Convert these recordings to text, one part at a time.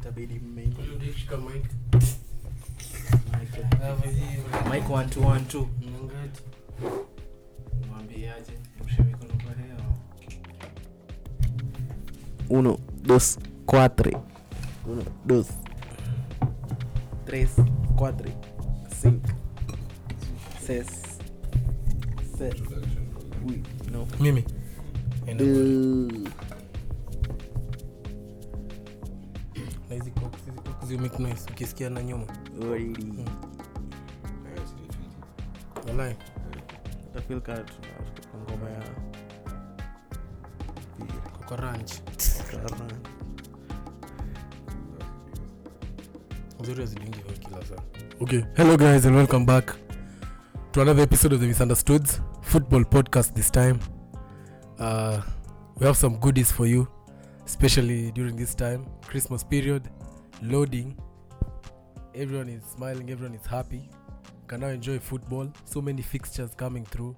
itabidi mmeingia Hiyo dish kama hiki. Mike. Hapo hivi. Mike 1212 Mnangati. mwambiaje? Mshe mikono kwa hewa. uno dos cuatro uno dos Tres, cuatro, cinco, seis, seis. Uy, no. Mimi. Enda kwa- Uh, na hizi cocks, hizi cocks zi make noise ukisikia na nyuma. Wawili. Wallahi. Utafeel kama tuna- tuko ngoma ya Kwa ranch. Karanga. Uzuri hazidingi vya kila saa. Okay, hello guys and welcome back to another episode of the Misunderstoods football podcast this time. Uh, we have some goodies for you, especially during this time, Christmas period, loading. Everyone is smiling, everyone is happy. Can now enjoy football. So many fixtures coming through.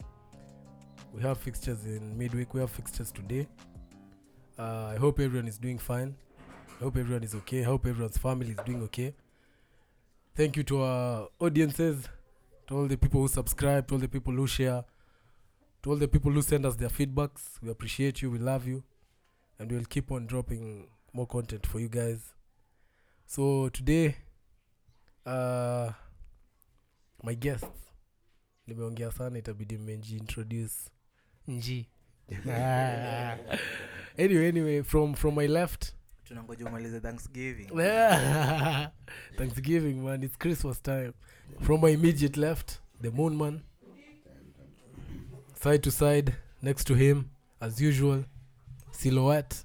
We have fixtures in midweek, we have fixtures today. Uh, I hope everyone is doing fine. I hope everyone is okay. I hope everyone's family is doing okay. Thank you to our audiences, to all the people who subscribe, to all the people who share, to all the people who send us their feedbacks. We appreciate you. We love you. And we'll keep on dropping more content for you guys. So today, uh, my guests, nimeongea sana itabidi mmenji introduce nji anyway anyway from from my left tunangoja umalize thanksgiving Yeah. Thanksgiving, man. It's Christmas time. From my immediate left, the moon man. Side to side, next to him, as usual, silhouette.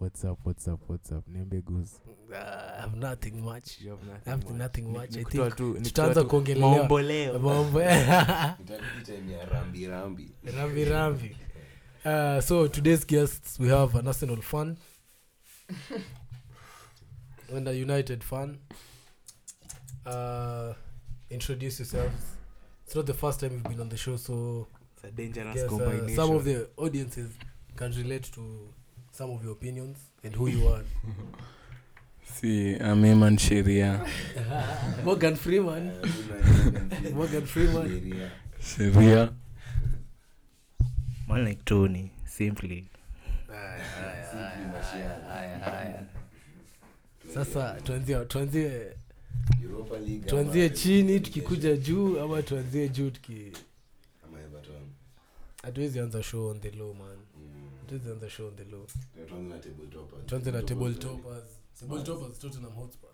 what's up what's up what's up niambie goose Uh, I have nothing much. you have I have nothing much. I Nikutoa think tu- nikutoa tutaanza tu kuongelea maomboleo mambo rambirambi rambi rambi. Uh, so today's guests, we have an Arsenal fan and a United fan. Uh, introduce yourselves. It's not the first time you've been on the show, so It's a dangerous yes, uh, combination. some of the audiences can relate to some of your opinions and who you are. si ameman sheria Morgan Freeman. Morgan Freeman. sheria More like Tony, simply. Sasa tuanzie tuanzie tuanzie chini tukikuja juu ama tuanzie juu tuki hatuwezi anza show on the low man hatuwezi anza show on the low tuanze na table toppers table toppers Tottenham Hotspur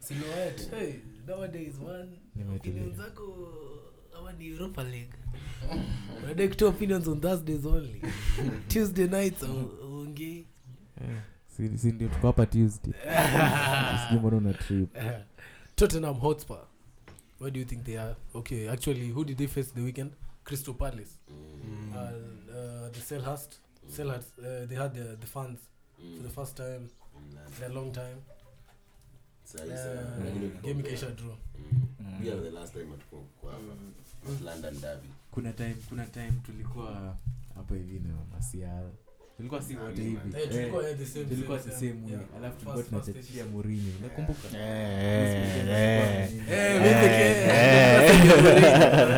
Silhouette, hey, nowadays man opinions zako ama ni Europa League unadai kutoa opinions on Thursdays only Tuesday nights ongei sindio tuko hapa tuesday sijui mbona una trip Tottenham Hotspur where do you think they are okay actually who did they face the weekend Crystal Palace Mm. uh, uh, the Selhurst Selhurst uh, they had the, the fans for the first time Mm. in a long time uh, game ikaisha draw kuna time kuna time tulikuwa hapa hivi na masiara tulikuwa si wote hivi Eh, tulikuwa, eh, the same, Eh, tulikuwa same, the same, same way yeah. alafu tulikuwa First, first tunatetea Mourinho unakumbuka eh, Eh, Eh, mimi pekee.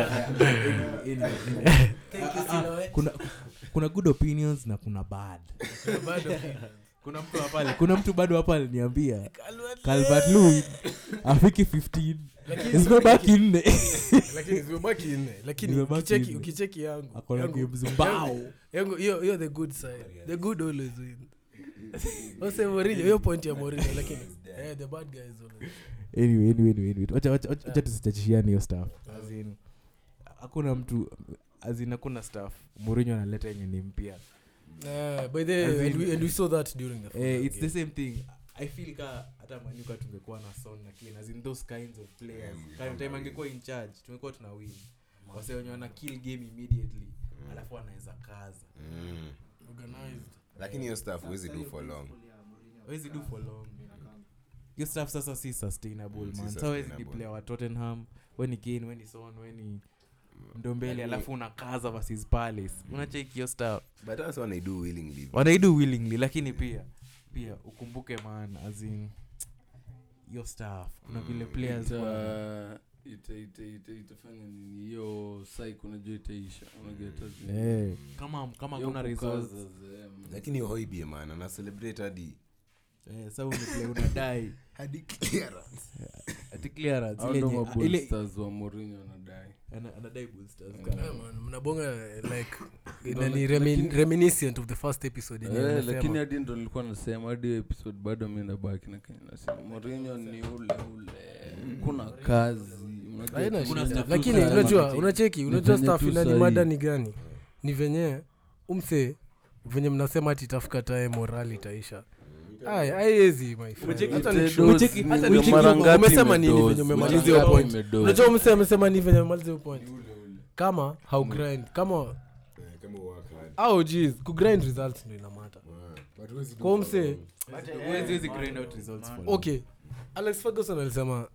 anyway, anyway. Thank you, Silhouette. kuna kuna good opinions na kuna bad Bad opinion. kuna mtu hapa ali- kuna mtu bado hapa aliniambia calvert lewin afiki 15 Lakini- zimebaki nne lakini zimebaki nne lakini Zimebaki ukicheki nne. ukicheki yangu akona yangu- games mbao yangu hiyo hiyo the good side the good always win wase Mourinho hiyo point ya Mourinho lakini eh, the bad guys always win. anyway anyway anyway anyway wacha wacha wacha wacha tusichachishiane hiyo stuff as in hakuna mtu as in hakuna stuff Mourinho analeta yenye ni mpya Eh, by the As in- and we, and we saw that during the eh, Fulham it's game. the same thing i feel ka hata manuka tungekuwa na son na clean as in those kinds of players time, time angekuwa in charge tungekuwa tuna win wase wenye wana kill game immediately Mm. alafu wanaweza kaza Organized. lakini hiyo staff huwezi do for long hawezi do for long hiyo stuff sasa si sustainable si man Sasa hawezi sustainable. ni player wa tottenham weni gain weni son weni ndombele alafu unakaza Mm. versus palace unacheki hiyo stuff but us wanaidu willingly wanaidu willingly lakini pia pia ukumbuke man as in hiyo staff kuna Mm. vile uh, players wa- ita- ita- ita- itafanya nini hiyo saik unajua itaisha unajua Mm. ita- Eh, Eh. kama kama hiyo kuna kukaza resources zee, mm. lakini hoibie maana na celebrate hadi eh, sa uniple unadai hadi clear ati clearance Hao ile ndo ah, nye- maball ile- stars wa Mourinho wanadai. ana- anadai boosters Yeah, man, mnabonga like Ndo nani laki- remin- lakini- reminiscent of the first episode yenye Eh, nimesema. lakini hadi ndo nilikuwa nasema hadi hiyo episode bado mi nabaki na kenye nasema Mourinho ni ule ule kuna kazi Unajua Haina tu- shida. staff lakini tu salama unajua tu. unacheki unajua venye staff tu inani sahi. mada ni gani ni venye umse venye mnasema ati itafika tae morali itaisha Ai- aiezi my friend. Umecheki- Hata Ted ni- Oz umecheki- ni- hata ni ni chiki- mara ngapi umesema nini imedozi? venye umemaliza Mara hiyo ngapi point imedozi? unajua umse amesema ni venye umemaliza hiyo point kama haugrind kama kama work hard au jeez kugrind results ndo inamata but huwezi kwa umse huwezi grind out results for long. okay alex ferguson alisema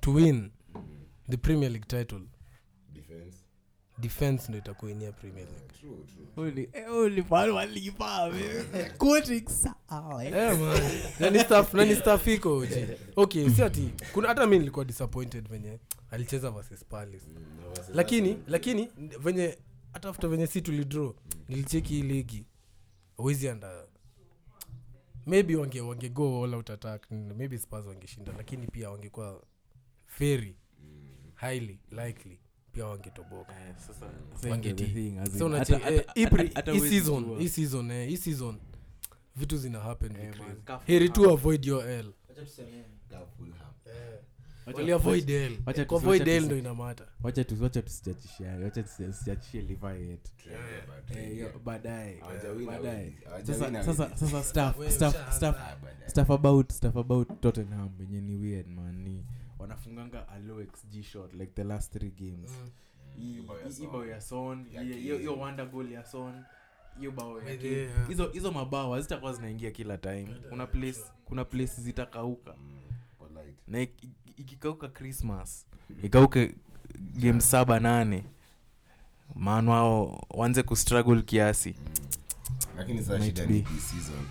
to win the premier league title defense defense ndo itakuinia premier league true true Holy- eh, holy fan walipa, we. Quoting sawa, eh. Eh, man. Nani staff- nani staff iko uji? okay si ati kuna hata mi nilikuwa disappointed venye alicheza versus Palace. Mm, lakini lakini venye hata after venye si tulidraw nilicheki hii ligi awezi anda maybe wange wangego all out attack maybe spurs wangeshinda lakini pia wangekuwa very highly likely pia wangetoboka Eh, Wangeti. so unache- eh, hii pre- hii season hii season eh, hii season vitu zina happen with Eh, man, crazy. kafu- heri tu avoid your l wali avoid l Wacha Ku tusi- avoid wacha l tusi- ndo inamata wacha tu- wacha tusichachishiane wacha tusichachishe livi yetu Eh, hiyo baadaye Hawajawin, baadaye hawajawin. Hawajawin, sasa hawajawin. sasa sasa staff Wewe staff ushaanza. staff Ah, stuff about stuff about tottenham wenye ni weird man ni wanafunganga a low xg shot like the last three games Hii- hii Mm. bao ya son hiyo- hiyo hiyo wonder goal ya son hiyo bao ya Maybe, Kane. yeah. hizo hizo mabao hazitakuwa zinaingia kila time kuna place kuna place zitakauka Mm, na ik- ik- ikikauka christmas ikauke game saba nane maan wao wanze kustruggle kiasi lakini saa Might shida be. Eh. ni hii season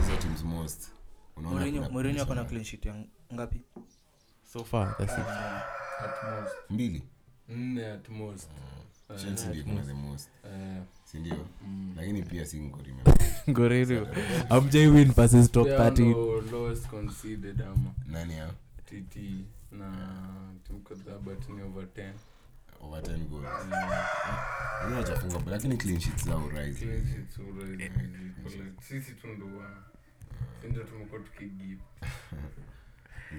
hizo teams most unaona kuna- morenyo ako na clean sheet ya ngapi so far that's it. At most. mbili Mm. Nne at most. Eh, Chelsea ndio at iko na most. the most Eh, Mm. si ndio lakini pia si ngori Gorero. Amjai win passes top they are 13. no lowest conceded ama nani hao tt na timu kadhaa but ni over 10 over 10 Mm. goals Unajua wachafunga, but lakini clean sheets zao rise Clean sheets already collect. sisi tu ndo wa- si ndo tumekuwa tukigive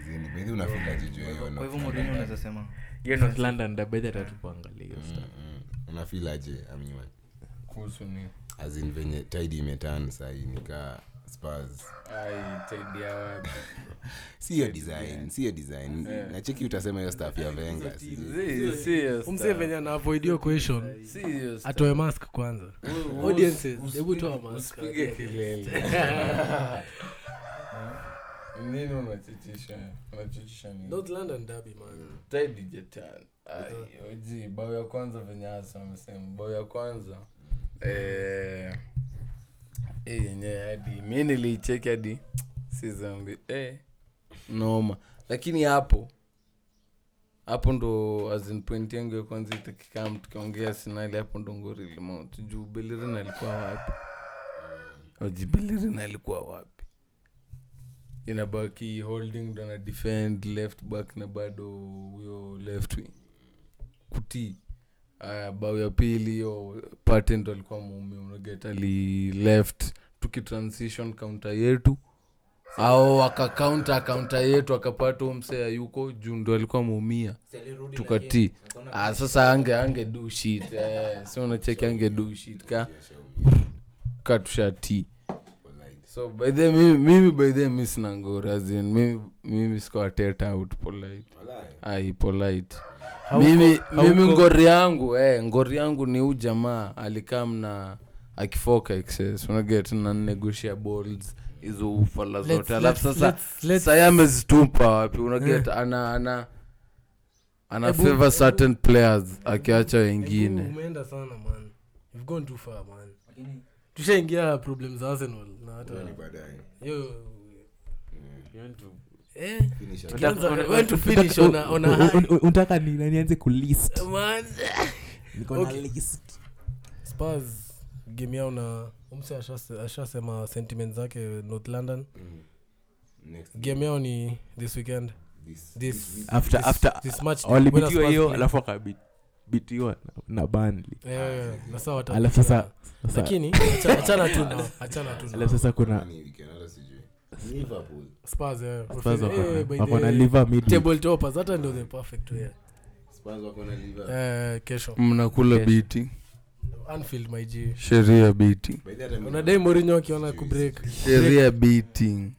Zini, by the way, unafeel aje juu ya hiyo kwa hivyo na- morenyo unaweza sema Hiyo North London ndabeja tatukuangalia hiyo Mm, stuff. mm. unafeel aje amiwa kuhusu ni as in venye tidi imetan sahii nikaa spurs aitaidia wapi si hiyo design si hiyo design Yeah. nacheki utasema hiyo staff ya venga Si- si hiyo umse stuff. venye ana avoid hiyo Eh, question Si hiyo stuff. atoe mask kwanza Wewe audiences usi- hebu toa mask usipige kelele nini unachichisha unachichisha nini north london derby man Tide Jetan. Ai, oji, bao ya kwanza venye hasa amesema bao ya kwanza eh, eh, yenye hadi mi niliicheki hadi si zambi eh, noma lakini hapo hapo ndo azin point yangu ya kwanza itakikam tukiongea sinali hapo ndo ngori limount juu belirin alikuwa wapi oji belirin alikuwa wapi inabaki holding ndo na defend left back na bado huyo left wing kuti aya bao ya pili hiyo pate ndo alikuwa mume unaget ali left tukitransition kaunta yetu au akakaunta kaunta yetu akapata umsea yuko juu ndo alikuwa muumia tukati ah, sasa ange ange do shit eh, si unacheki ange do shit ka katushati so by the mimi, mimi by the mi sina ngori as in mimi mimi siko ateta out polite ai polite mimi, mimi ngori yangu eh, ngori yangu ni huu jamaa alikam na akifoka excess unaget na negotia balls hizo ufala Let's- zote let's- alafu sasa let's- let's- Eh. sahi amezitupa wapi unaget ana ana ana Hebu- favor certain players akiacha Hebu, wengine umeenda sana man You've gone too far man tushaingia problem za arsenal na hata Hiyo ni baadaye. hiyo eh, Mm. Finish up. tukianza- we Mm. to finish on a- on a high. unataka nianze kulist Man, niko na na Okay. list spurs game yao na umse ashase- ashasema sentiment zake north london Mm. Next. game yao ni this weekend This- this after this- after this match when a walibitiwa Spurs hiyo play. alafu akabitiwa na banli Eh, eh, na saa wata- alafu sasa sasa- lakini acha- achana tu na achana tu na alafu sasa kuna Nani weekend? Hata sijui. Liverpool. Spurs, eh, eh, Spurs wako na- by wako na the- liver mid table toppers hata ndio the perfect way Spurs wako na Liverpool. eh, kesho mnakula Yes. biti anfield my g sheria biti By that time- unadai morinyo akiona kubreak sheria biti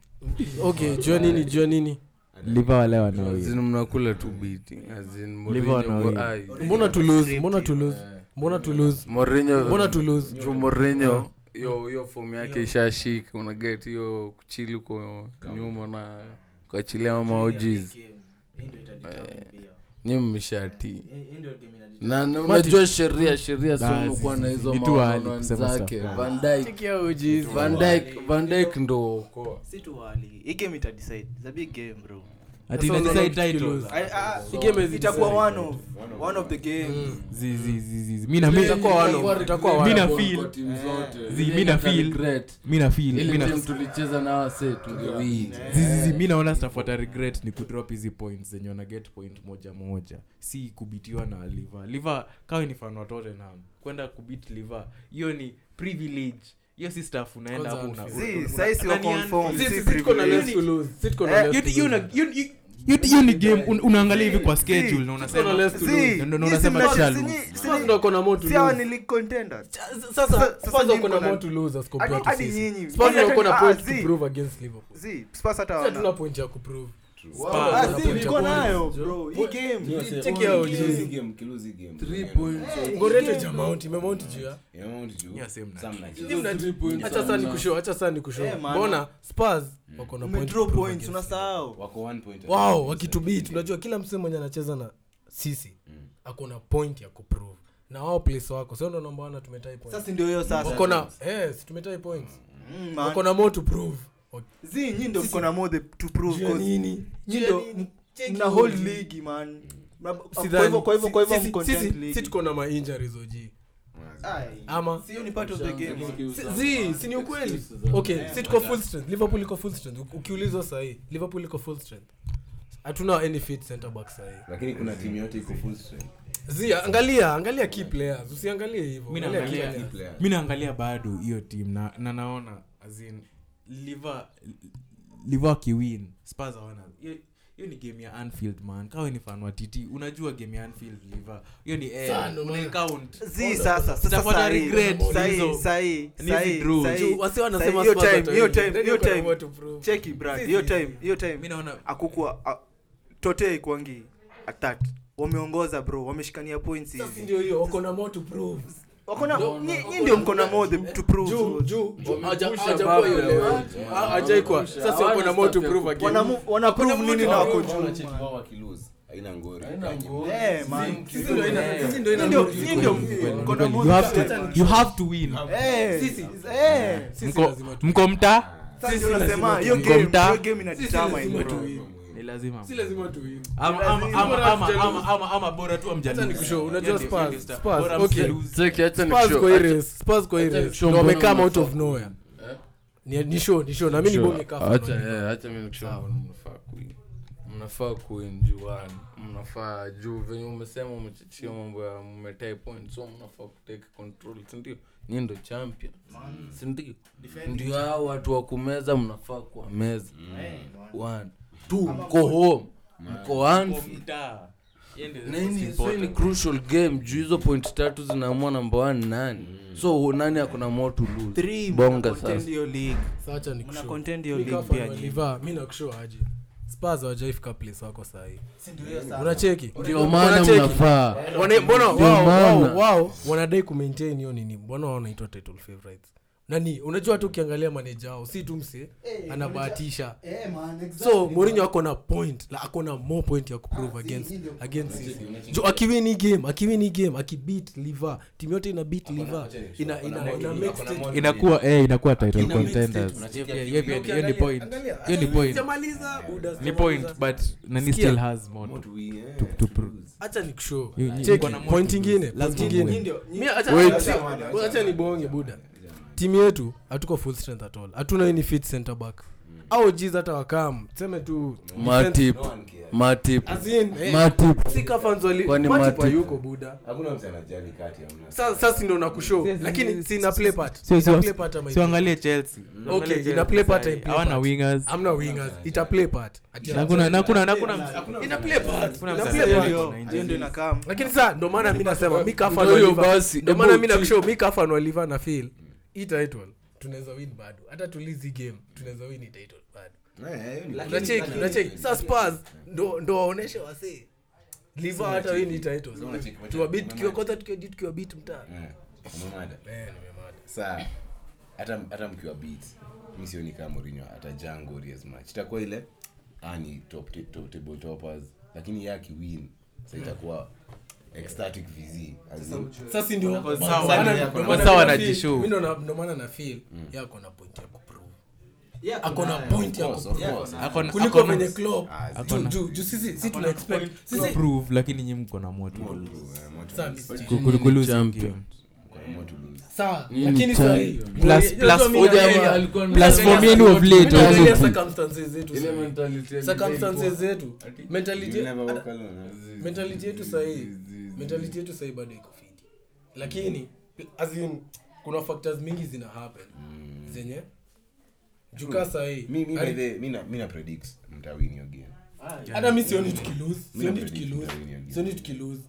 okay jua nini jua nini liver wale Azin wanaoia mnakula tu biti Azin Liver Mourinho wanaoia. go- ai. mbona to lose mbona to lose mbona to lose Mourinho- mbona to lose juu Mourinho, hiyo hiyo fomu yake ishashika unaget hiyo kuchili kwa nyuma na kuachilia mama Oh, ojis Eh. nyi mmeshati na na unajua sheria sheria siokuwa na hizo ni too early maono kusema wenzake stuff. Van Dijk- Van Dijk- Van Dijk ndo okoa itakuwa one of one of the game Mm. mi na feel- zi, mi na feel- mi na feel- mi na- tulicheza na wase tungewii zizizi mi naona sitafuata regret ni kudrop hizi point zenye wana get point moja moja si kubitiwa na liver liver kawe ni fan wa tottenham kwenda kubit liver hiyo ni privilege hiyo si staff unaenda Kwanza hapo una- Anfield. una- Zi, saizi una- wako nani on form. Anfield? Zi, Sitko na less to lose. Sitko na less Hiyo- to hiyo lose. una- hiyo- hiyo- hiyo- hiyo ni game un- unaangalia hivi kwa schedule na Sitko na unasema less to lose. Ndio- ndio unasema chalu Spurs ndo wako na more to siawa lose. ni league contenders Sasa- sasa Spurs nyinyi wako na mko na- more to lose as compared Hadi- to hadi sisi. nyinyi. Spurs Nyinyi wako na hata- point ah, to zi. prove against Liverpool. Zi, Spurs hata Sasa tuna wana point ya kuprove. Spurs Ah, wana zi, point ya niko kuprove. nayo bro hii game Check it out, Jay. Kilose game, kilose game. Three Yeah. points. Ngoreto ja Mount, imemount juu ya. Yeah, amount juu. Yeah, same na- Some like- Acha sasa nikushow, acha sasa nikushow. Eh, man. Mbona Spurs wako na point umedraw to prove points against. unasahau Wako one point. wao wakitubit unajua kila msee mwenye anacheza na sisi akona point ya kuprove na wao place wako sio ndo namba wana tumetai points sasa ndio hiyo sasa wako na eh si tumetai points Mm, man. wako na more to prove Okay. zi nyi ndo mko na more the- to prove Jua 'cause nini? nyi Jua ndo nini? Check mna it whole out. league man Na- kwa Sidhani- hivyo kwa hivyo kwa hivyo si- si- mko si- content si- si league tuko na mainjuries oji Ai. ama Si hiyo ni part of the game man. Si- zi si ni ukweli okay si tuko full strength liverpool iko full strength Uki- ukiulizwa sahii liverpool iko full strength hatuna any fit center back sahii Lakini kuna timu yote iko full strength. zi angalia angalia key players usiangalie hivyo Mi angalia key naangalia players. Key players. mi naangalia bado hiyo tim na, na naona azin liva liva kiwin spars hawana hiyo hiyo ni game ya anfield man kawe ni fan wa tt unajua game ya anfield liva hiyo ni Sana, air man. unaicount zi sasa sasa Sitafuata sahi, regret sahi, hizo. sahi, Ni sahi, hizi draws. sahi, Juu, wasi wanasema sahi, hiyo Spurs time, hata hiyo win. time, Then hiyo uko na time. what to prove. cheki brad Sisi. hiyo time hiyo mi time naona akukuwa a- totee ikwangi atat wameongoza bro wameshikania points Sasa hivi ndio hiyo wako na more to prove wakona Ndio, nyi ndio. nyi ndio mko na more the- to prove juu juu juu, haja- Wamepusha hajakuwa babu hiyo ya level. watu. Ha- hajaikuwa. Ah, sasa wako na more to prove again Wana- wana prove nini na wako juu Unaona Chelsea wao wakilose, haina ngori. Eh, man. Sisi ndio ina- sisi ndio Nyi ina- ndio- nyi ndio mko na more you have to- to, you have to win Eh, Sisi. eh. Sisi mko, lazima tu- mko mta Sasa ndio nasema hiyo tuwin. game Mko mtaa. hiyo game ina sisi determine lazima bro tuwin. ni lazima Sisi lazima tuwin. ama, ama, ama, ama, ama, ama, ama bora tu Acha nikushow, unajua Spurs, Spurs, okay. amjaniunajua Cheki, acha Spurs nikushow- kwa hii race, Spurs kwa hii Acha race. nikushow Ndio mbona wamecome out unafaa of nowhere. Ni- ni show, ni show. Na mimi ni bonge kafu, Acha- unaona. eh, acha mimi nikushow mbona mnafaa kuin mnafaa kuinjuani mnafaa juu venye umesema umechechia mambo ya mmetai point so mnafaa kutake control sindio nyi ndo champion sindio ndio hao watu wa kumeza mnafaa kuwa meza one two mko home mko anfi Nini, so ni crucial game juu hizo point tatu zinaamua namba one nani so nani akona more to lose Three, mna bonga contend sasa hiyo league Sasa acha nikushow. mna contend hiyo Mi league kafu pia nyinyi. wameliva, mi nakushow aje Spurs hawajaifika place wako sahii unacheki ndio maana mnafaa Wana- mbona Ndio wao- wao maana. wao wanadai kumaintain hiyo nini mbona wao wanaitwa title favorites nani unajua hata ukiangalia maneja wao si tu mse Eh, anabahatisha Eh, man, exactly, so man. morinho ako na point la ako na more point ya kuprove Ah, si, against hii ndio kuna- against Unacheki- City. unacheki- jo akiwini game akiwini game akibit liver timu yote ina beat liver ina ina ina, ina make state inakuwa eh, inakuwa title Ina make contenders sense. Hiyo pia- hiyo pia- hiyo ni point Angalia, hiyo ni hata point sijamaliza, Buda, ni sijamaliza. point but nani Sikia. still has more What to- we, eh, to- to prove acha nikushow You- you- cheki uko na more point to ingine lose. point Lazima ingine uwe. Mi acha- Wait. acha- acha nibonge buda timu yetu hatuko full strength at all hatuna any fit center back au jiz hata wakam seme tu matip no one cares. matip As in, eh, matip sikafanz wali- Kwani Matip Matip- hayuko buda hakuna mtu anajali kati hamna. Sa- sasa ndo nakushow Yes, lakini yes. si ina play part Sio- sio- Ina play part ama ita- siangalie chelsea Okay, ina play part, Sahi. ina play hawana part. wingers hamna wingers ita play part Ati- na kuna na kuna na kuna ina play part Hakuna Ina mtu play anajali. part. Ndio. hiyo ndio inakam lakini saa ndo maana mi nasema mi kafa Ndio hiyo naliva- basi, ndo maana hebu mi nakushow mi kafa nwaliva na fil hii title tunaweza win bado hata tulizi game tunaweza win hii title bado Eh, hiyo ni- eh, unacheki unacheki sa spars ndo ndo waoneshe wasee liva hata win hii title Sio unacheki, unacheki. tuwabit tukiwa kwanza tukiwa juu tukiwa beat mtaa Eh, unaona? Eh, nimemada. saa hata hata mkiwa beat mi sioni kama Mourinho atajaa ngori as much itakuwa ile ah, ni top, t- top table toppers lakini yeye akiwin sa itakuwa ecstatic vizi sasi ndio sawa. Mm. Maana- Kwa ndio maana sawa mi na anajishow. feel- mi ndo na- ndo maana na fil ye ako na point ya kuprove Yeah, ako na kuna- point ya kuprove kuliko venye club juu juu- juu sisi si tuna expect sisi prove lakini nyinyi mko na moto Saa mi sijui. akonamotulusasa Sawa, lakini saa hii, Plus- unajua plus mimi naangalia- alikuwa na- plus for me ni of late, mimi naangalia yani. circumstances zetu Ile saa hii. mentality ya circumstances Liverpool. zetu mentality mentality yetu sahii mentality yetu sahii bado iko fiti lakini as in, kuna factors mingi zina happen zenye jukaa mi sahii mi by the way, mi na- mi na predict mtawin hiyo game hata mi sioni tukilose Mi na sioni predict tukilose mtawin hiyo game. sioni tukilose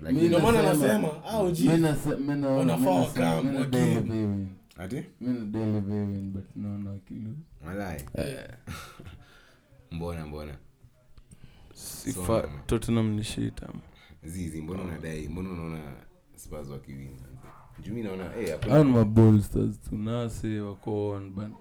Like, Mi ndio maana nasema- nasema au ji Mi nase- mi naona- mi Wanafaa nasema- wakamu mi na wageni. Daily Bay win. ati Mi na Daily Bay win, but naona wakilu- Walai. mbona mbona Sifa- Tottenham ni shit, ama. zizi mbona unadai mbona unaona spurs wakiwin juu mi naona eh, hakuna- Hao ni mabolsters tu, nasi wako on, but-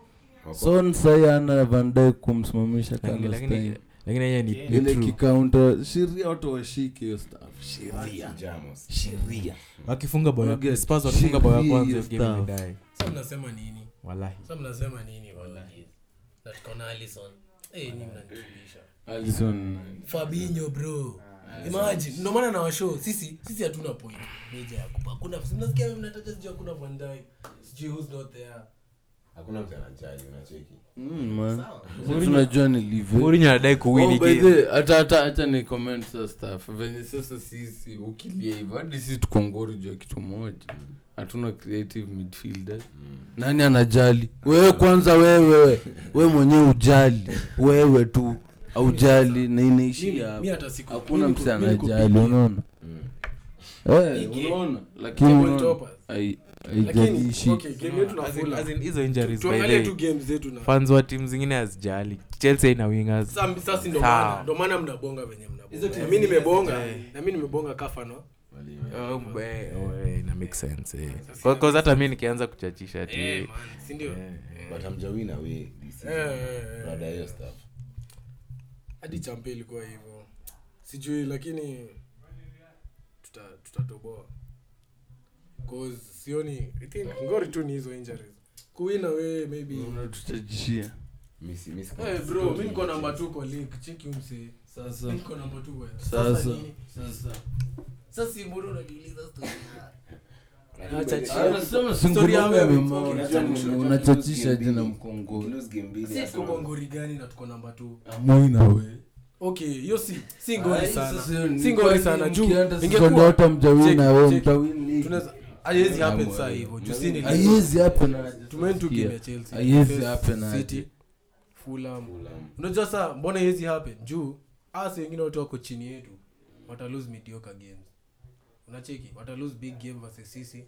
wako- Son sahi hana Van Dijk kumsimamisha Lakini- kama lakini- style. lakini yeye ni- ni ile true. kikaunta sheria watu washike hiyo staff sheria Jamos. sheria wakifunga bao ya- Okay. Spurs wakifunga bao ya kwanza hiyo Shit, game stuff. imedai. sa mnasema nini Wallahi. sa mnasema nini wallahi na tuko na alison eh ni mnanikimbisha alison fabinho bro Ah, imagine ndio maana na washow sisi sisi hatuna point meja ya kupa kuna mnasikia wewe mnataja sijui hakuna van dyke sijui who's not there hakuna mtu anajali unacheki Mm, man. tunajua ni live. Mourinho anadai kuwin hii Oh, by game. the- hata hata hata ni comment sa staff venye sasa sisi ukilia hivyo hadi sisi tukongori juu ya kitu moja hatuna creative midfielder nani anajali wewe kwanza wewe wewe wewe mwenyewe ujali wewe tu aujali na inaishia hapo. mimi hata siku hakuna mimi niko- mse mimi niko anajali big. unaona Eh, Ige. unaona Ni lakini point unaona, toppers. hai- lakini haijalishi okay game yetu As in- nafula as in hizo injuries by tuangalie the tu way. game zetu na fans wa timu zingine hazijali chelsea ina wingers Sasa- sasa ndio Sawa. maana ndio maana mnabonga venye Hizo mnabonga timu na mimi zingine nimebonga Eh. na mimi nimebonga kafano Um, eh, oh, eh, ina make sense eh. Kwa- cause hata mi nikianza kuchachisha ati eh eh, man si ndio but amjawina we eh, eh. baada hiyo staff hadi champe ilikuwa hivyo sijui lakini tuta- tutatoboa Cause sioni I think ngori tu ni hizo injuries kuwina we maybe unatutajishia Misi- misi- hey, Eh, bro mi niko namba tu kwa league cheki umse sasa mi niko namba tu kwa Sasa. nini? sasa sasa si mbona unaniuliza story Lakini Acha by chini. the- Unajua- unajua- unachachisha unajua- jina ukilose game mbili, si tuko Arsenal- kwa ngori gani na tuko namba tu mkongoiingori okay hiyo si si ngori sana si ngori sana juu ingekuwa- mjawina Check, we check. mtawini tunaweza haiwezi happen saa hivyo juu si ni league. aiwezi happen tumeenda tu game ya Chelsea. Haiwezi Face happen aje. City, Fulham. unajua saa mbona hezi happen juu asi wengine wote wako chini yetu wata lose mediocre games unacheki wata lose big game versus sisi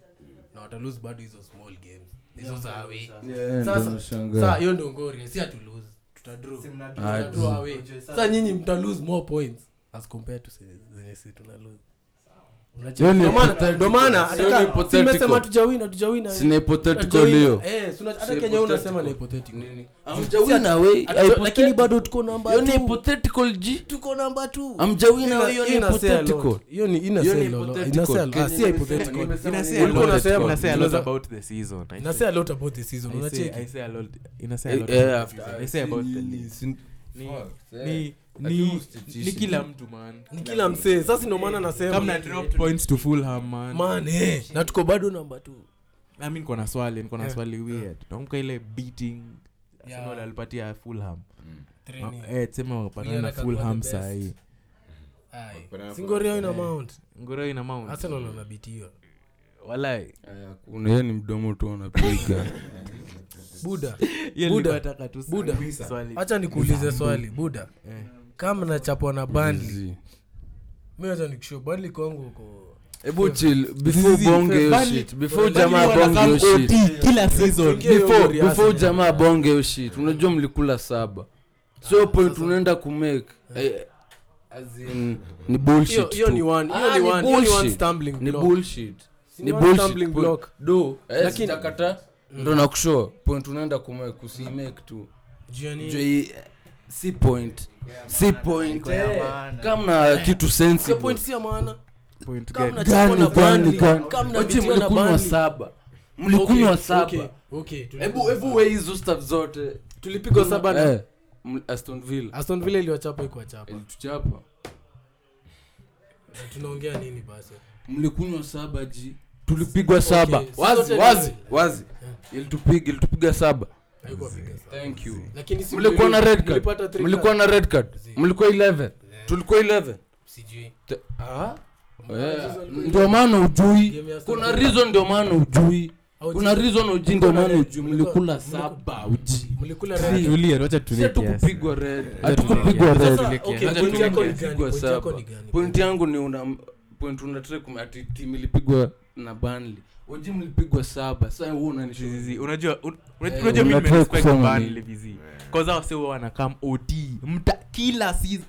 na wata lose bado hizo small games hizo za away Sasa- saa hiyo ndio ngori si atu lose tuta draw Si mna- Ah, Tuta draw away. sasa nyinyi mta lose more points as compared to se- zenye si tuna lose Unacheki? Yaani- Ndio maana- ndio maana hata Sio kama- hypothetical. simesema hatujawin hatujawin Si ni hypothetical hiyo. Eh, hata Si Kenya wewe unasema ni hypothetical. hypothetical Nini? Si hata we- Hatuja- hypothetical. lakini lakini bado tuko namba Hiyo ni two. hypothetical G. tuko namba two. Hamjawina Hiyo- hiyo ni hiyo ina say a lot. hypothetical. Hiyo ni- ina Hiyo say ni a lot. hypothetical. Ina say a- Kenya ah, si nimesema- hypothetical. nimesema Ina ni say a hypothetical. lot. Unasema- Ina say a lot Unasema- Ina say a lot about the season. Unacheki? Eh, eh, after- Sin- Fuck, eh. Lakini usitishi. ni kila mtu man ni kila msee sasa ndio maana nasema Kama na drop points to Fulham, man. man eh na tuko bado namba two I mean, kuna swali niko na Yeah. swali weird nakumbuka ile beating Eh. Yeah. Arsenal alipatia fulham Three ni- Eh, tuseme wapatana na Fulham fulham the best. sahii Ai. Wapana- Singoria ina mount ngoro ina mount Arsenal wanabitiwa walai Kuna hiyo Eh, ni mdomo tu anapiga buda Hiyo Buda. nilikuwa nataka tu Buda. sana. Swali. hacha nikuulize swali buda Eh. kama nachapwa na bandli Zi. mi acha nikushua bandli kwangu uko hebu chill before Zizi, bonge hiyo Burnley- shit before Burnley Yaani jamaa wanakam bonge hiyo shit kila season Tuingie hiyo before gori Arsenal. before jamaa bonge hiyo shit unajua mlikula saba Ah, so point unaenda kumake eh, as in, ni hiyo bullshit hiyo ni tu. one hiyo Ah, ni ni one hiyo ni one bullshit. stumbling ni block bullshit Si ni one stumbling bullshit block do eh, Lakini- Mm. lakini takata ndo nakushoa point unaenda kumake usimake tu Juu ya nini? Juu hii, eh, si point si point eh. kama na kitu Hiyo Eh. point sensible si ya maana point kama gani? nachapwa na Gani, bandli gani, gani? kama Wache nabitiwa na mlikunywa bandli saba mlikunywa Okay, okay, saba okay, tuli- hebu hebu we hizo stuff zote tulipigwa saba na Eh, m- aston villa aston villa iliwachapa ikuwachapa Eh. ilituchapa tunaongea nini basi mlikunywa saba ji tulipigwa saba si wazi zote ni- Eh. wazi wazi ilitupiga ilitupiga saba haikuwapiga sana. thank you lakini si Eh. mlikuwa na red mlipata card three mlikuwa na red card Zi. mlikuwa 11 tulikuwa 11 card. sijui Te- ah? Eh, Mchezo ulikuwa ndio maana ujui Game ya Aston kuna Villa. reason ndio maana ujui Au kuna jinsi- reason uji ndio maana red, ujui mlikuwa- mlikula mlikuwa- saba uji mlikula Si. red Tulia, wacha tulie Sisi kiasi. hatukupigwa Eh, red Hatukupigwa hatukupigwa red. red Sasa, okay, Acha point tu yako ni mpigwe gani? Point saba. yako ni gani? point yangu ni una point unatrai ati timu ilipigwa na banli uji mlipigwa saba sasa wewe unanishuzi Zizi, unajua un- una- Eh, unajua mimi unatry nimespect kusema Burnley nini? vizi. eh, Cause hao sio wanakam ot Mta- kila season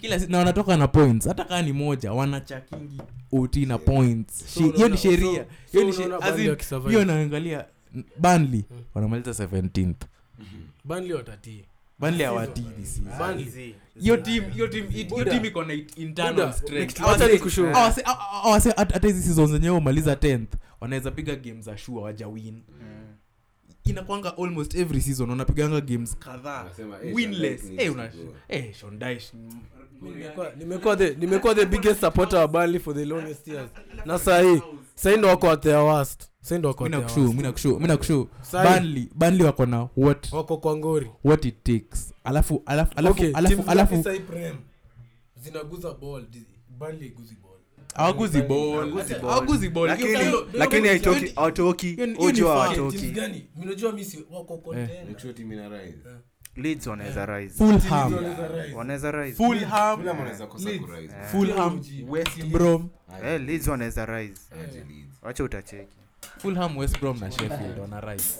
kila season na wanatoka na points hata kaa ni moja wanachakingi ot na points Shi- hiyo ni unaona- sheria so- Hiyo so ni she- unaona as Burnley Hmm. in, wakisurvive. hiyo naangalia banly wanamaliza 17th bandli watatii banly hawatii this season. bandli hiyo team hiyo team it- hiyo Buda. team iko na it- internal Buda, strength next- wacha Hawase- nikushow. Ah, hawase- ha- ha- hawase- hata hata hizi season zenyewe umaliza 10th wanaweza piga game za shua wajawin inakwanga almost every season wanapiganga games kadhaa Wanasema, eh, winless Shondaish eh needs una to go. eh Shondaish Nimekuwa- nimekuwa the nimekuwa the biggest supporter wa Burnley for the longest years na sahii sahii ndo wako at their worst sahii ndo wako at their mimi nakushow worst. mimi nakushow mimi nakushow Sai. Burnley Burnley wako na what wako kwa ngori what it takes alafu alafu alafu Okay, alafu teams alafu zote sahii prem zinaguza ball Di- Burnley iguzi ball hawaguzi ball hawaguzi ball lakini Hiyo- hiyo- lakini hiyo- haitoki hawatoki hiyo ni- hiyo ni ujua fact. Teams hawatoki gani mnajua mi si Eh. wako contender. Make sure team ina rise. Eh. leads wanaweza rise Fulham Wanaweza rise. wanaweza rise Fulham Fulham wanaweza kosa ku rise. Eh. Fulham, West Brom, eh leads wanaweza rise Aje Leeds. wacha utacheki Fulham, West Brom na Sheffield wana rise.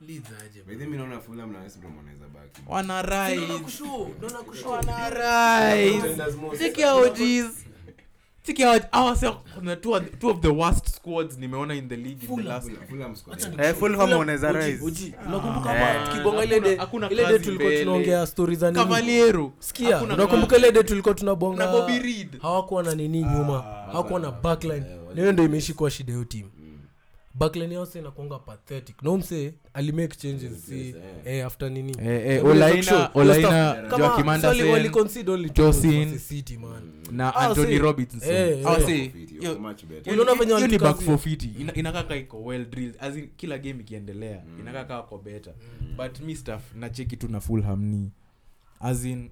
Leeds aje. By the way, mi naona Fulham na West Brom wanaweza baki. Wana Naona rise. kushow, naona kushow. Wana rise. Check out these. Check out ourselves kuna two of- two of the worst squads nimeona in the league in the last Fulham- Fulham squad Acha yao. nikushow. Eh, Fulham Fulham- wanaweza Uji- rise. Uji, unakumbuka Ah. hapa tukibonga ile Hakuna- de- hakuna ile de kazi tulikuwa mbele. tunaongea stori za nini Cavaliero. sikia Hakuna unakumbuka kazi. ile de tulikuwa Na tunabonga Bobby Reed. hawakuwa na nini nyuma hawakuwa na ah, eh, backline Mm. niyo ndo imeishi kuwa shida hiyo timu backline yao sasa inakuanga pathetic na mse alimake changes si eh after nini Eh, eh, Sababu unaweza Olaina- kushow, Olaina, hiyo stuff- kama Joakim swali Anderson, waliconcede only two goals Josin. versus City, man. Na Ah, Anthony see. Robinson. Eh, eh. Ah, see. Fit, Yo- wako much better. Unaona venye Hiyo ni walitukazi- back for fiti Ina- inakaa kaa iko well drilled as in kila game ikiendelea inakaa kaa kwa beta but mi staff nacheki tu na fulham ni as in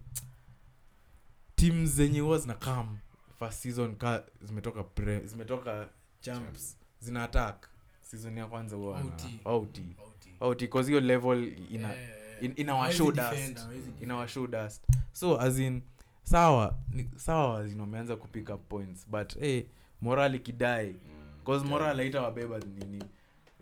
tim zenye huwa zina kam first season ka zimetoka pre, zimetoka champs zina attack season ya kwanza huwa OT. out out cause hiyo level ina in, ina washow Eh, Hawezi dust defend, hawezi ina washow dust so as in sawa ni, sawa as in wameanza kupick up points but hey, moral ikidai cause moral haita wabeba nini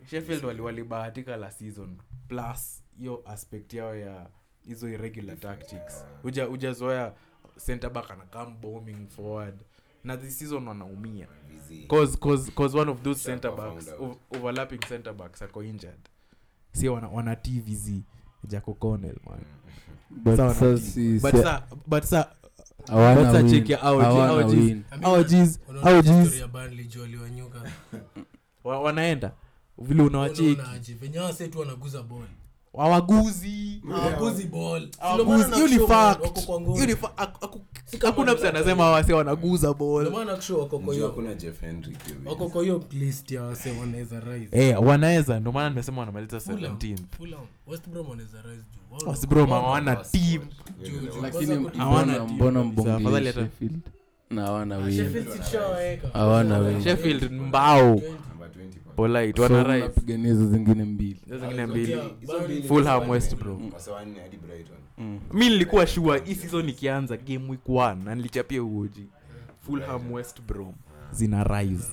sheffield wali- walibahatika la season plus hiyo aspect yao ya hizo irregular tactics uja ujazoea center back anakam bombing forward na this season wanaumia Vizi. cause, cause, cause one of those Sure, center I backs found ov- out. overlapping center backs ako injured si wana, wana tvz jako Connell, man But Sawa na sasa team. si- but si- sa but sa hawana but sa win. check ya oh, our- Hawana our G's. win. Our G's, Unaona our history G's. ya Burnley, juu waliwanyuka. Wa- wanaenda vile unawacheki Unaona aje, venye hawa setu wanaguza ball. wawaguzi Hawaguzi ball. Ndio maana Hawaguzi. na Hiyo ni show fact. wako kwa ngome. Hiyo ni fa- ak- aku- Si kama hakuna msi wanataka anasema wase wanaguza Ndio bol maana na show wako kwa Mjua hiyo- kuna Jeff Henry pia Vizi. wako kwa hiyo list ya wase wanaweza rise. Eh, wanaweza ndio maana nimesema wanamaliza Fulham, 17th Fulham, West Brom wanaweza rise juu. Wao West Brom hawana Wanawas- team juu- juu. Lakini Kwanza mbona- hawana team mbona kabisa. mbonge Afadhali hata- Sheffield? na hawana Ah, win Sheffield City shawaweka. Hawana win. Sheffield mbao Number 20 kwa- polite So, wana rise unapigania hizo zingine mbili Hizo zingine Hizo mbili mbili- hizo mbili Fulham, kwa sawa West nne. Brom. Mm. Kwa sawa nne Mm, hadi Brighton. mi nilikuwa shua hii season ikianza game week 1 na nilichapia uoji fulham west brom zina rise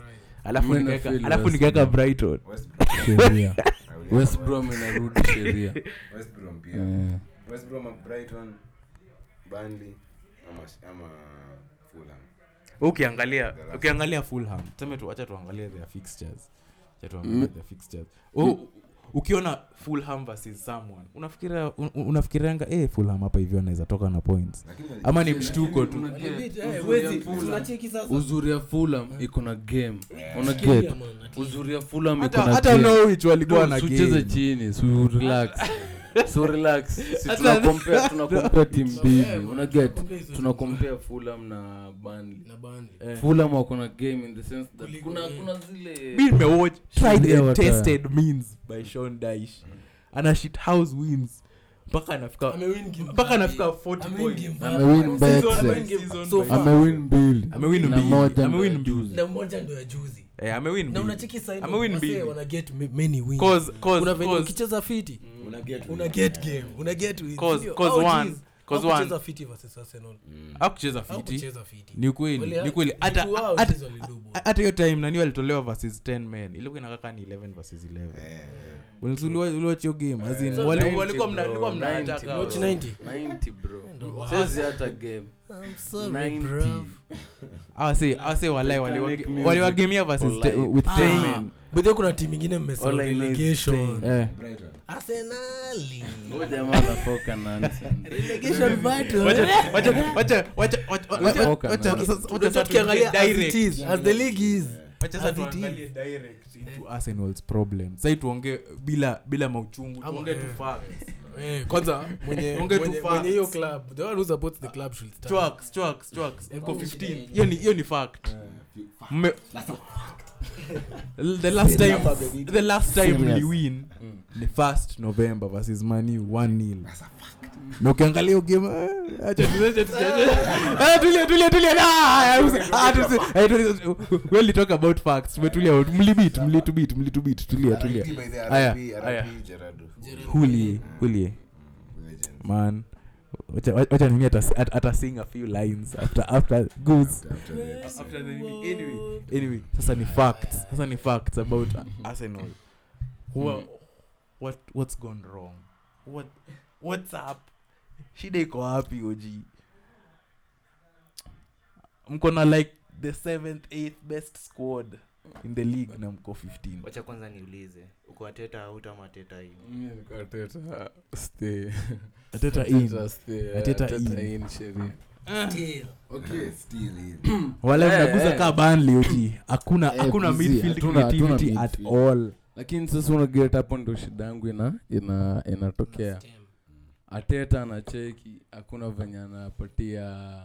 alafu Mimi na nikaweka feel alafu West nikaweka brighton West Brom. sheria I will west never- brom inarudi sheria West Brom pia. Mm. Eh. West Brom ama Brighton, Burnley ama ama Fulham. ukiangalia ukiangalia fulham tuseme tu acha tuangalie their fixtures acha Mm. tuangalie their fixtures U- ukiona fulham versus someone unafikiria un- un- unafikirianga eh fulham hapa hivi wanaweza toka na points Lakini ama ni mshtuko tu eh, eh, eh, uzuri ya fulam iko na game una Sheria, get man, at least. uzuri ya fulam hata iko na hata game norwich walikuwa na sucheze game chini su relax so relax si Hata- tuna compare tuna compare team mbili Yeah, una get compare hizo tuna teams. compare Fulham na Burnley Na Burnley. Eh, Fulham wako na game in the sense that Kuliko kuna game. kuna zile mi nimewatch tried Sheria and wataya. tested means by Sean Dyche ana shit house wins mpaka anafika Amewin game mpaka tatu. anafika 40 Amewin game points tatu. Season Amewin bet by set. season So by- far. amewin mbili Amewin Na mbili. moja ndo Amewin ya mbili. juzi. na moja ndo ya juzi eh amewin na mbili. unacheki sign of Amewin wasee mbili. wana get ma- many wins. Cause- cause- Kuna venye cause- ukicheza fiti una get una get game una get wins. Cause- Ndio, cause hao one- jeez, cause hawakucheza one. fiti versus Arsenal. akucheza fiti Hawakucheza fiti. ni kweli Wale- ni kweli hata watu ah, wao hata- Ah, jeez walidubu. hata hiyo time nani walitolewa versus 10 men ilikuwa inakaa kama ni 11 versus 11 uliwachio game as in wali- Ninety, Eh. walikuwa mna- bro, walikuwa ninety, mnataka bro. Watch 90. 90 bro Siwezi hata game ah, I'm sorry, 90 bruv. awase awase ah, walai make music waliwagemia versus for te- life. with 10 Ah, men but then kuna timu ingine mmesahau All I know is relegation. Ah. eh Brighton. Arsenali. ngoja mara foka nonsense Relegation battle. Eh. Eh. Wacha- wacha- wacha- wacha- wacha- wacha- Oka, wacha- man. sasa- wacha sasa Unajua tuingie tukiangalia as it direct. is, as the league is. Wacha sasa as it is. tuangalie direct into Arsenal's problem sai tuongee bila bila mauchungu Ama- tuongee tu eh. facts. Eh, kwanza mwenye Ongea tu mwenye- facts. mwenye hiyo club the one who supports the club should stand. Chwaks, chwaks, chwaks. Mko 15 hiyo ni hiyo ni fact Mme- the last time the last time mliwin ni first november versus mani 1nil na ukiangalia hiyo game eh, acha tu- acha tu- acha- ah, tulia tulia tulia Ah, ah, tusi- eh, tusi- well you talk about facts tumetulia mlibit mlitubit mlitubit Ah, tulia tulia RIP by the Aya, RIP, aya. RIP Gerardo. hulie hulie Legend. man wacha wacha nini atas- at- atasing a few lines after after goose After the episode. anyway, anyway sasa ni facts sasa ni facts about arsenal Hmm. Wha- what what's gone wrong what what's up shida iko wapi og mko na like the seventh eighth best squad in the league na mko 15 wacha kwanza niulize uko ateta au utamateta hii ateta in uh, Ateta in. Still. Okay, still in. wala Eh, mnaguza eh. kaa banli og hakuna Eh, hakuna busy, midfield hatuna- hatuna creativity at midfield. all lakini sasa unaget hapo ndo shida yangu ina ina- inatokea ateta anacheki hakuna venye anapatia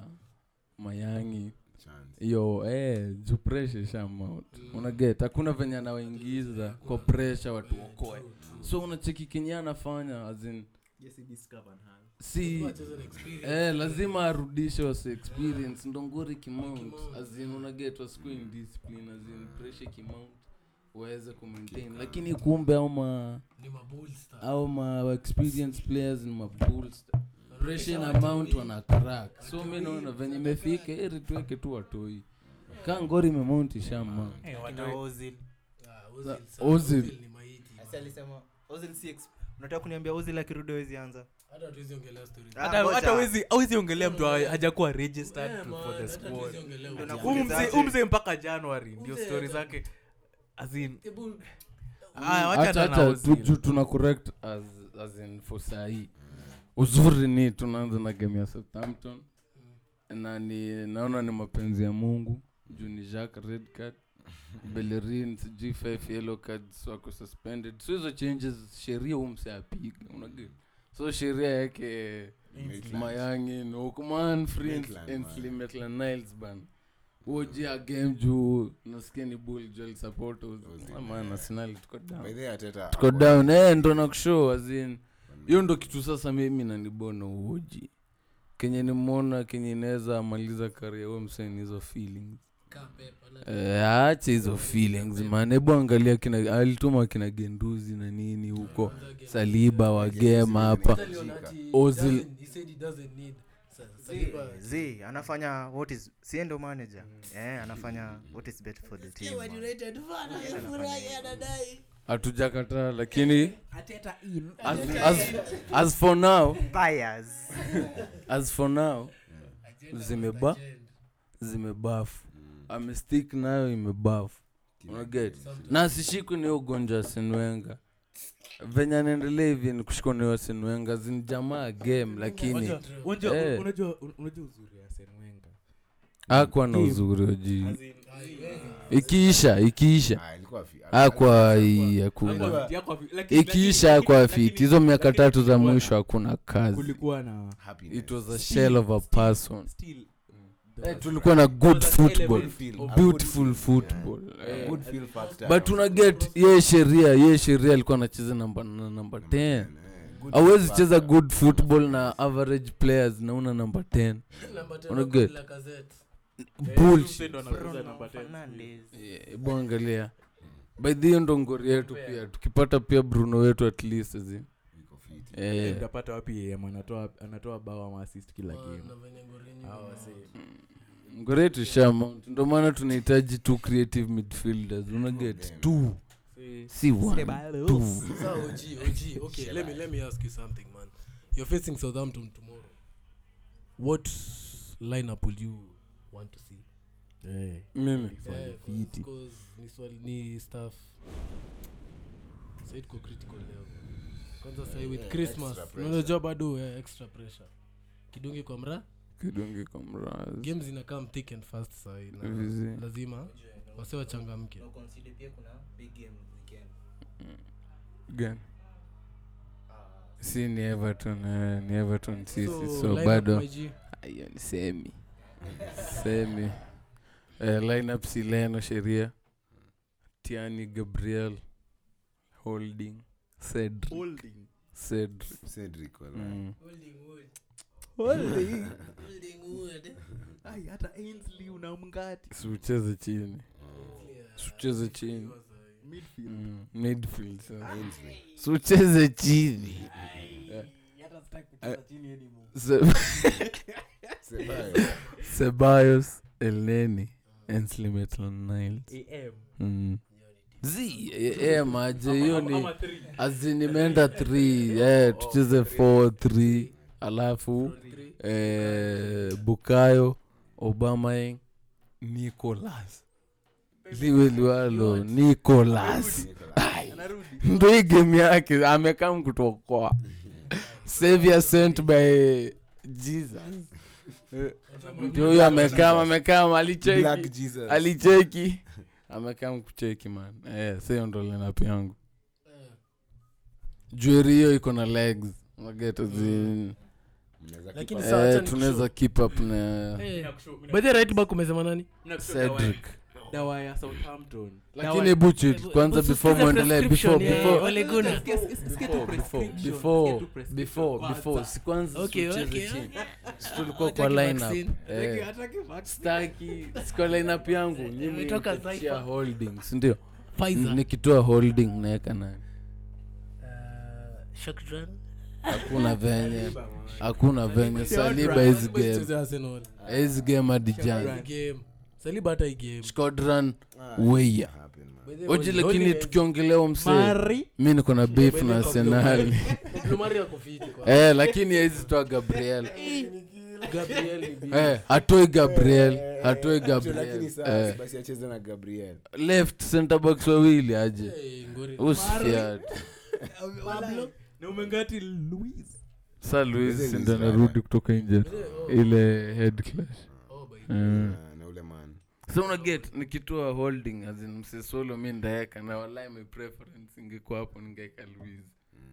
mayangi Chance. hiyo eh, juu pressure shamount unaget hakuna venye anawaingiza kwa pressure watu wakoe so unacheki kenye anafanya as in si eh, lazima arudishe wase experience ndongori kimount azin unagetwa siku indiscipline azin pressure kimount waweze kumaintain lakini kumbe au ma Ni mabullsta. au ma experience players ni mabuls pressure na mount wana crack so mi naona venye imefika eri tuweke tu watoi kaa ngori imemount ishama Ah, Ozil Ozil. Ozil ni maiti. alisema unataka kuniambia ozil akirudi awezianza hata hatuwezi ongelea story. Ah, Hata- ngoja. hata hawezi- hawezi ongelea mtu hawa- hajakuwa registered Eh, to- man, for the hata hatuwezi squad. ongelea Ndio ujana. naku- Huu mzee- Mchezaji. huu mzee mpaka januari ndio Mzee stori hata- zake azin Hebu- Ah, hata hata tu- tuna correct as, as in for sahii uzuri ni tunaanza na game ya southampton na ni naona ni mapenzi ya mungu juu ni jack red card belerin sijui five yellow cards wako suspended so hizo changes sheria umse apiga unaga so sheria yake mayangi nokman Maitland, man. niles ban ujia game juu nasikia ni bull joel supporters Those Ah, man, Arsenal tuko down By the way, Arteta tuko ako- down eh, ndo nakushow azin hiyo ndo kitu sasa mimi nanibona uoji kenye nimwona kenye inaweza maliza karia huyo mseni hizo feelings Kaa pepa, na- Eh, aache hizo feelings man hebu angalia kina alituma kina genduzi na nini huko saliba wagem hapa Hata aliona ati Ozil- doesn't- he said he doesn't need Sa- Saliba- z anafanya what is siendo manager eh anafanya what is bet for the team man. Yeye anafanya hivyo. hatujakataa lakini ateta in as, as, as for now Buyers. as for now zimeba zimebafu amestik nayo imebafu unaget na asishikwe niyo ugonjwa wa sinwenga venye anaendelea hivi ni kushikwa niyo sinwenga zini jamaa game lakini unajua Eh. unajua unajua uzuri ya senwenga akwa na uzuri oji Lakini- ikiisha ikiisha Ah, ilikuwa fi- akwa hii hakuna lakini- lakini- ikiisha akwa lakini- fit hizo miaka lakini tatu za kulikuwa mwisho na- hakuna kazi kulikuwa na happiness. it was a shell of a person still Eh, tulikuwa na good Because at football eleven field, a beautiful good field, yeah. football A good feel factor. eh, but unaget ye sheria ye sheria alikuwa anacheza namba na namba 10 Eh, good awezi feel cheza factor. good football na average players na una namba 10 Namba tena Una get? Lacazette. bullshit ndo anacheza namba 10 Fernandes. Yeah, hebu angalia baidhi hiyo ndo ngori yetu pia tukipata pia bruno wetu at least zi Iko fit. Eh, utapata wapi am anatoa anatoa bao ama assist kila game Na venye Mourinho ame- ngori yetu shamount ndo maana tunahitaji two creative midfielders unaget two si one two Sasa OG, OG, okay, let me- let me ask you something, man. You're facing Southampton tomorrow. What lineup will you want to see? Eh. mimi Eh, viti. 'cause- 'cause ni swali- ni staff. Sasa iko critical leo. Kwanza sasa with Christmas, pressure. unajua bado eh, extra pressure. Kidungi kwa mra, kidungi kwa mraz games inakam thick and fast sahi na Vizi. lazima wase wachangamke. gani si ni everton eh, ni everton sisi so, lineup, bado my G. hiyo ni semi semi eh, lineup sileno sheria tiani gabriel holding cedric cedric Cedric, wala. mm. Ai, hata Ainsley unamngati siucheze chini siucheze chini Mm, midfield sasa. Ainsley. siucheze chini Eh. Eh, Sebayo. Se- sebayos elneni ensley maitland niles am Mm. Zii, eh, eh, maje hiyo ni azin imeenda 3 eh, tucheze 4 3 alafu eh, bukayo obamaeng nicolas liwe liwalo nicolas Ai, ndo hii game yake amekam kutokoa saviour sent by jesus Eh, ndio huyo amekam amekam alicheki Black Jesus. alicheki amekaa mkucheki man eh, sio ndo linap yangu Eh. jueri hiyo iko na legs mageta zi Mnaweza keep Lakini Mm. up. Sasa acha eh, nikushow. tunaweza keep up Eh, na By the way, right back umesema nani? cedric dawa ya southampton lakini hebu chill kwanza before mwendelee before before Ole Gunnar. before before before si kwanza Okay, siucheze okay, chini. okay. Si tulikuwa kwa Hataki lineup vaccine. eh staki sikwa lineup yangu Umetoka nyimia Saifa. holding si ndio Pfizer. nikitoa holding naweka nani Uh, Shakran. hakuna venye hakuna venye saliba hizi game Cheze Arsenal. hizi game hadi jana Game. Saliba hata hii game. skodran weya Ah, Happen, man. oji lakini tukiongelea huyo msee mi niko na beef na arsenali eh, lakini hawezi toa gabriel eh, atoe gabriel atoe lakini gabriel sasa eh, basi acheze na gabriel left center backs wawili aje Eh, usifiat na umengati Luis. sa luis ndo narudi kutoka nje ile head clash Oh, Mm. Ah, na, na ule man so unaget nikitoa holding azin msesolo mi ndaeka na walai my preference ingekuwa hapo ningeeka luis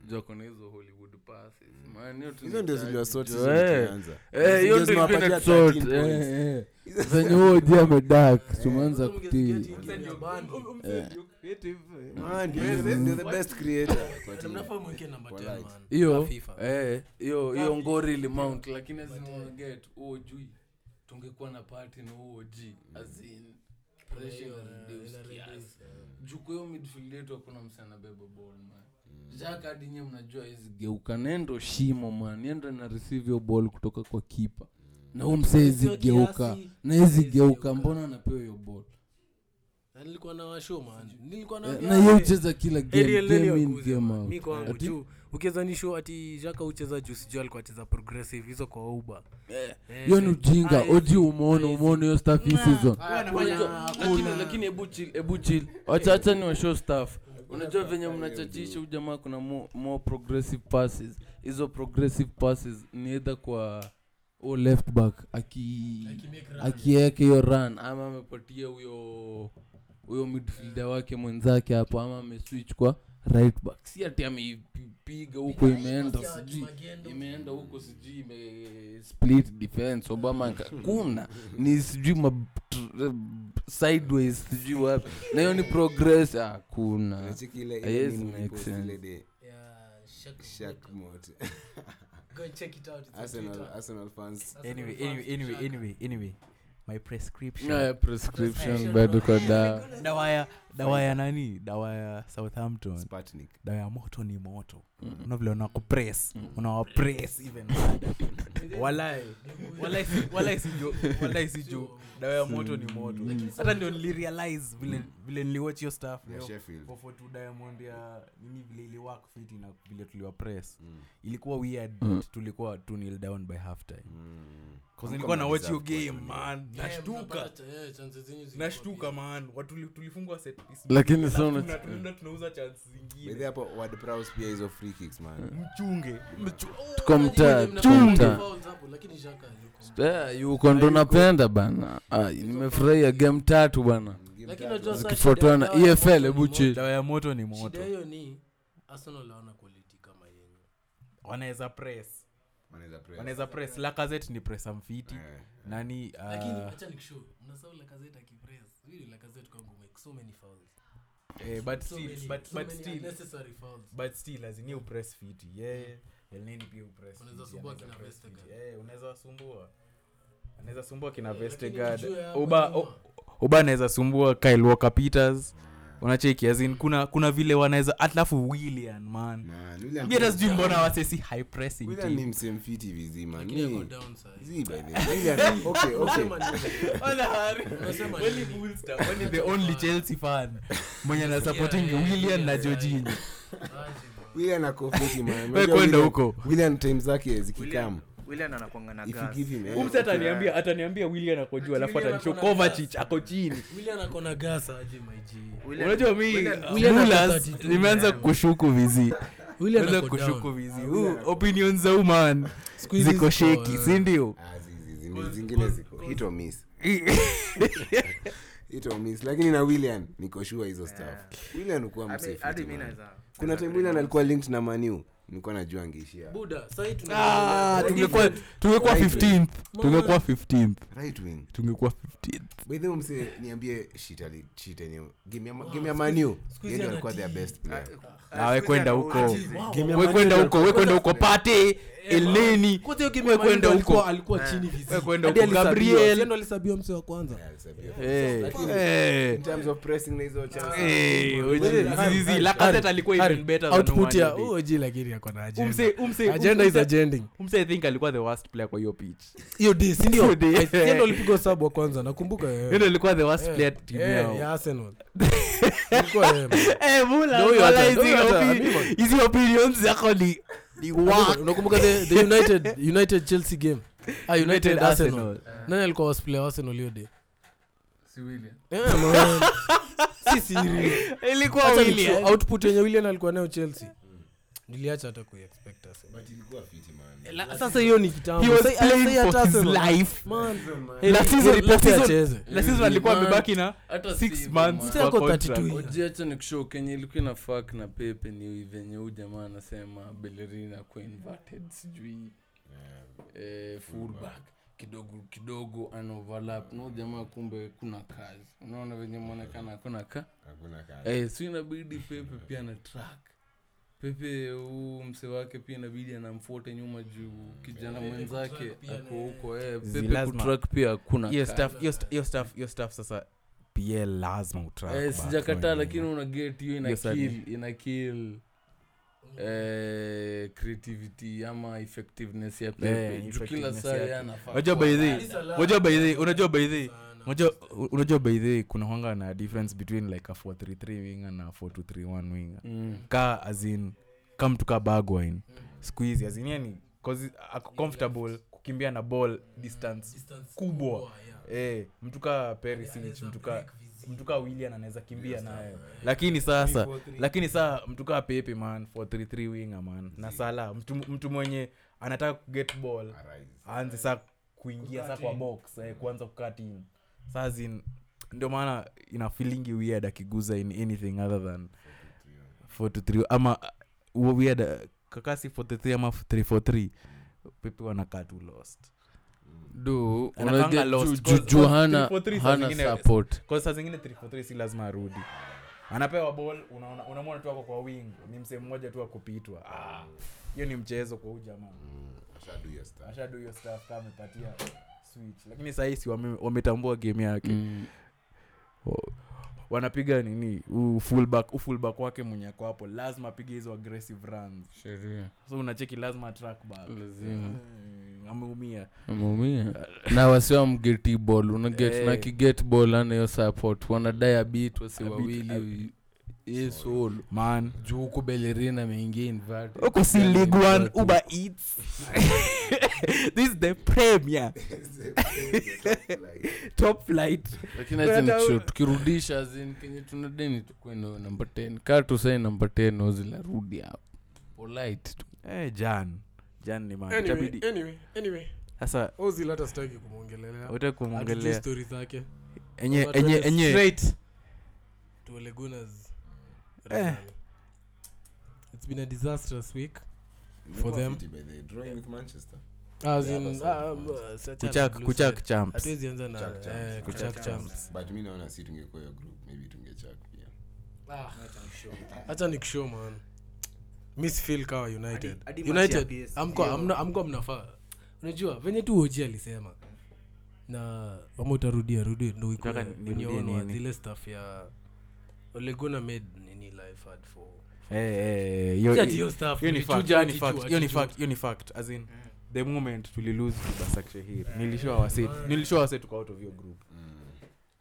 jokona hizo hollywood passes Man, hiyo tu Mm. hizo ndio ni ziliwa taji, sort jo. hizo Eh. tulianza. Eh, hiyo Hizo ndio ilikuwa zinawapatia inasort. 13 Eh, points. eh. zenye huo ji amedak tumeanza kutii Ah, ndio- ndio the best creator kwa team. hiyo eh, hiyo hiyo ngori ilimount lakini azimaget uojui tungekuwa na pati na uog azin juu kwa hiyo midfield yetu hakuna msanabeba bol man jaka hadi nyewe mnajua hizi geuka nendo shimo man yendo na receive hiyo ball kutoka kwa kipa na huu msee hizi geuka na hizi geuka mbona anapewa hiyo ball nilikuwa na washo man nilikuwa Eh, na na hiyo ucheza kila game Ariel Lele game in wakuze, game man. out Mi kwangu Ati- tu ukiweza nisho ati jaka ucheza juu sijuu alikuwa acheza progressive hizo kwa Eh, uba hiyo Eh. ni ujinga Aye. oji umeona eh, umeona hiyo staff hii season Unajua, Unajua- lakini- lakini hebu chill, hebu chill wacha wacha ni washow staff unajua venye mnachachisha ujamaa kuna more, more progressive passes hizo progressive passes ni edha kwa o left back aki akiweka hiyo run ama amepatia huyo huyo midfielder wake mwenzake hapo ama ameswitch kwa right back si ati ameipiga huko imeenda sijui imeenda huko sijui ime split defense obama kuna ni sijui ma tr- sideways sijui wapi na hiyo ni progress hakuna Unacheki ile- Ah, yes, ile meme makes post sense. ile day. Shaq Moat. Arsenal- Arsenal fans. Anyway, anyway, anyway, anyway, anyway. My prescription. na ya prescription bado kwa dawa dawa ya dawa ya nani dawa ya southampton Sputnik. dawa ya moto ni moto una vile unakupress unawapress even harder. Walai. Walai si- walai si jo- walai si jo dawa ya moto ni moto hata ndio nilirealize vile vile niliwatch hiyo stuff Ya leo. Sheffield. 442 diamond ya nini vile iliwork fiti na vile tuliwapress Mm, ilikuwa weird but tulikuwa 2-0 down by half time Mm. cause nilikuwa na watch your game man nashtuka eh, Oh, nashtuka man watu li- tulifungwa set piece mbili, Lakini alafu sauna- tuna- tunaenda tunauza chance By zingine the way, hapo Ward Prowse pia hizo free kicks, Mm. man. mchunge Mchu- tuko mtaa tuko mtaa Eh, yuko ndo napenda bana Ah, nimefurahia game tatu bana zikifuatana efl E hebu chill dawa ya moto ni shida moto hiyo ni arsenal hawana quality kama yenye wanaweza press Wanaweza press. Eh, wanaweza press lakazet ni presa mfiti nani ah, lakini acha nikishow mnasahau lakazeta akipress hili lakazeta kwangu make so many fouls eh, but so many, still but so but many still unnecessary fouls Eh, but still azini upress fiti Mm. yeye elneni pia upress Unaweza fiti, sumbua anaweza kina press fiti. Vestergaard. Eh, Eh, unaweza wasumbua anaweza sumbua kina vestegard lakini ujue hapa uba nyuma- o- uba anaweza sumbua kyle walker peters unacheki azin kuna kuna vile wanaweza alafu willian Mm. man Man, William- Mi hata sijui mbona wasesi high pressing William ni team. msemfiti vizima. lakini ako Ni- down sasa zi by the way. William- okay, okay. Wala hari. Unasema Only nini? Bullstar, only the only chelsea fan mwenye anasupporting willian na jorginho William ako fiti, man. We Unajua kwenda William- huko William time zake zikikam willian anakwanga na if you gas. give him Huyu eh, msee ataniambia ataniambia willian ako juu alafu atanisho kovachich ako chini willian akona gasa aje maiji Willian- unajua mi Willian- Willian ako mulas 32, nimeanza yeah. kushuku vizi willian meanza ako kushuku down vizi Huu, opinion za uman hizi ziko ziko, sheki eh, sindio Ah, zi- zi- zi- zingine ziko hit or miss. Hit or miss. lakini na willian niko sure hizo stuff willian ukuwa Hadi- Eh. hadi mi msefiti naweza kuna time willian alikuwa linked na maniu nilikuwa najua angeishia buda sahi Ah, tungekuwa tungekuwa 15th tungekuwa 15th right wing tungekuwa 15th by the way mse niambie shit ali shit yenye game ya game ya maniu yeye ndio alikuwa their best player Ah, we kwenda huko. Game ya we Man kwenda U- huko we kwenda huko pate eleni we kwenda huko alikuwa chini we kwenda Hadi huko alisabiwa. gabriel Siendo alisabiwa mse wa kwanza Eh, eh. in terms of pressing na hizo chances Eh, Oh, ujue, zizi, zizi, Lacazette alikuwa even better than output ya Owandi. oh, uog lakini akona Umse- umse- agenda agenda is umse- agending umse i think alikuwa the worst player kwa hiyo pitch hiyo day sindio Hiyo day. ndo alipigwa sabu wa kwanza nakumbuka eh. Yule alikuwa the worst player Eh, team eh, yao. ya Arsenal. Ilikuwa yeye, man. Eh, Muller, Ndio huyo Muller, hata- hizi ndio huyo hata- opi- mimi, man. hizi opinions yako ni ni whack. unakumbuka the, the united, united chelsea game ah, united, United arsenal. Arsenal. nani alikuwa worst player wa arsenal hiyo day si William. Eh, man. Si siri. Ilikuwa Acha ni Willian. true, output yenye willian alikuwa nayo chelsea niliacha hata kuiexpect Arsenal. Eh, La- sasa hiyo ni kitambo. He was Sasa- playing sasa hata for his Arsenal. life. Man, Hey, La la season- season- replace la season- acheze. la season alikuwa Man. amebaki na Hata si six hivyo, months Mzee kwa ako contract. 32 years. Oji, acha nikushow kenye ilikuwa ina fak na pepe ni venye huu jamaa anasema belerina kwa inverted sijui eh, fullback kidogo kidogo an overlap na huu jamaa kumbe kuna kazi unaona venye mwonekana hakuna ka eh, si inabidi pepe pia na track pepe huu mse wake pia inabidi anamfuata nyuma juu kijana mwenzake ako huko eh, pepe lazima. kutrack pia hakuna hiyo kazi. staff hiyo st- hiyo staff hiyo staff sasa pia lazima utrack Eh, back, sijakataa man. lakini una get hiyo ina Yes, I kill ina kill eh, creativity ama effectiveness ya pepe juu kila effectiveness saa yake. yeye anafaa unajua kuwa by the ndani. unajua by the unajua by the unajua unajua by the kuna hanga na difference between like a 433 winger na 4231 winger Mm. ka azin ka mtu ka bagwin siku hizi azin yani cause ako comfortable kukimbia na ball distance, kubwa eh mtu ka perisic mtu ka mtu ka willian anaweza kimbia nayo lakini sasa lakini saa mtu kaa pepe man 433 winger man na sala mtu, mtu mwenye anataka kuget ball aanze saa kuingia saa kwa box eh, kuanza kukatin sazin ndio maana ina feelingi weird akiguza in anything other than 43 ama uh, weird uh, kakasi 43 ama 343 pepe wanakaa tu lost Du, Anakaanga unajua lost juu- cause- juu- juu cause hana 343 saa hana zingine- support kwa saa zingine 343 si lazima arudi anapewa ball unaona- unamwona tu ako kwa wing ni msehemu mmoja tu akupitwa Ah, hiyo ni mchezo kwa huu jamaa ashadu hiyo staff kama amepatia switch lakini sahisi wame, wametambua game yake Mm. Wa- wanapiga nini huu fullback huu fullback wake mwenye ako hapo lazima apige hizo aggressive runs sheria so unacheki lazima track back lazima Mm, ameumia ameumia na wasiwa mgeti ball unaget Eh. na kiget ball ana hiyo support wanadai abit wasi Abit, wawili abit. yesol man juu huku belerina ameingia inverted. huko si Yani league one inverted. uber eats this is the premier top flight lakini But acha hata nikushauri, u- tukirudisha zin kenye tuna deni tukue na namba 10 kaa tusai namba 10 ozilarudi hapo polite tu eh, jan jan ni man itabidi Anyway, anyway, anyway. sasa Ozil hata sitaki kumwongelelea. wote Hatujui kumwongelea story zake. enye Watu enye waende enye straight. tuole Gunners Eh. result. it's been a disastrous week for them. As Yeah, in, that's ah, what it ah, such a kuchak blue kuchak side. champs hatuwezi anza na Chuck eh, Champs. kuchak champs but mi naona si tungekuwa hiyo group maybe tungechak pia hacha Ah, ni kisho man miss feel kawa united Hadi- hadi match ya united PS. amko amna- amko mnafaa unajua venye tu oji alisema na ama utarudia rudia ndo ikuwe Nataka nirudie on your own one. nini? zile staff ya olegona made nini life hard for Eh, Si ati hiyo staff, ulichuja hadi chuo, hadi chuo. asin the moment tulilose to Basaksehir, nilishow our set- nilishow our set tuko out of your group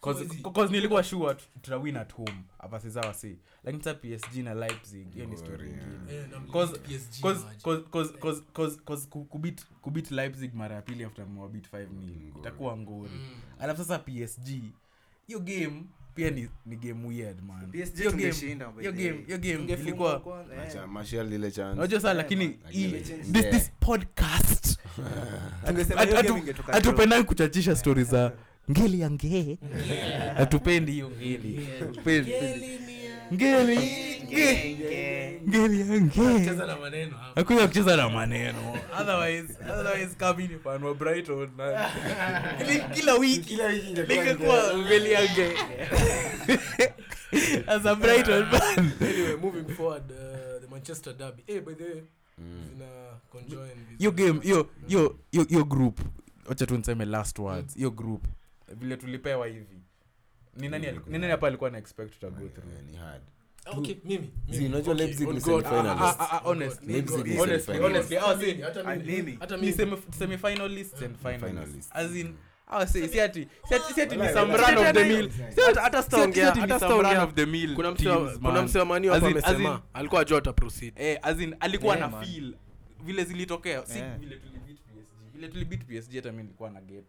Cause- cause nilikuwa sure tu- tutawin at home versus our set. lakini sasa psg na leipzig hiyo ni story ingine Eh, na Cause- PSG Cause- maji. cause- cause- cause- cause- cause ku- kubit- kubit leipzig mara ya pili after mwabit 5 nil itakuwa ngori Mm. alafu sasa psg hiyo game pia ni, ni game weird man PSG Hiyo game- tungeshinda by hiyo eh, the way. game- hiyo game Tungefungwa ilikuwa kwanza, eh. Macha- Martial ile chance. unajua saa lakini man. hii- Lakini this yeah. this podcast Tungesema Hatu- hiyo game hatu- ingetoka draw. hatupendangi kuchachisha stori za ngeli ya ngee hatupendi hiyo ngeli Hatupendi. ngeli nge- ngeli ya ngee Cheza na maneno hapo. akuja kucheza na maneno otherwise otherwise kami ni fan wa brighton na Ili- kila wiki ningekuwa ngeli ya ngee as a brighton fan anyway moving forward uh, the manchester derby eh by the way Mm. zina conjoin vizuri. hiyo game hiyo hiyo hiyo hiyo group wacha tu niseme last words hiyo group vile tulipewa hivi ni nani ali- ni nani hapa alikuwa na expect to go Man, through eh, ni hard. Ah, okay, mimi, mimi. Zii, unajua Okay, Leipzig on ni God. semi-finalists. Ah, ah, ah, Ah, ah, honest. Leipzig is Honestly, semi-finalists. Honestly, oh, I was saying- Hata Ah, Oh, mimi. mimi Hata Ni mimi. semi- semi-finalists and finalists. Finalists. As in, I was saying, si ati- si ati- si ati ni Walai, some walai. run of the Hata- mill. Si ati- hata- hata si ati- si sitaongea, ati ni hata some sitaongea. run of the mill kuna teams, mse- kuna man. msemani As hapa in- as amesema alikuwa ajua ataproceed eh, as in alikuwa Yeah, na man. feel vile zilitokea si Yeah. vile tulibit PSG vile tulibit PSG hata mimi nilikuwa na get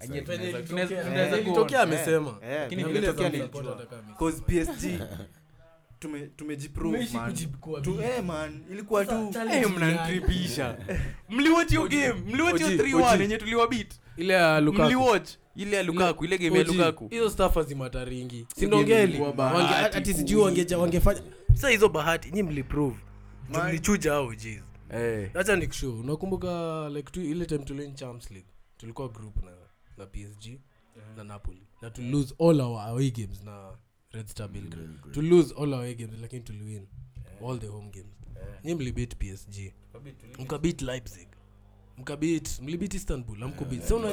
I Sawa. get- Penye tunaweza- ilitokea. tunaweza Eh, go on. ilitokea, Eh, amesema. eh, Lakini bro. vile ilitokea Hata nilijua. kama mimi. cause psg tume tumejiprove Tumeishi man kujipkua tu vile. eh man ilikuwa tu Eh, mnanitribisha mliwatch hiyo game mliwatch hiyo Oji, 3-1 Oji. yenye tuliwabit ile ya Lukaku. mliwatch ile ya lukaku ile game ya Oji, lukaku hizo staff hazimataringi Game sindongeli ilikuwa bahati ati sijui wangeja- wangefanya sasa hizo bahati nyi mliprove mlichuja au jiz eh acha nikushu unakumbuka like tu, ile time tulin champs league tulikuwa group na, na psg na napoli na to lose all our away games na red star belgrade to lose all our away games lakini tuliwin all the home games nyi mlibit psg mkabit leipzig mkabit mlibit istanbul amkubit sa una,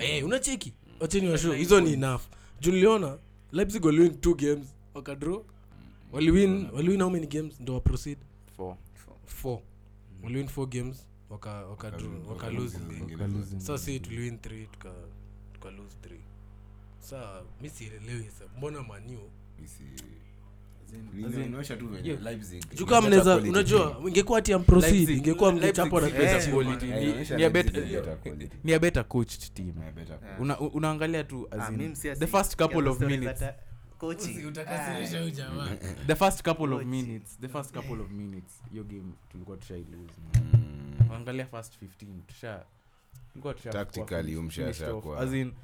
eh, unacheki wacheni washo hizo ni enough juu niliona leipzig waliwin two games wakadraw waliwin waliwin how many games ndo waproceed four waliwin four games waka waka draw waka lose sasa si tuliwin three tuka tuka lose three saa mi sielewi sa mbona maniu Ninaonyesha tu venye Leipzig juu kama mnaweza inachapa quality unajua ingekuwa ati amproceed Leipzig- ingekuwa Leipzig mngechapwa na is pesa better bwana. quality. team. Ni- Eh, inaonyesha ni a Leipzig better- is better quality. ni a better coached team Yeah, better Eh. quality. Una- u- unaangalia tu as Ah, in mimi si the asi- first couple sikia of stories minutes ata- coaching. Ah. Utakasirisha huyu jamaa. Eh. the first couple of Coaching. minutes the first couple of minutes hiyo game tulikuwa tushailose Mm. angalia first 15 tusha tulikuwa tusha- Tactically, finished- umsha- finished asha off. kuwa- As in, th-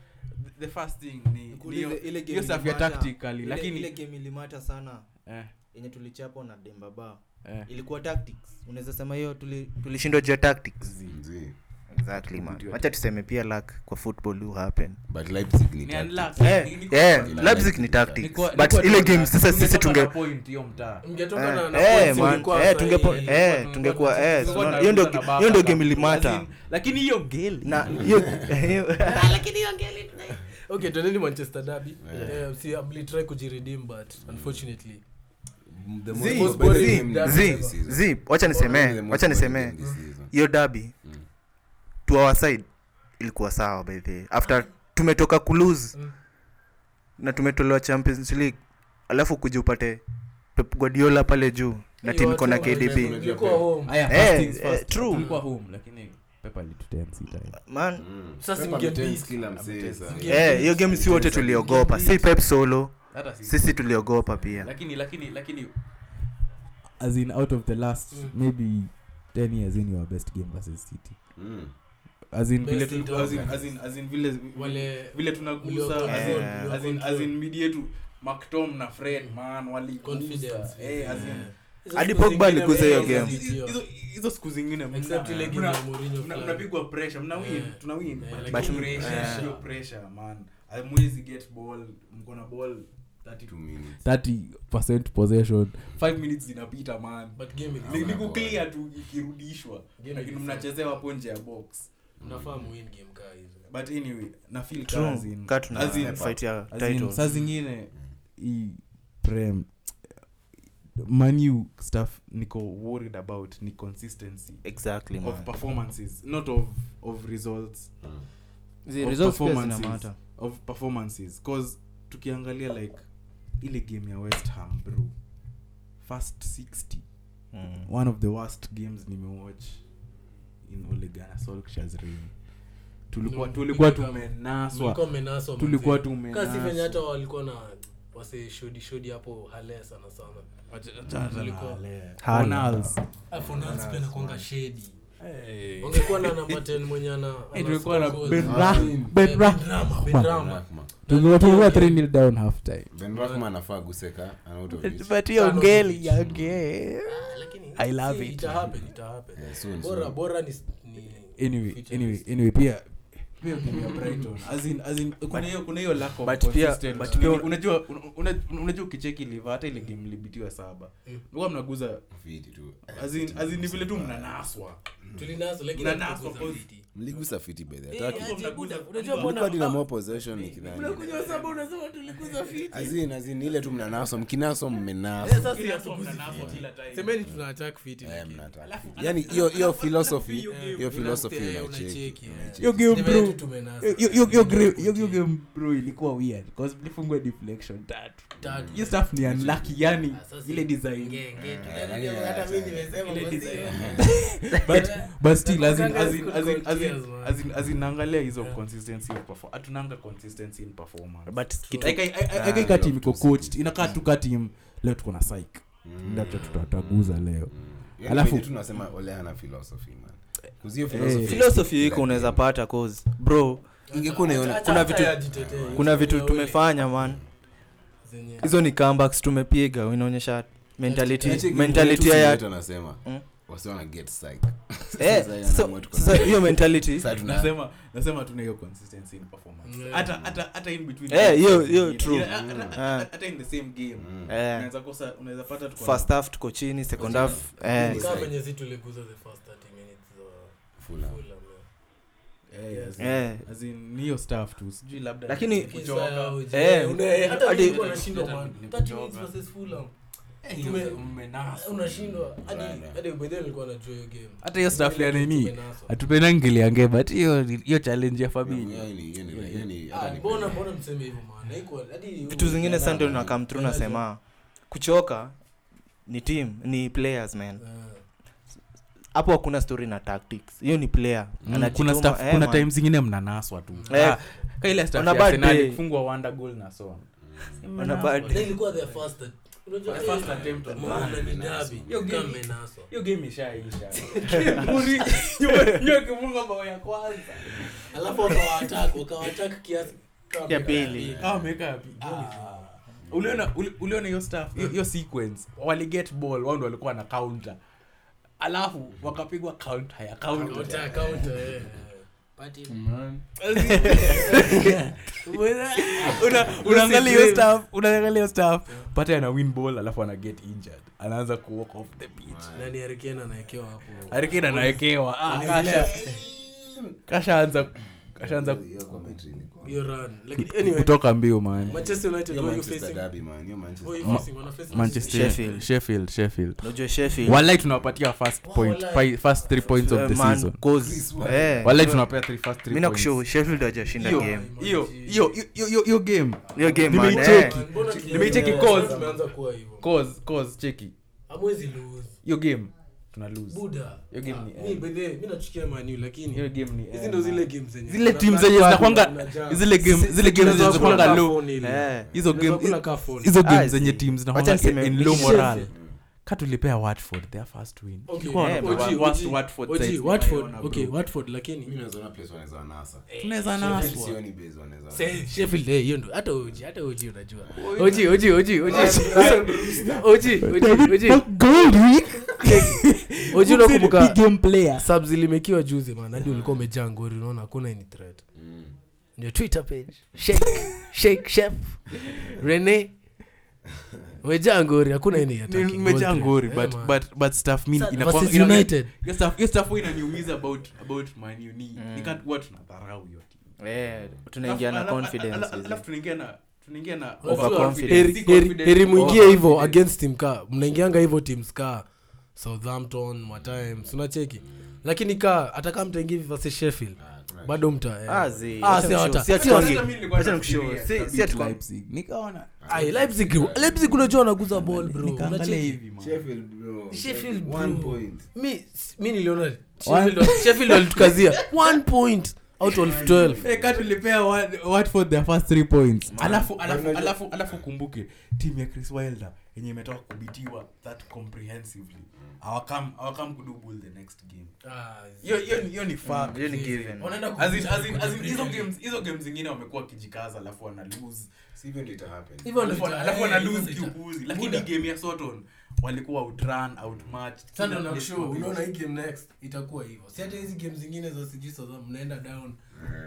the first thing ni- ni Ile- hiyo- ile game hiyo stuff ya ilimata. tactically Ile- ile lakini game ilimata sana eh, yenye tulichapwa na dembaba eh. ilikuwa tactics unaweza sema hiyo tuli tulishindwa juu ya tactics Mzee. exactly man wacha tuseme pia luck kwa football who happen But Leipzig ni Ni tactic. unluck. Ni- eh ni- yeah, Leipzig Leipzig ni ni tactics nilikuwa- but nilikuwa ile tuna- game sasa sisi tungetoka tunge na point hiyo mtaa Mngetoka na- na Eh, points man. ingekuwa Eh, sahi. tungepo- Eh, eh, tungekuwa tungekuwa- sahi. eh, Tungekuwa tunaona- na- hiyo ndio- Tungekuwa na hiyo ndio baba game ilimata. As in, lakini hiyo geli na hiyo hiyo- Ah, okay tuendeni manchester derby Eh, si mlitry kujiredeem but Mm. unfortunately The Zee, most boring Zee, game this Zee, season. Zee, wacha The nisemee most wacha boring nisemee game this season. hiyo dabi to our side ilikuwa sawa by the way. after tumetoka kulose na tumetolewa champions league alafu kuja upate pep guardiola pale juu na timu iko na kdb Mlikuwa home. Aya, Eh, first things eh, first. true. Tulikuwa home lakini Pepa alitutensi time. man Mm. Sasa Pep mngebeat. ametense kila msee sasa. eh, hiyo game si wote tuliogopa si pep solo Hata sisi. sisi tuliogopa pia lakini lakini lakini as in out of the last Mm. maybe 10 years in your best game versus city Mm. as in vile Best in tu- terms as in- of- as in- as in vile wale vile tunagusa Mlio- as in- eh, as in- as in midi yetu mactom na fred man waligusa. Confidence. Eh, as in- hadi pogba aligusa hiyo Eh, game hizo- hizo- hizo siku zingine mna- Except ile game mna- ya Mourinho mna- fulani. mnapigwa pressure mna win Eh. tuna win Eh, but lakini- pressure, Eh. sio pressure man amwezi get ball mko na ball 32 Two minutes. 30% possession 5 minutes zinapita man but game is- Ni- ni kuclear tu ikirudishwa Game lakini ni mnachezewa hapo nje ya box mnafaa muwin game kaa hizo but anyway na feel True. as in- Kaa tuna as in- fight ya As in, title saa zingine hii prem manu stuff niko worried about ni consistency exactly man of performances not of of results Zee, Of results pia performances. zina matter. of performances cause tukiangalia like ile game ya west ham bro first 60 Mm. one of the worst games nimewatch in olegana solkshas reign tulikuwa No, tulikuwa tulikuwa- tumenaswa Mlikuwa mmenaswa tulikuwa manze. kasi venye hata tumenaswa walikuwa na wase shodi shodi hapo hale sana sana Tulikuwa- Ronalds. Alafu Nancy pia anakuanga shedi ungekuwa na namba 10 mwenye ana Eh, ana tulikuwa na score Ben goals. Ra- Eh, Ben Ra- Rama, Ben Rama. Rahma. tulikuwa tulikuwa 3-0 down half time Ben Rahma anafaa guseka and out of it. Ah, lakini I love see, it. ita happen, ita happen. Yeah, soon, bora soon. bora ni, ni anyway future anyway best. anyway pia Pia game ya Brighton. As in- as in, kuna hiyo- kuna hiyo lack of But pia- consistency. but pia- unajua una- una- unajua ukicheki liva hata ile game libitiwa saba Eh. huwa mnaguza Fiti tu. as in- as in ni vile tu mnanaswa Tulinazo, lakini Mnanaswa hatukuguza posi- viti. mligusa fiti bedhe Eh, unajua na more possession ni kinani azin azin ile tu mnanaso mkinaso mmenaso semeni tuna attack fiti Eh, mnataka fiti. yani hiyo hiyo philosophy hiyo philosophy eh, inacheki Hiyo game bro. Hiyo- hiyo- tumenasa hiyo- hiyo gra- hiyo- hiyo game bro ilikuwa weird cause mlifungwa deflection tatu hiyo stuff ni unlucky yani ile design Eh, but but still as in as in as in as in as in- as in naangalia hizo consistency of perform- hatunanga consistency in performance but kitu Like, I- I- I- aka team Ah, iko coached inakaa tu ka team leo tuko na psych Mm. labda tutataguza leo Alafu- alafu Yaani tunasema ole ana philosophy man kuzio Eh, philosophy iko unaweza eh, pata cause bro ingekuwa naiona kuna vitu kuna vitu Eh. tumefanya man hizo ni comebacks tumepiga inaonyesha mentality mentality ya anasema Mm. wasiona get psych eh Sasa sasa- inaamua tuko na- sasa hiyo mentality sasa tuna nasema nasema tuna hiyo consistency in performance Mm. hata hata hata in between Eh, hiyo- hiyo true. Yeah, hata- hata- Ah. hata in the same game Mm. eh unaweza kosa unaweza pata tu first half tuko chini second half eh venye zi tuliguza the first 30 minutes za Fulham. Fulham, eh. eh as in- eh as in ni hiyo stuff tu sijui labda Lakini- kuchoka. Eh, Une- hata hadi- ulikuwa unashindwa man. 30 minutes versus Fulham. Eh, Tume- unashindwa hadi Bana. hadi by the way nilikuwa najua hiyo game hata hiyo stuff ya nini Tumenaswa. hatupenangiliange but hiyo hiyo challenge ya famili hiyo ni Yaani hiyo ni hiyo ni Ah, hata ni- mbona mbona mseme hivyo man haikuwa hadi vitu zingine jana- sasa ndio na come through jana- nasema kuchoka ni team ni players man Ah. hapo hakuna story na tactics hiyo ni player Mm, Anajituma. kuna stuff, Eh, kuna man. time zingine mnanaswa tu Eh. Ah, ka ile stuff On a ya bad Arsenal day. kufungwa wonder goal na so on. Wana bad Na ilikuwa their first at- unajua First eh, attempt on- maana ni derby. Hiyo game- Kama imenaswa. hiyo game ishaisha Muri- hiyo- hiyo kifunga bao ya kwanza alafu wakawatak wakawatak kiasi kama Ya meka- pili. Ah, Ah, wameweka api- Ah. uliona uli- uliona hiyo stuff hiyo- hiyo sequence waliget ball wao ndo walikuwa na counter alafu wakapigwa counter ya counter counter, counter, eh. Party. Una- unaangalia hiyo stuff unaangalia hiyo stuff pata ana win ball alafu ana get injured anaanza ku walk off the pitch Nani Harry Kane anaekewa hapo arikina anawekewa Ah, kasha kashaanza kashaanza hiyo commentary ilikuwa hiyo run lakini anyway kutoka mbio man Manchester United hiyo who are you Manchester facing derby man hiyo Who are Manchester you facing wana facing manchester Sheffield. sheffield sheffield unajua Sheffield walai tunawapatia first point pi- first three points of the Eh, man, season cause eh walai tunapea three first three mimi points. nakushow Sheffield hajashinda Hiyo- game hiyo hiyo hiyo- hiyo- hiyo game hiyo game man nimeicheki eh. Mbona kidogo- Nimeicheki cause. Tumeanza kuwa hivyo cause cause cheki hamwezi lose hiyo game tuna lose buda Hiyo game ni- Ah, mi by the way, mi nachukia manu hiyo lakini game ni eh, hizi ndo zile game zenye zile team zenye zinakwanga zile game zile game zenye zinakwanga low Eh. hizo game gamehizo hizo Ah, game zenye see. team Wacha niseme- zinakwanga in low moral ka tulipea watford their first win Ilikuwa eh, wa- Oji, worst Oji, Watford Oji, side. Watford, okay, Watford, mimi lakini naona place wanaweza wanasa tunaweza naswa sioni base wanaweza wanasa. Se- Sheffield, eh, hiyo ndo hata oji hata oji unajua oji oji oji oji oji oji oji unakumbuka game player subs limekiwa juzi man hadi ulikuwa umejaa ngori unaona hakuna any threat ndio twitter page shake shake chef rene umejaa ngori hakuna any attacking nimejaa goal ngori threat. Eh, but man. but but stuff mi Sa- inakuwa versus ina- United. hiyo stuff hiyo stuff huwa inaniumiza about about man U ni ni kat what tunadharau hiyo team Eh, tunaingia na Alafu- confidence alafu- hizi. alafu tunaingia na tunaingia na Watu Overconfidence. overconfidence. heri, Si heri, confidence, heri mwingie overconfidence. hivyo against tim ka mnaingianga hivyo tims ka southampton matime sunacheki lakini ka hata kama mtaingia hivi versus sheffield bado mta eh. Ah, zi. Ah, Wacha si nikushow. hata- Si ati si wange- Hata mimi nilikuwa wacha nikushow. nafikiria Si- si ati wange- Leipzig. nikaona Ai, Leipzig, Leipzig unajua wanaguza ball bro nikaangalia Unacheki? hivi man. Sheffield bro Sheffield, one bro. point mi s- mi niliona Sheffield wa- sheffield walitukazia one point out of 12 Eh, ka tulipea Wat- watford their first three points alafu alafu alafu alafu kumbuke timu ya chris wilder yenye imetoka kubitiwa that comprehensively awakam awakam kudubul the next game hiyo hiyo ni- hiyo ni fact Mm, Hiyo ni given. As in- as in- as in, hizo games- hizo games zingine wamekuwa wakijikaza alafu wana lose sivyo ndio itahappen Hivyo Alafu wana- ndio- alafu wana eh, lose hivyo ndio- kiupuzi lakini Buda. game ya soton walikuwa outrun outmatched Sasa kila ndo place nakushow, wako unaona hivi. hii game next itakuwa hivyo si hata hizi game zingine za sijui sasa mnaenda down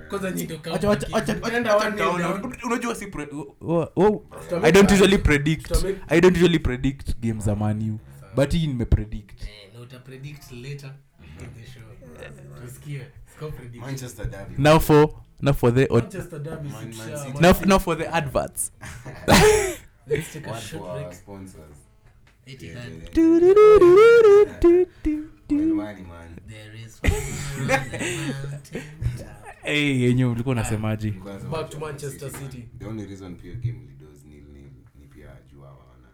kwanza nyinyi ndio Wacha- wacha- wacha- kama- wacha- wacha- down. unajua si pre- oh, oh. Tutamake- i don't usually predict tutamake- i don't usually predict games za manu but hii nimepredict Eh, na uta predict later manchester derby now for now for the od- Manchester derby Man- six Man share, City. man. now, f- now for the adverts Let's take a Word short for our break. sponsors. Eighty Yeah, hand. yeah, yeah. When money, man. There is fire on the mountain. hey, yenye ulikuwa unasemaji Mko nasema Back to pia Man Manchester man. City. The only reason pia game leaders ni- ni- ni pia juu hawa wana,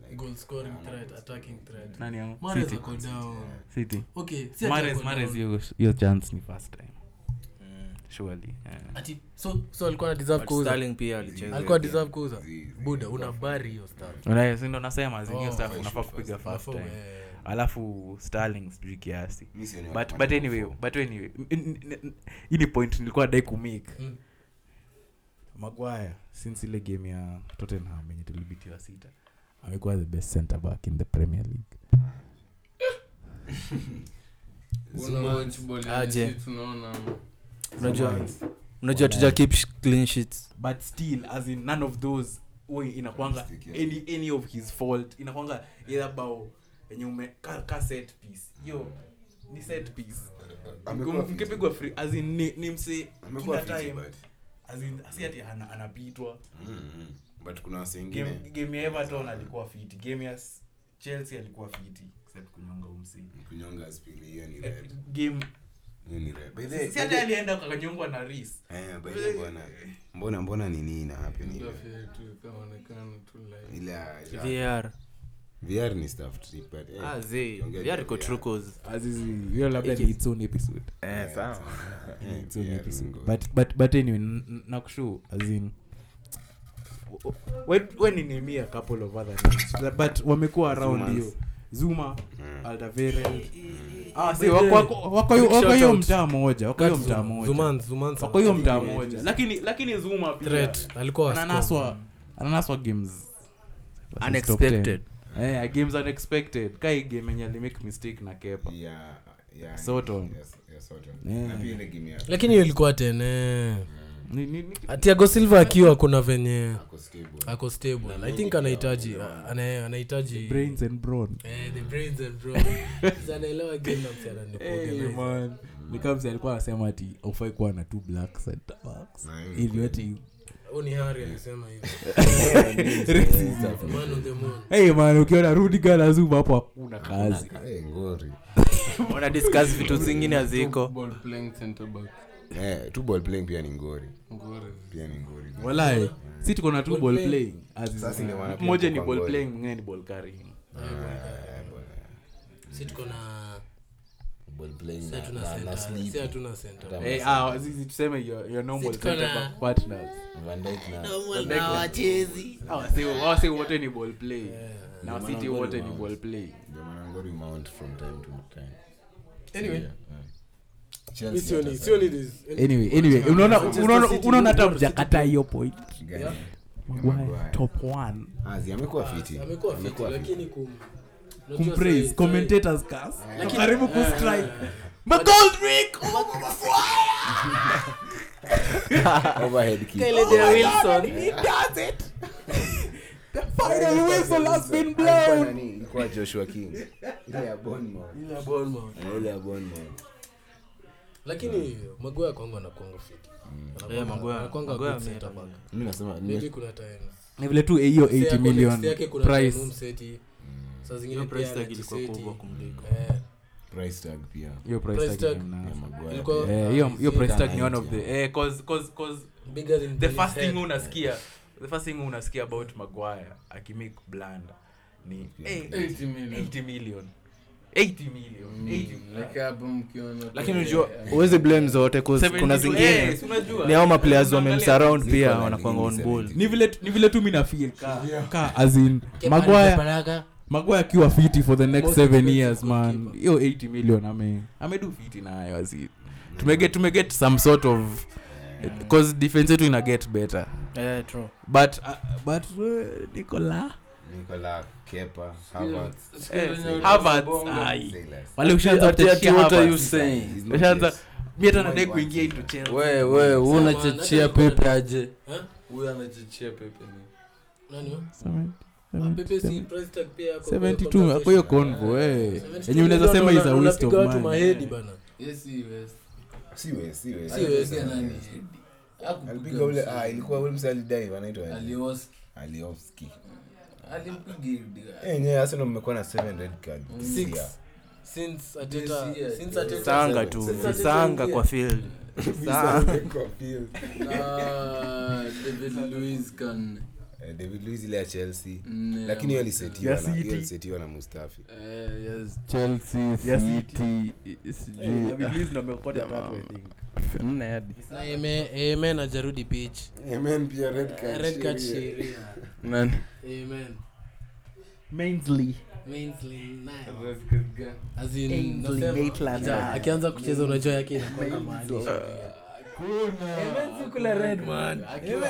like, Goal scoring hawana threat, goals. attacking threat. nani hao? Mahrez City. ako down. Yeah. City. Okay, si ati Mahrez, ako Mahrez, down. Mm. hiyo- hiyo chance ni first time surely yeah. Ati- so so alikuwa na deserve kuuza Sterling pia alicheza alikuwa deserve kuuza Zi- zi- buda una bari hiyo star Unaelewa, si ndo nasema zingi Oh, staff first unafaa shot kupiga first. first time Eh, alafu starling sijui kiasi Mi sioni but watu but watu anyway wafo. but anyway n- n- n- hii ni point nilikuwa dai kumik Mm. magwaya since ile game ya tottenham yenye tulibitiwa sita amekuwa the best center back in the premier league Unawatch ball yenye Aje. si tunaona. unajua unajua tuja keep sh- clean sheets but still as in none of those we inakwanga Mistake, yeah. any, any of his fault inakwanga either bao yenye ume ka, ka set piece yo ni set piece Amekuwa Mki- mkipigwa free as in ni, ni mse Amekuwa kila fiti, time but- as in si ati ana- anapitwa Mm, mm. but kuna wase game, wengine Mm. game ya everton alikuwa fiti game ya S- chelsea alikuwa fiti except kunyonga umsi kunyonga spili hiyo ni red. game Hiyo ni red. By the- si hata alienda kakanyongwa na ris Eh, by the bwana, mbona mbona ni nini na happen hivi? Afya yetu ikaonekana tu live. Ila- ila- vr VR ni stuff trip, but, eh, ah zee ukiongea vr iko juu ya VR, trucos azizi hiyo labda Iki- ni its own episode eh, sawa. Eh, It's only VR episode. ni good. but but but anyway n- n- nakushu as in weninimia a couple of other names But- but wamekuwa around Zumas. hiyo zuma Mm. by aldavereld the way, quick wako shout hiyo out. mtaa mmoja wako hiyo mtaa mmoja Zuman- Zuman- wako hiyo mtaa Zuman- mmoja lakini lakini zuma pia Threat. alikuwa wa score. ananaswa ananaswa games unexpected eh, games unexpected kai game yenye alimake mistake na kepa Yeah, yeah, Soton. yes, yes, Soton. Eh. Na pia ile game ya- lakini hiyo ilikuwa tene Ni- ni- ni- atiago silva akiwa kuna venye ako stable. ako stable i think anahitaji ana- anahitaji brains and brawn Eh, the brains and brawn. Sasa anaelewa game na msichana ni kuorganize. nikamsi alikuwa anasema ati aufai kuwa na two black center backs Na hiyo hivyo ni ati Huyu ni Harry alisema hivyo. Man on the moon. hey man ukiona rudiga na zuma hapo hakuna kazi kweli. Eh, ngori. wana discuss vitu zingine haziko Ball playing centre back. Eh, two ball playing pia ni ngori Ngore. pia ni ngori walai si tuko na two ball playing As is- Sasa ndio maana pia mmoja ni tuko ball ngori. playing mwingine ni ball carrying Ah, Si tuko na- Ball playing si na- hatuna na- na center- sleep. si hatuna center. Hata Eh, ah, zizi tuseme your, your normal Si tuko na- center back partners Van Dijk na- Hawa si- hawa si wote ni ball play na wasiti wote ni ball play ndio maana ngori mount from time to time. Anyway, Yeah, eh. Chelsea mi sioni- hata sasa. sioni this. anyway anyway unaona unaona unaona hata mjakata hiyo point Gani? Yeah. Maguire. Maguire, top one Ah, zi, amekuwa fiti Amekuwa fiti, Amekuwa fiti. lakini kum- unajua kumpraise sahi- commentators curse Lakini- karibu kustrike Overhead kick. final whistle has been blown Nani? Ilikuwa joshua king ile ya Bournemouth. Ile ya Bournemouth. Eh, ile ya Bournemouth. lakini magoya kwangu anakuanga fit Eh, Maguire- Maguire ameta- mi nasema nime- maybe kuna times ni vile tu eh, hiyo 80 million price saa zingine Mm. hiyo pia price tag ilikuwa anajiseti. kubwa kumliko Eh, price tag pia hiyo Price price tag tag ni ya mna- Maguire. ilikuwa- Eh, hiyo hiyo price tag ni Kama one of eighty, the eh cause cause cause bigger than the Ben's first head. thing unasikia the first thing unasikia about Maguire akimake blunder ni eh, 80 million. 80 million 80 million 80 Like hapo mkiona- lakini unajua uwezi blame zote 'cause kuna 72 zingine eh, si unajua? ni hao maplayers Unaangalia- wamemsurround pia Nicola wanakwanga on James ball 70. ni vile ni vile tu mi nafil ka, ka as in Kepa magwaya aliparaka. magwaya akiwa fiti for the next Most seven expensive years man goalkeeper. hiyo 80 million ame amedu fiti nayo asi tumeget tumeget some sort of cause defense yetu ina get better eh true but uh, but uh, nicola Nicola, Kepa, Havertz, eh, Havertz, ai. Sailors. wale ushaanza Ati- ati kutetea what are you Havertz. saying? He's not ushaanza yet. mi hata nadai kuingia into Chelsea. We, we, huyu Sama, anachechea hata nilikuwa pepe aje Eh? huyu anachechea pepe ni Nani huyo? Sorry. Pepe si price tag pia yako kwa hiyo 72 hapo hiyo convo eh conversation. yenye unaweza sema is a waste Unapiga of watu money mahedi bana. si we si we Si wewe nani? Hakupiga alipiga ule msanii. ah ilikuwa ule msali dive anaitwa nani? Alios- Alioski alimpiga yule. eh nyewe Arsenal mmekuwa na 7 red card this Six. year. Since Ateta- since Ateta- sanga tu Sasa sanga kwa field Ah. Kwa field. na Ah, David Luiz can- Eh, David Luiz ile ya Chelsea Mm, lakini hiyo ilisetiwa Ya na hiyo City. ilisetiwa na Mustafi Eh, yes, Chelsea, City, i- sijui, ah, jamaa, nne hadi. Ah, na Eme- Amen ajarudi pitch Amen pia red card. Eh, red card sheria. sheria Nani? Amen. Mainsley Mainsley, nine. As in, Ainsley nasema, Maitland. aja- akianza kucheza unajua yake inakwanga mahali. Amen si kula red man. Amen-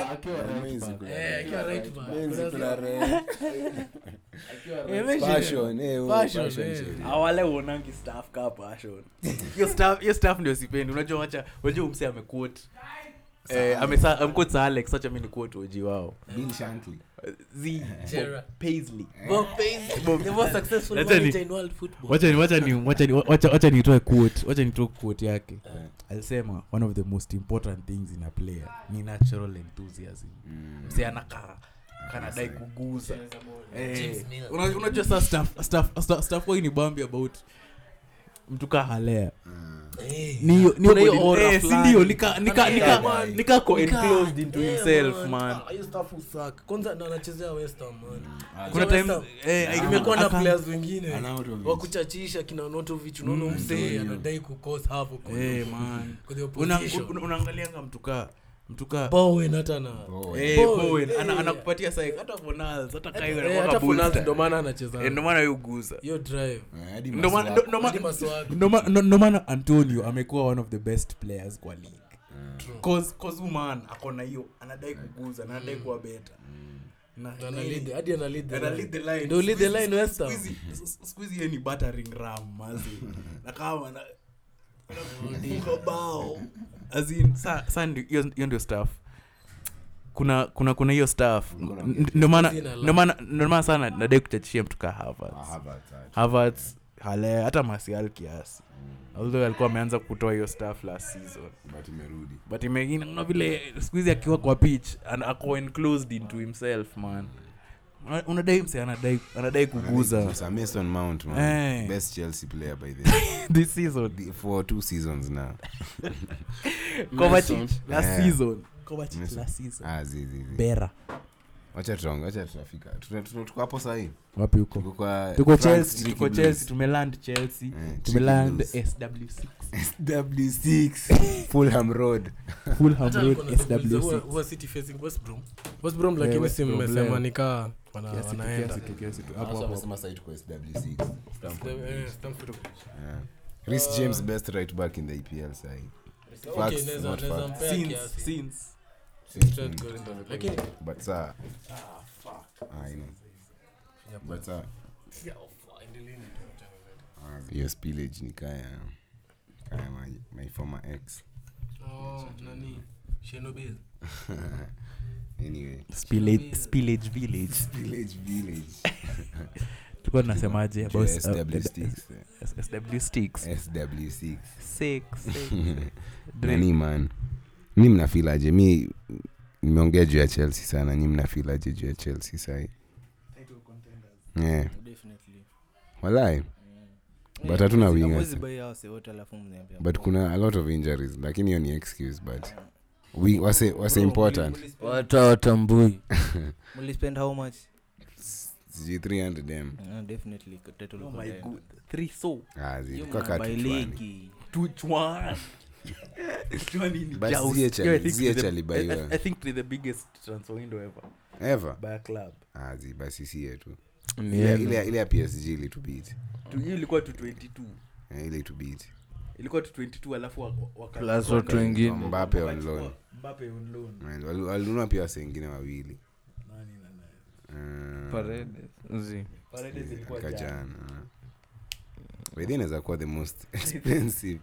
Amen si kula Eh, red. akiwa right man. Amen si Kuna- kula red. Passion, eh, oh, Passion, passion eh. sheria. awale uonangi Ah, staff ka passion hiyo staff hiyo staff ndio sipendi unajua wacha unajua umse amekuot eh amesa amekuot sa Alex acha mimi nikuot oji wao Bill Shankly. zi Gerrard. Paisley Bob Paisley, the most successful Let's end manager it. in world football. wacha ni- wacha ni- wacha ni- wacha- wacha nitoe quote wacha nitoe quote yake Eh. alisema one of the most important things in a player ni natural enthusiasm Mm. msiana ka kanadai kuguza Eh, una- unajua saa staff- staff- staff- staff wao ni bambi about mtu kaa halea Eh. Kuna hiyo aura fulani. sindio Aura. Oh nikako enclosed into Yeah, himself eh, man. man Ah, hiyo staff husuck. kwanza na anachezea West Ham, man. kuna So West times Ham, eh, Yeah. aka- imekuwa na aka- players wengine Anaotovic. wakuchachisha kina notovich unaona msee anadai kucause havoc kwa- Mm, eh, man kwa the Una- opposition. un- unaangalianga mtukaa mtukaa Bowen hata na- Eh, Bowen, Bowen, eh. ana- anakupatia saik hata Fornals, hata Kyle Eh, anakuwa hata kabooster. Fornals ndo maana Eh, anacheza ndo maana yuguza hiyo drive Eh, hadi Ndo maana- Maswako. ndo- ndo maana- Hadi Masuaku. ndo ma- ndo- ndo maana antonio amekuwa one of the best players kwa league True. man akona hiyo anadai kuguza na anadai kuwa eh. beta Ndo ana lead- hadi ana lead the line. Ndo lead the line West Ham. skuhizi ye ni battering ram mazi na kama na- anafunga bao As in, sa- sa ndio- hiyo hiyo ndio staff kuna kuna kuna hiyo staff N- ndio maana ndio maana ndio maana sana nadai kuchachishia mtu kaa Ah, Havertz Havertz, ah, Havertz, Hale, hata Martial kiasi although alikuwa ameanza kutoa hiyo staff last season but imerudi. but imegine una vile siku hizi akiwa kwa pitch an- ako enclosed into himself man Una- unadai mse anadai anadai kuguza Sir Mason Mount, man. Eh. Best Chelsea player by the this season the- for two seasons now. Kovacic last Yeah. season Kovacic Mason. last season Ah, zi, zi, zi. Bera Wacha tuonge, wacha tutafika. Tuta- tuta- Tuko hapo sahi. wapi huko Tuko kwa tuko France Chelsea Tricky tuko Blues. Chelsea tumeland Chelsea Eh, tumeland Tricky SW6 W6 Fulham Road. Fulham Hata Road alikuwa anazungumza, huwa- SW6 huwa City facing West Brom. West Brom, lakini si mmesema ni nikaa Kiasi tu, wanaenda kiasi tu, kiasi tu. Hapo, Hapo hapo, amesema sasa tuko SW6. Stamford Bridge. Eh, Stamford Bridge. Yeah. Reece James best right back in the E EPL sahi. Facts, Okay, naweza- not naweza facts. Mm. mpea since kiasi. since Straight goal. Lakini- But sir. Ah, I know. But oh, sir. Ah, hiyo spillage ni kaya kaya my, my former ex Oh, nani? Shinobi. anyway spillage spillage village spillage village tulikuwa tunasemaje about uh, Yeah, SW sticks SW sticks sw six six nani man mi mnafilaje mi nimeongea juu ya chelsea sana nyi mnafilaje juu ya chelsea sahi yeah. walai but hatuna wingers but kuna a lot of injuries lakini hiyo ni excuse but we, wase, wase important watu hawatambui mlispend how much sijui 300 dem Ah, definitely title oh my contender. god three so Ah, zi- You kwa man, by katu fulani. ligi. tuchwa tuchwa nini But Jaws. Ziyech ali- Yo, I think Ziyech to the- alibaiwa. I- I- I think to the biggest transfer window ever Ever? by a club Ah, zi, basi si yetu ile ile- ile ya psg ilitubit Tu- hii ilikuwa tu 22 Eh, ile itubit ilikuwa tu 22 alafu waka- waka- Plus waka- watu wengine. mbape on wakachukua loan Mm. Mbappe on loan Man, wali- walinunua pia wase wengine wawili nani na nani Ah, Paredes ilikuwa aka jana jana ah. wedhi inaweza kuwa the most expensive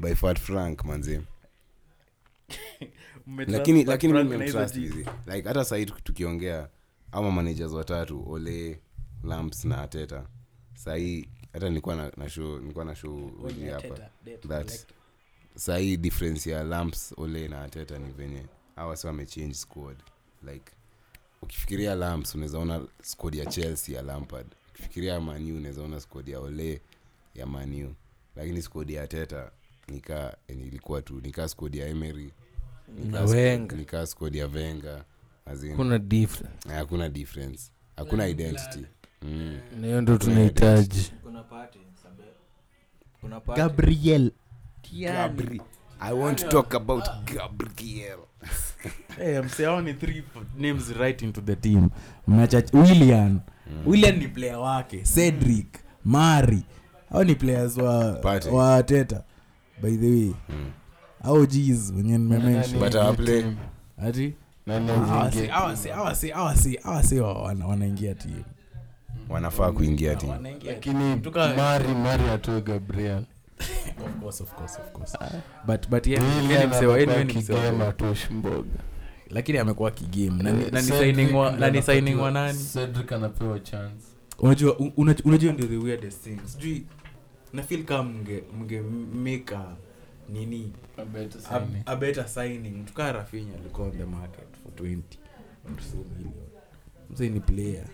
by fat frank manzi Mmetrust lakini Frank lakini Frank mimi na hizo mtrust jiji. hizi like hata sahii tukiongea ama managers watatu ole lamps na ateta sahii hata nilikuwa na, na show nilikuwa na show Oh, wiki hapa that sahii difference ya lamps ole na ateta ni venye hawa si wamechange squad like ukifikiria lamps unawezaona squad ya chelsea ya lampard ukifikiria manu unawezaona squad ya ole ya manu lakini squad ya teta nikaa ilikuwa tu nikaa squad ya emery Na Wenger. nikaa squad ya venga kuna difference hakuna difference hakuna identity mm. na hiyo ndo tunahitaji gabriel Gabri. i want to talk about gabriel hey, mseao Eh, ni three names right into the team mnacha william Mm. william ni player wake cedric mari au ni players wa Party. wa teta by the way Mm. au jis wenye nimemensha but uh, our play ati Nani awasi azingie? awasi awasi awasi awasi wanaingia timu wanafaa kuingia timu Lakini Mari Mari atoe Gabriel. Of course, of course, of course. But- but yeah, Ah. Willian yeye ni msee wa- yeye ni- amekuwa yeye ni msee wa- kigame atoe Shimboga. lakini amekuwa kigame Na ni- na ni Cedric signing wa- ndo na ni signing wa anapatiwa- nani Cedric anapewa chance. unajua un- unaj- unajua ndio the weirdest thing sijui nafil kama mge, mge make a nini Abete a, signing. a better signing mtukaa rafinya alikuwa on the market for 20 and so million mzee ni player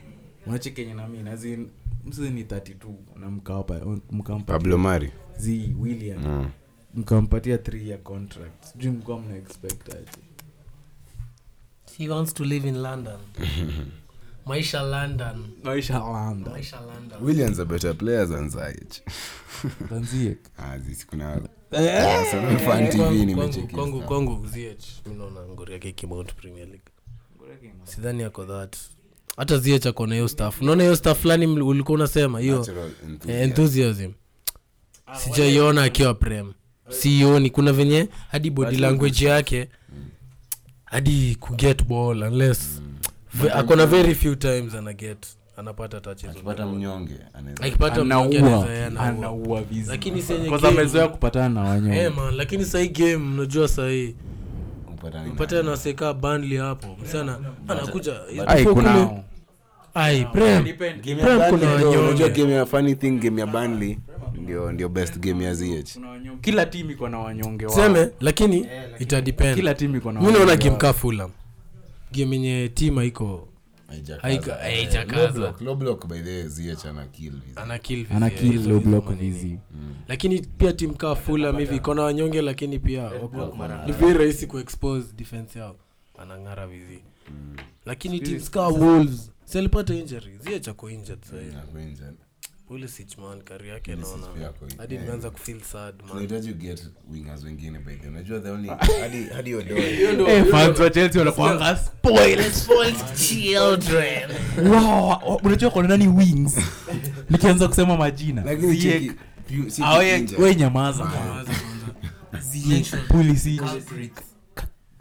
unachekenye na mimi nazin mzee ni 32 na mkawapa mkampa pablo mari z william mm. mkampatia 3 year contract sijui mkuwa mna expect aje he wants to live in london maisha london maisha landa maisha london williams a better player than zayech tanzie Ah, zisi kuna Ah, sorry, fan eh, tv Kwangu- nimechekia kwangu- sana. kwangu Ziyech, mi naona ngori yake ikimount premier league sidhani ako that hata Ziyech ako na hiyo staff unaona hiyo staff fulani mli- ulikuwa unasema hiyo Natural eh, enthusiasm. enthusiasm sijaiona akiwa prem sioni kuna venye hadi body language yake hadi kuget ball unless ve- akona very few times anaget anapata touches akipata mnyonge anaweza akipata mnyonge anaweza yeye anaua. anaua vizi Lakini si yenye Kwanza game. amezoea kupatana na wanyonge Eh, man, lakini sahii game unajua sahii kupata nini? mpate naseka banli hapo msana anakuja ai Kule- kunao ai Yaani prem Game ya Prem Burnley kuna ndio- wanyonge. unajua game ya funny thing game ya Burnley ndio ndio best game ya ZH kila timu iko na wanyonge wao. seme lakini itadepend kila timu iko na mi naona wanyonge game wao. ka fulam game yenye tim haiko Haika- haijakaza. Low block, low block by the way, ZH ana kill Mm. hizi. ana kill ana vizi- kill hizo- low hizo block manini. vizi lakini pia tim kaa fulam hivi kona wanyonge lakini pia wako- ni very rahisi kuexpose defense yao anang'ara vizi lakini teams kaa wolves selipata injury ziachako injured sahii Na Queensland. pulisic man kari yake Pulisic naona pia ako- hadi yeah. nimeanza kufeel sad man Tunahitaji get wingers wengine by the way. Unajua the only hadi hadi Odoi. Eh, fans wa Chelsea wanakuanga Wow, wa- unajua kuna nani wings nikianza kusema majina Lakini cheki, pi- si Kinja. we nyamaza man. Ziyech, Pulisic,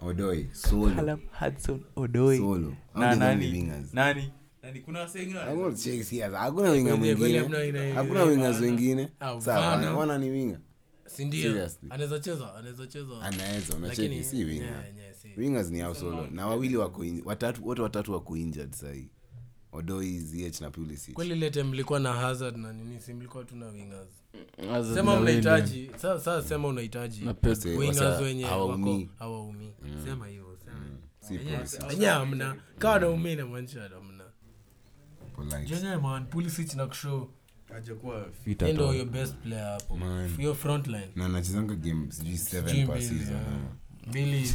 Odoi, solo. Callum Hudson-Odoi. Solo. na Hao ndio the only nani wingers. nani Nani, kuna wase wengine wana- I want to check here. Hakuna winga Kweli- kweli hamna mwingine. ina- Hakuna wingers wengine. Ah, Sawa, Ugana. wana- wana ni winga. sindio Seriously. anaweza cheza anaweza cheza Anaweza, unacheki lakini si winga. yeah, yeah, si. wingers ni au solo na wawili wako in- watatu wote watatu wako injured sahii odoi zh na pulisic kweli lete mlikuwa na hazard na nini si mlikuwa tuna wingers Mm, Hazard sema na mnahitaji sasa sasa sema unahitaji Na Pedro. Wase- wingers wasa- wenye wako hawaumii. Mm. hawaumii sema hivyo sema si Pulisic, wenye hamna kawa naumii namaanisha hamna polite. jenye man pulisic na kushow Fit yeye at ndo all. your best player hapo Man. your front line na anachezanga game sijui Sijui 7 per mbili, season yeah. ama. mbili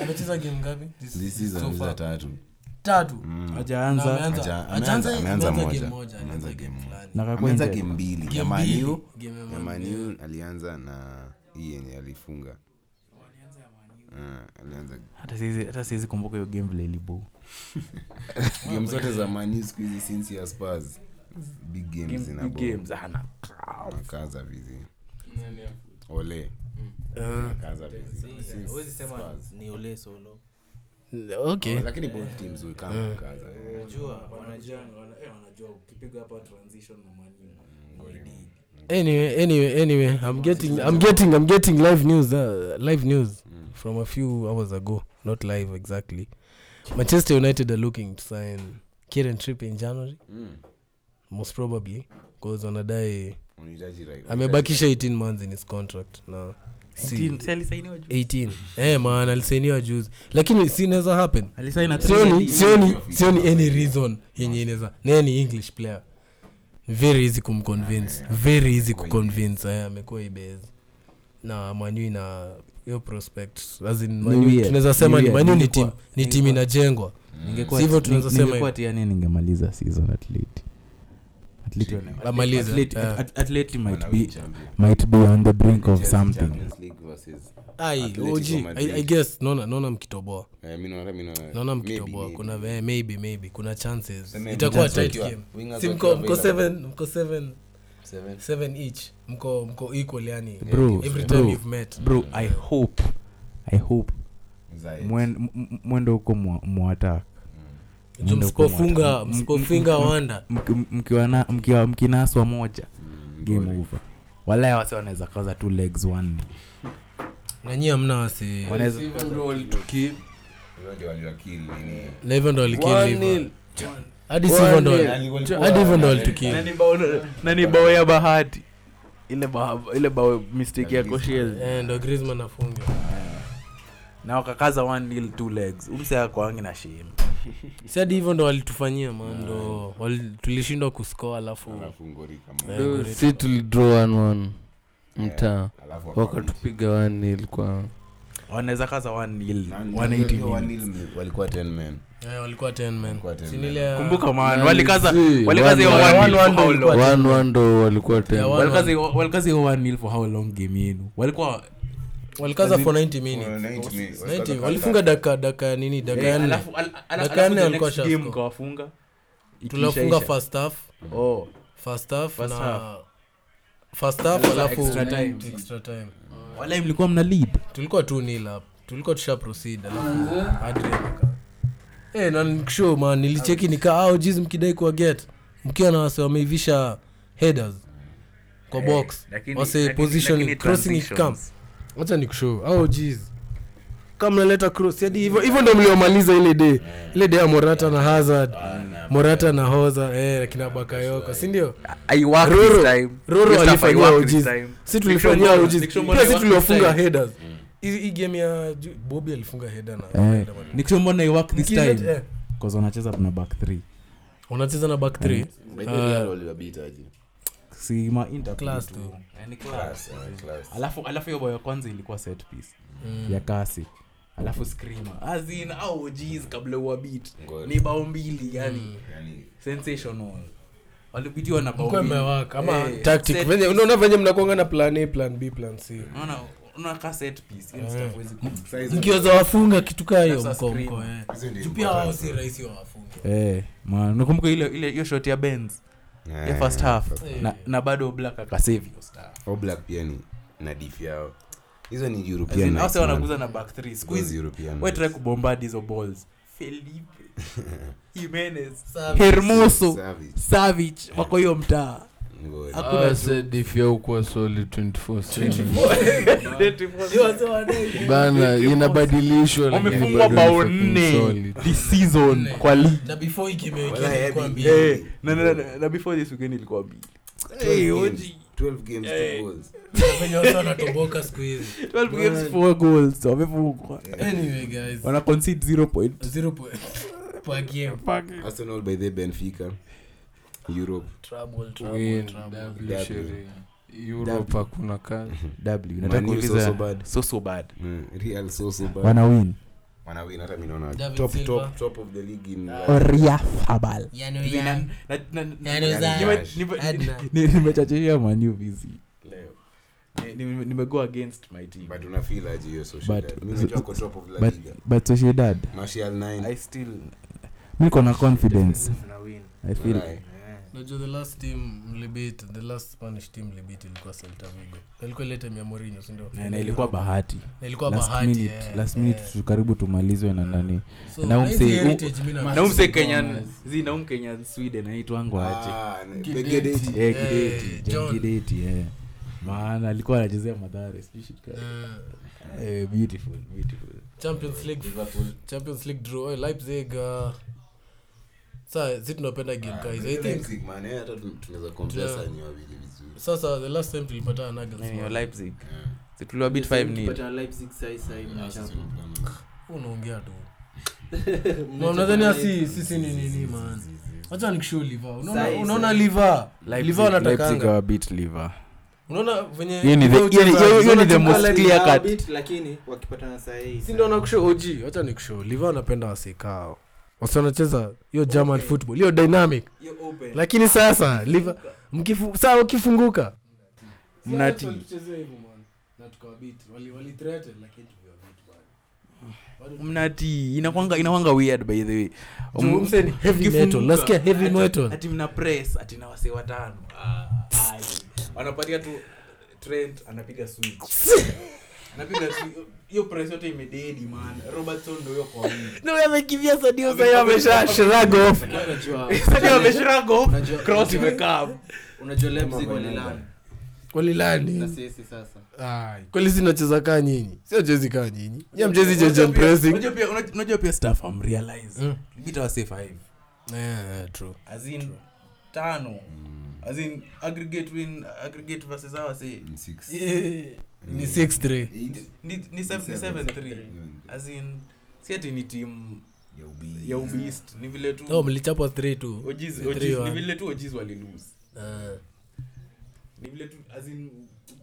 amecheza game ngapi This- this season so anacheza far. tatu Mm. tatu Na Hajaanza. ameanza- Aja- ameanza- ameanza- ameanza ameanza game moja. moja, Ameanza ameanza game game moja. fulani. Na kakua ameanza injured. game mbili ya Game maniu mbili, game ya ya Man U. maniu alianza na hii yenye alifunga Ah, alianza Hata siwezi- hata siwezi kumbuka hiyo game vile ilibu game zote za maniu siku hizi since ya spurs big games zinabo kaza vizi ole kaza vizi Since Spurs. ni ole solo okay Oh, lakini both teams will come yeah. kaza yeah. eh, Mm. anyway anyway anyway i'm getting i'm getting i'm getting live news uh, live news from a few hours ago not live exactly manchester united are looking to sign Kieran trip in january Hmm. most probably bcause wanadai unahitaji right- amebakisha 18 months in his contract na si, 18 eh man alisainiwa juzi lakini si inaweza happen sioni sioni sioni any reason yenye inaweza na any english player very easy kumconvince very easy kuconvince eh, amekuwa ibezi na manyu ina hiyo prospect as in Manu- year, tunaweza sema new ni year, manyu ni ningekuwa- timu ni timu inajengwa Ningekuwa- Sivyo tunaweza ninge- sema hivyo. ningekuwa tiani ningemaliza season at least. At least wana- Amalize, Atleti- eh. at- Atleti might be Wanawin champion. might be on the brink of Chelsea something Champions League versus- ai Atletico OG, I, I Madrid. guess naona naona mkitoboa Eh, mi naona- mi naona- naona maybe, mkitoboa maybe. kuna eh, maybe maybe kuna chances Sema itakuwa wingers tight wakiwa- game wingers si wakiwa mko mko available. seven mko seven Seven. seven each mko mko equal yani Bro, every bro. time you've met bro i hope i hope Zayed. mwen- m- m- mwendo huko mwatak juu Mwendo msipofunga kumwata. msipofinga wanda mkinaswa moja Mm, game over walaya wase wanaweza kaza two legs one nanyi hamna wasi wanaweza Hiyo ndio waliwakill nini. na hivyo ndo walikilia hadi One sivyo ndo nil. wali- Walikuwa- hadi hivyo ndo Walikuwa- walitukilia na ni bao ya bahati ile bao, ile bao mistake ya Koscielny. Eh, ndo Griezmann afunga na wakakaza one nil two legs umse akwangi na shim si hadi hivyo ndo walitufanyia man ndo wali- tulishindwa kuscore alafu Alafu ngori kama- Eh, Dude, si tulidraw one one mtaa alafu wakaruti. wakatupiga one nil kwa wanaweza kaza one nil Nani- 180 hiyo one minutes. nil walikuwa 10 men. eh, walikuwa 10 men Walikuwa 10 Si men. nile- kumbuka man Nani, walikaza si, walikaza hiyo one- one one- nil one for how nil long? kwa- one one ndo walikuwa Yeah, tena one- Walikaza hiyo- walikaza hiyo one nil for how long game yenu walikuwa walikaza for 90 minutes Well, 90 minutes. 90 Walikuwa- walifunga daka daka nini daka Eh, ya nne alafu- al- al- Dakika alafu nne the walikuwa next game shafika. mkawafunga. tuliwafunga Ikiishaisha. first half Oh. first half First na first half Extra alafu time. extra time Walai mlikuwa mna lead tulikuwa tu nil up tulikuwa tusha proceed alafu Adrian aka eh na nikishow man nilicheki nika au jizi mkidai kuwa get mkiwa na wase wameivisha headers kwa box Eh, lakini- wase lakini- position lakini crossing it come transitions. wacha nikushow au jizi kama naleta cross hadi hivyo hivyo ndio mliomaliza ile day ile day ya Morata na Hazard Morata na Hoza eh akina Bakayoko si ndio Roro- Roro alifanyia ujizi si tulifanyia ujizi pia si tuliofunga headers hii hii game ya ju- Bobby alifunga header na Eh. nikisema mbona i work this Nikilet- time eh. cause wanacheza na back three Eh. unacheza na back 3 By the way, Real waliwabita aje? si ma Inter Class play tu. Eh, ni Class, class. eh, class. alafu alafu hiyo bao ya kwanza ilikuwa set piece Mm. ya Mm. kasi alafu screamer as in au jeez kabla wa beat Ngori. ni bao mbili yani Yani, sensational walipitiwa na bao Mkwe mbili. mmewaka, ama Eh, tactic. set- Venye- unaona venye mnakuanga na plan a plan b plan c unaona unaona ka set piece Eh. hiyo ni stuff huwezi ku- size- mkiweza wafunga kitu kaa hiyo Sasa mko mko scream. eh. hizo ndio Juu pia wao si rahisi wawafunge Eh, man, unakumbuka ile ile hiyo shot ya Benz ilikuwa- ya Eh, first half Eh. na, na bado Black akasave hiyo star. Oblak Oh, pia ni na dif yao hizo ni As European in, nights, hao sasa man. wanakuza na back three. Siku Those hizi European we try nights. kubombard hizo balls. Felipe Jimenez, Savic. Hermoso, Savage. Savic wako hiyo mtaa. Ngori. Hakuna Ah, tu. said if yao kuwa solid 24/7. Ndio wazee wadai. bana inabadilishwa lakini Wamefungwa bado ni bao fucking nne solid. this season Nne. kwa ligi. na before hii game ya wiki Walaya, ilikuwa hebi. mbili. Eh, na, na, na, na before this weekend ilikuwa mbili. 12 games, 12 games, two goals. Na venye watu wanatoboka siku hizi 12 games 4 goals wamefungwa. anyway guys Wana concede 0 point. zero point per game Arsenal by the Benfica, Europe. trouble trouble Win, trouble W W. sherehe. Europe hakuna kazi W. Man Nataka U so, kuuliza so bad. so so bad. Mm, Real so, so bad. Wana win. Wanawin, hata mi naona David top- Silva. Ah. top- top of the league in, uh, oriafabal Yano ya- Yano za- Nime- Adnan. nimechachia maniu vizi nimego against my team but una feel aje hiyo But- Sociedad? Mi najua wako top of La but Liga. but sociedad Martial nine. i still miko na confidence Mnawin. i feel Walai. Unajua the last team mlibit the last spanish team mlibit ilikuwa celta vigo Na ilikuwa ile time ya Mourinho, si ndio? na na ilikuwa bahati Na ilikuwa last bahati, minute eh, last eh. minute tu karibu tumalizwe na nani So, na hizi umse- heritage mimi na- naumse kenyan zi naum kenyan sweden aitwangu aje Ah, ni- Begedeti. Eh, eh, kideti John. John kideti eh maana alikuwa anachezea madhara sijui shit gani. Eh, eh beautiful beautiful champions league champions league draw eh, leipzig uh, saa zi tunapenda game guys i think Leipzig, man, eh, hata tu- tunaweza compare Yeah. saa ni wawili vizuri sasa the last time tulipatana na Nagelsmann, eh, beat 5-0. Pata Leipzig sai sai Ah, mnachapa. sisi tunapigana. unaongea tu mnadhania si sisi ni nini man wacha nikushuliva Sahi, unaona sahi. liva Leipzig- liva uh, Leipzig wanatakanga hawabeat Liver. unaona venye Hiyo ni the- Liverpool hiyo ni- hiyo- hiyo ni the wanacheza- most clear cut. Beat, lakini wakipatana sahii si ndo nakusho og wacha nikusho liva anapenda wasekao wasiwanacheza hiyo german football hiyo dynamic lakini sasa liva mkifu, saa ukifunguka Mnati. mnati inakwanga inakwanga weird by the way Juu mse ni heavy metal, nasikia heavy metal. ati mna press ati na wase watano Ah, ah, wanapatia tu trent anapiga switch anapiga switch. hiyo press yote imededi man robertson ndo huyo kwa wingi. amekimbia sadio Sayo amesha shrug off unajua Sadio ameshrug off, Unajua- cross unajua- imekaa hapo. unajua Leipzig walilani na walilani sisi sasa Ai, kweli sinacheza kaa nyinyi sio chezi kaa nyinyi ya mchezi Unajua jejen pia- pressing unajua pia- unajua- unajua pia staff am realize Mm. bita wase five Eh, true as in tano as in aggregate win aggregate versus wase Mm, six. ni 63 Eight. Mm, ni 7-3 as in si ati ni team Ya ubi. ya ubeast ni vile tu oh, mlichapwa 3 tu Ojiz- Three Ojiz- one. ni vile tu ojiz walilose Eh. ni vile tu as in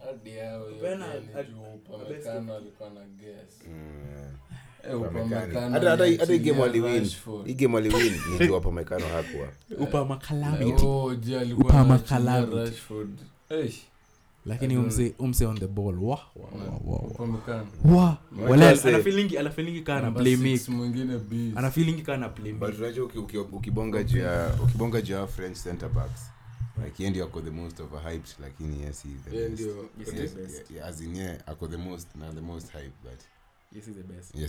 Hadi hao hiyo Bena, game I- juu best Upamecano alikuwa na guess. Mm. Eh, Upamecano Hata- hata hii- hata hii game aliachilia waliwin Rashford. hii game waliwin nijua pamekano hakuwa upa makalamity Oh, je, alikuwa Upama anaachilia calamity. Rashford. Eish, lakini umse umse on the ball wa wa wa wa wa Upamecano. wa Wajua wala say- ana feeling ana feeling kana Number play six make mwingine beast. ana feeling kana play but make unajua uki- uki- ukibonga juu ya- ukibonga juu ya french center backs like yeye ndio ako the most overhyped lakini yes he is the Yeye best. Eh, ndio- Yes, the yeah, yeah, as in yeah, ako the most na the most hype but yes he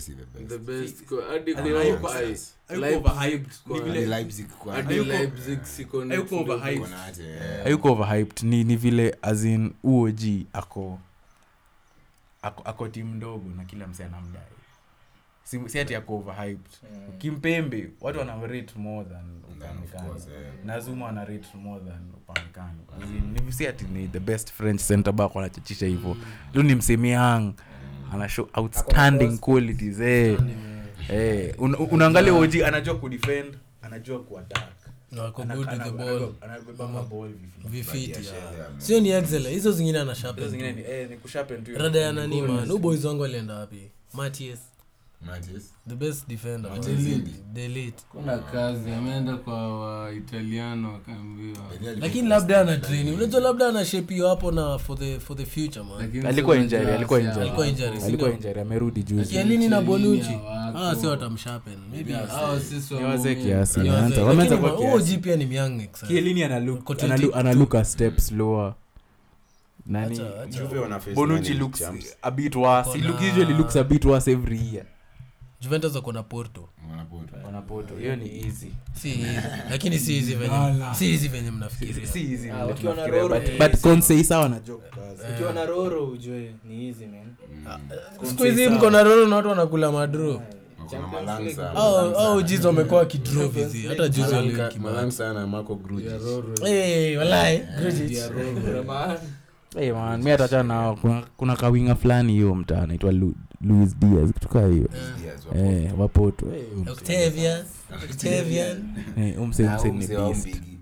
the best The best kwa- hadi And kwa- hayuko- ai- hayuko Leipzig overhyped ni kwa- Hadi vile leipzig kwa- hadi hayuko- Leipzig siko next hayuko level. overhyped. kuna ate, yeah. hayuko overhyped ni ni vile as in uog ako ako, ako timu ndogo na kila mse anamdai si, si ati ako overhyped kimpembe watu wanarate more than Then, of upamecano course, Mm. yeah. Mm. na zuma anarate more than upamecano As in, ni si ati ni the best french center back wanachachisha hivyo tu ni msemiang Mm. ana show outstanding qualities eh. Eh, una- unaangalia og anajua kudefend anajua kuattack Na wako Ana- good with ana- the ana- ball. anabeba maball vifaa. vifiti Yeah, ah. yeah, man. sio ni excel hizo zingine Hizo zingine anashapa ni- eh, ni kusharpen tu hiyo. rada ya nani Goal man is- huu boys wangu alienda wapi matias Matis. the best defender Matias man. Indy. The elite. kuna kazi ameenda kwa waitaliano akaambiwa But yeah, lakini labda ana treni unajua labda ana shepio hapo na for the, for the future man Lakini Alikuwa sasa injury, unajua alikuwa Asia injury. alikuwa wako. injury si alikuwa ndio? injury amerudi juzi kielini na bonuchi Chiellini hawako. ah sio watamshapen maybe Pia hao hao si sisi Ni wa wazee Mumias. kiasi, ni wameanza- wazee. wameanza Lakini kwa ma- kiasi. OG pia ni young ex- Chiellini ana look- Kote ana look- tiki- ana look a step slower. Nani- Acha- acha. Juve wana face Bonucci nani? looks Champs. a bit worse. He look- usually looks a bit worse every year. juventus wako na porto Wanapoto. Wanapoto, hiyo ni easy. si hizi lakini si hizi venye Ala. si hizi venye Si- mnafikiria si easy vile wakiwa na tunafikiria, Roro, but- eh, but easy. Conse is sawa na joke. ukiwa na roro ujue ni easy man siku hizi mko na roro na watu wanakula madro Kuna Malangsa. Oh, au jizi wamekuwa wakidro hizi hata juzi Malangsa- waliweki Malangsa na Marco Grujic. Eh, walai Grujic. Hey man, mi atachana nao kuna, kuna kawinga fulani hiyo mtaa anaitwa Lu- Luis Diaz kutoka hiyo Yes, wa- eh, wapoto Eh, um- Octavian, Octavian, eh, umse Na umse huyu ni mzee wao beast. Mbigi.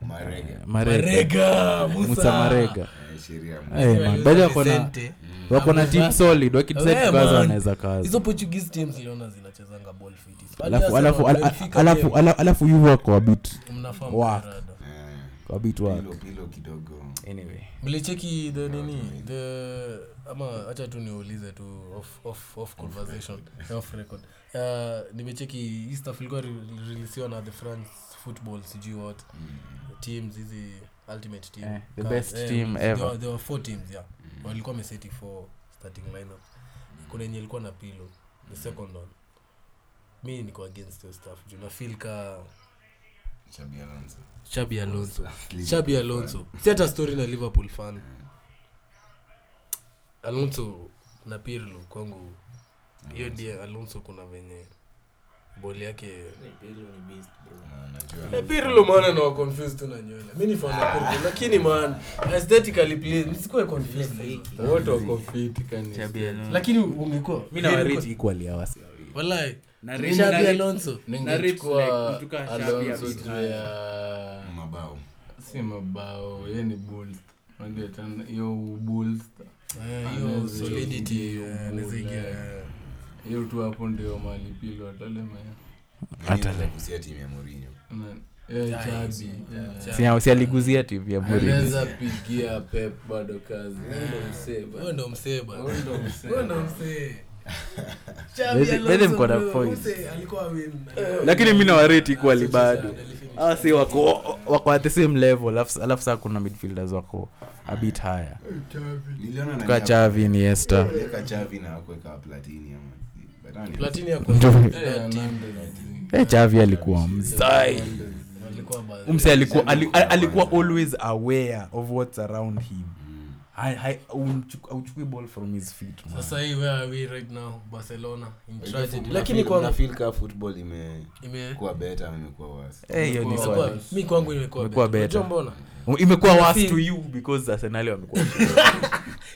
Marega. Marega. Marega, Musa Musa Marega Eh, sheria mzee. Eh, man, bado wako na- Vicente. wako na team solid Eh, wakidecide kaza man. wanaweza kaza hizo portuguese teams iliona zinachezanga ball fit Is- Alafu- Aliasema, alafu- ala- Benfica alafu game, ala- alafu yuvo ako wabit mnafaa Wak. mkarada. Eh, wabit pilo- wak pilo kidogo. anyway mlicheki the nini the ama hacha tu niulize tu off, off, off conversation off record uh, nimecheki east africa rilisiwa na the france football sijui what Mm. teams hizi ultimate team Eh, the Ka- best eh, team there ever. Mm. were- there were four teams yeah walikuwa wameseti for starting lineup kuna yenye ilikuwa na pilo the Mm. second one mi niko against hiyo stuff juu nafil ka Xabi Alonso. chabi alonso shabi alonso si hata story na liverpool fan alonso na pirlo kwangu hiyo ndiye alonso kuna venye boli yake Eh, pirlo maana na confused tu na nywele mi ni fan wa pirlo lakini man aesthetically please msikuwe confused wote wako fit kanisa lakini ungekuwa mi nawariti equally hawa si wawili. walai Na Remy- na Xabi Re- Alonso Na Rips ningechukua like mtu kaa Xabi Alonso Abid. juu ya mabao si mabao ye ni bulls unajua tena hiyo bulls Eh, hiyo Anaweza solidity ingia, eh, anaweza ingia, boli, eh. hiyo tu hapo ndio mali pilo atalema atakusia timu ya morinho Yeah, eh, chabi yeah. Si hao- si aliguzia timu ya Mourinho. anaweza pigia pep bado kazi Wewe ndo msee bana. Wewe ndo msee bana. Wewe Wewe ndo msee. ndo msee. Xabi Let- let them Alonso got a bro, point. msee alikuwa win. Eh. lakini mi nawareti equally Sasa bado alifinish. Ah, si wako wako at the same level alafu alafu saa kuna midfielders wako a bit higher niliona tuka chavi ni esta naweka chavi na kuweka platini ama but ah, ni- Platini ako- Ndio. Eh, Hernandez. eh, chavi alikuwa mzai Walikuwa baadhi. umse alikuwa ali- a- alikuwa always aware of what's around him Mm. Hai- hai- haumchu- hauchukui ball from his feet man. sasa hii where are we right now barcelona in tragedy Lakini Lakini kwa kwa- nafeel ka football imekuwa ime better ama imekuwa worse. Eh, hiyo ni Imekuwa- swali. Imekuwa- mi kwangu imekuwa Imekuwa better. better. Unajua mbona Um, imekuwa worse Nafeel- to you because Arsenal wamekuwa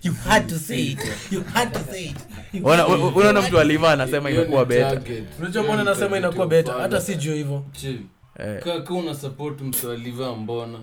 you had to say it you had to say it Unaona- un- unaona mtu aliva anasema Hiyo ni imekuwa better target. unajua Hiyo mbona ni nasema target inakuwa ya beta ufala. hata si juu hivyo Chill. Eh. kaka una support msaliva mbona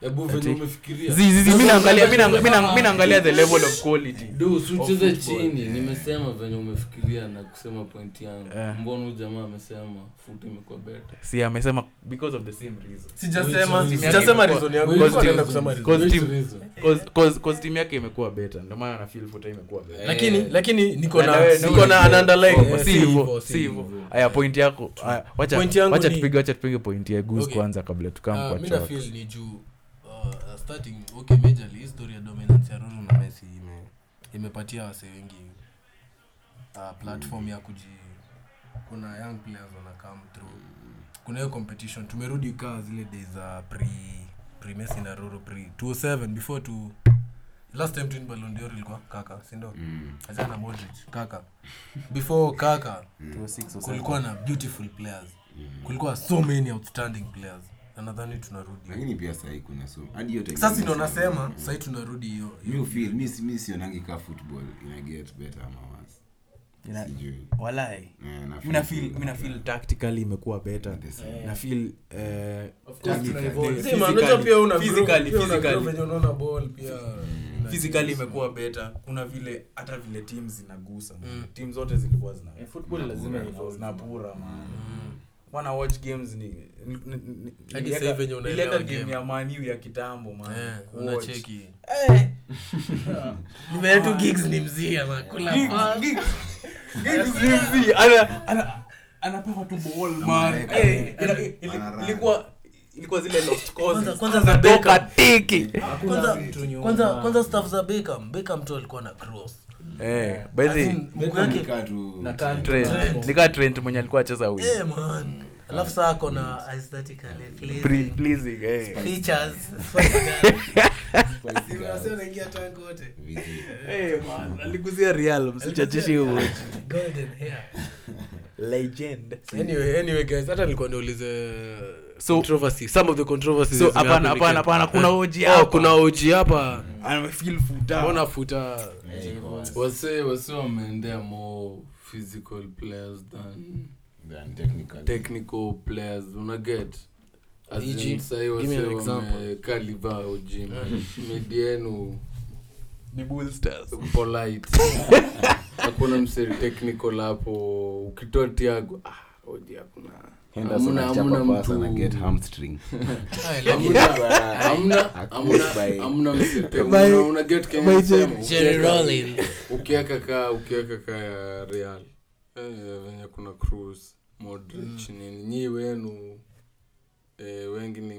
hebu Ati- venye umefikiria Zi- zi- zi, mi naangalia- mi naang- mi naang- mi naangalia the level of quality du siucheze chini eh. nimesema venye umefikiria na kusema point yangu Eh. mbona huyu jamaa amesema fut imekuwa beta si amesema because of the same reason Sijasema- Which is- sijasema reason yangu. Which Nilikuwa is- naenda kusema reason. Cause Which team- reason? Cause- cause- cause timu yake imekuwa beta ndio maana nafeel futa imekuwa beta lakini lakini niko Eh. Na wewe- na na niko wewe- na an underline Oh, Eh, si hivyo, si hivyo. hivyo. aya point yako aya, wacha Point yangu wacha ni- tupige wacha tupige point ya goose Okay. kwanza kabla tukam Ah, kwa mi chalk. nafeel ni juu uh, starting okay majorly history ya dominance ya Ruru na Messi ime imepatia wasee wengi uh, platform ya kuji kuna young players wana come through kuna hiyo competition tumerudi kaa zile days za pre pre Messi na Ruru pre 2007 before to last time twin Ballon d'Or ilikuwa kaka si ndio Mm. Azana Modric kaka before kaka 206 or kulikuwa na beautiful players Mm. kulikuwa so many outstanding players na nadhani tunarudi Mm. lakini pia sahii kuna so hadi hiyo sasa teknolojia- ndo nasema sahii tunarudi hiyo Mm. Mi hufeel- mi si- mi sionangi ka football ina get better ama worse. Sijui. walai Eh, na mi nafeel feel- mi nafeel tactically imekuwa better the same. na feel eh, Si, man, unajua pia una groove, physically, pia una physically. Mm. groove yenye unaona ball pia physically imekuwa beta kuna vile hata vile tim zinagusa mm. tim zote zilikuwa zina eh, football lazima hivyo zinapura man Mm. wana watch games ni ni- ni- ni- Hadi nilieka- sasa hivi yenye unaelewa nilieka game game. ya maniu ya kitambo man Eh, Kuwatch. unacheki Eh, nimeetu gigs ni mzia nakula gigs ni mzee. Ana- ana- anapewa tu ball man Eh, ila- ila- Anarara. ilikuwa ilikuwa zile lost Kwanza- causes kwanza za toka Beckham. tiki kwanza kwanza kwanza staff za Beckham Beckham tu alikuwa na cross eh by the mguu yake Kaa tu- Trent. nikaa trend mwenye alikuwa acheza wing eh man alafu saa ako na aesthetic Pre- pleasing eh features Spicy girls. unasema naingia tangu wote Vizi. Eh, man, aliguzia real msichachishi golden hair legend anyway anyway guys hata nilikuwa niulize So- so controversy some of the controversies so zime happen hapana hapana weekend. hapana kuna oji Oh, hapa kuna oji hapa anafeel futa mbona futa wase wase wameendea more physical players than Than technical. technical players unaget E.g., E give me an example. kaliva ujim medienu ni bull stars polite hakuna mse technical hapo ukitoa tiago ah, oji hakuna Henderson Hamna- akichapa hamna pasi mtu- ana get hamstring. Yaani, Hamna- Accomplished by- hamna- hamna mse technical. Una- una get Kenya msemo, Jerry ukiweka- Rollins ukiweka ka ukiweka ka ya real eh, venye kuna cruz modric Mm. nini nyi wenu eh, wengi ni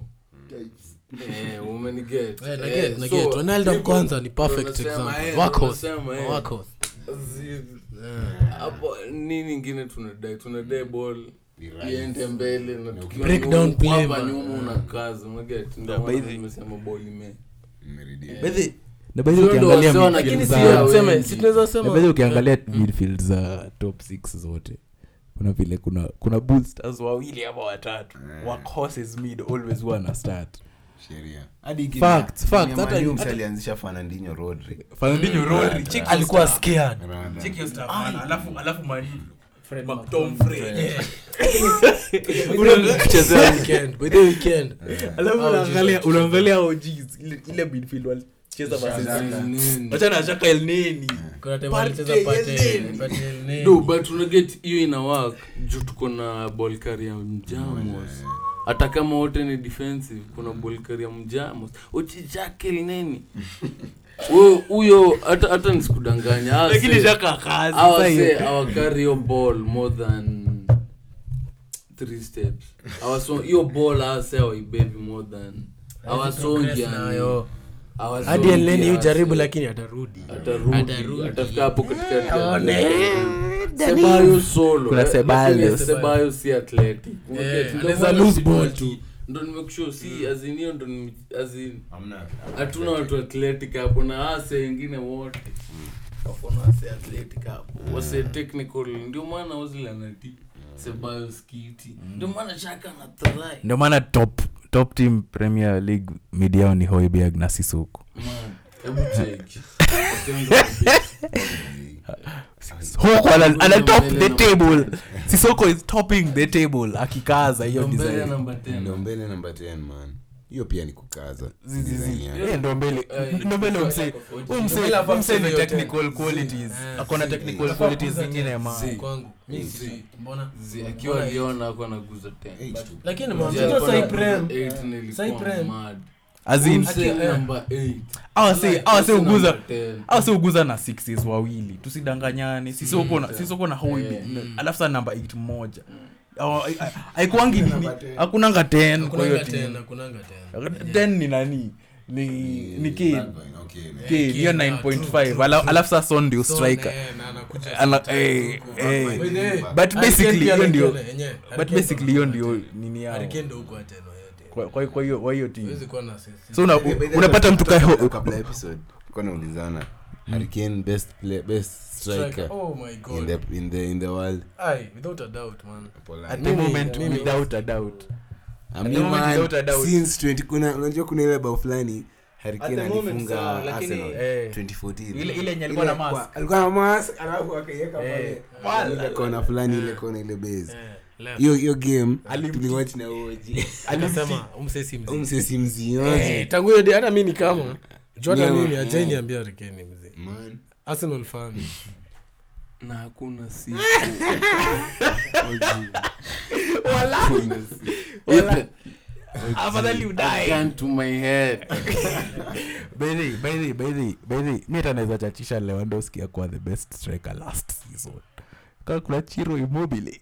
Mm. eh, umeniget Eh, na Eh, get- na so, get. Ronaldo people kwanza ni perfect wanasema, example. eh, Workhorse. wanasema, eh, wako zi- hapo nini ingine tunadai tunadai ball iende mbele na tukiwa Break nyuma, down play, kwamba man. nyuma una kazi unaget ndio Yeah, by maana the- nimesema ball ime Meridian. na by the way Sio ndo ukiangalia wasio midfield lakini za- sio- na wengi. Eh. situnaweza by the way ukiangalia midfield za top 6 zote kuna vile kuna kuna bullstars wawili ama watatu workhorses mid always huwa na start sheria hadi Facts, facts, hata- hata- alianzisha fanandinho rodri Fernandinho Rodri, check your alikuwa staff. scared Check your staff, man. Alafu- alafu Man U. Ma- Tom Fred. weekend by the weekend Alafu unaangalia- unaangalia OGs, ile- ile midfield walicheza versus- wachana na Shaka El Neni. kuna time Partey, alicheza yes, Partey, nini? Partey, nini? do but unaget hiyo ina work juu tuko na bolkaria mjamos Mm. hata kama wote ni defensive kuna bolkaria mjamos uchijakel neni Huyo- huyo hata hata nisikudanganya hawa Lakini se- Shaka akazi, hawa sasa hiyo. se awakari hiyo ball more than three steps Hawaso- hiyo ball awase awaibebi more than awasongi progress yani. nayo. Hawasongi hadi elneni yu hawase- jaribu lakini atarudi atarudi atafika hapo Aone. katikatisebayo Kuna Ceballos. solosebayo si athletic Eh, Unajua, ndio anaweza maana lose si ball tu- tu. ndo nimekusho si azin hiyo ndo nime- as in, hatuna watu athletic hapo na hase wengine wote wakona wase athletic hapo wase Hmm. technical ndio maana wazilanati sebayo skiti ndio maana shaka na thrai ndio maana top top team premier league mid yao ni hoiberg na sisuku man hebu check Wakianza Huko ana- ana top Mbele the na- table. Sissoko is topping the table akikaza hiyo mbele design. namba 10 ndo mbele namba 10 man hiyo pia ni kukaza Design yake. Eh, ndo mbele Eh, ndo mbele mse huyu mse- huyu mse ni technical qualities akona technical qualities zingine ma kwangu mi si mbona Zi- akiwa aliona ako anaguza ten. Eight tu. lakini Zi- alikuwa mwanzo saiprem na eight na ilikuwa Cyprem. mad. azin Mse Aki- eh. number eight. awase Ala, awase mse ah, uguza number ten. au si uguza na sixes wawili tusidanganyane sisoko na, sisoko na hoibi alafu saa namba 8 mmoja Au- ai- ai- haikuangi nini hakunanga 10 kwa hiyo kunanga timu tena kunanga tena 10 ni nani ni ni kid Backline, okay, man. Eh, Kid, hiyo 9.5 Ala- alafu saa son eh, ndio striker Ala- eh, eh. but basically hiyo ndio but basically hiyo ndio nini yao arikendo huko ateno yote Kwa- kwa kwa hiyo kwa hiyo timu huwezi kuwa na sisi so una, By the way, unapata mtu kabla- kaho kabla episode kwa naulizana Hurricane best play, best striker Striker. oh my in god the in the in the world ai without a doubt man Poland. at the moment without a doubt I mean, the moment man, without a doubt. since 20 kuna- unajua kuna ile bao fulani Hurricane At the moment, alifunga sawa, lakini, Arsenal eh, 2014. ile- ile yenye Ile alikuwa na kwa- mask. Eh, alikuwa na mask, alafu akaiweka pale. Ile kona fulani ile kona ile base hiyo hiyo game tuliwatch na Eh. oji alisema umsesi mzee umsesi mzioji Eh, tangu hiyo di- hata mi ni kama jordan Yeah, mimi yeah. ajai niambia rikeni mzee arsenal fan na hakuna siku Yaani, afadhali I can't to my head Baidhi, baidhi, baidhi, baidhi. mi hata naweza chachisha lewandowski akuwa the best striker last season kaa kuna chiro Ah, imobile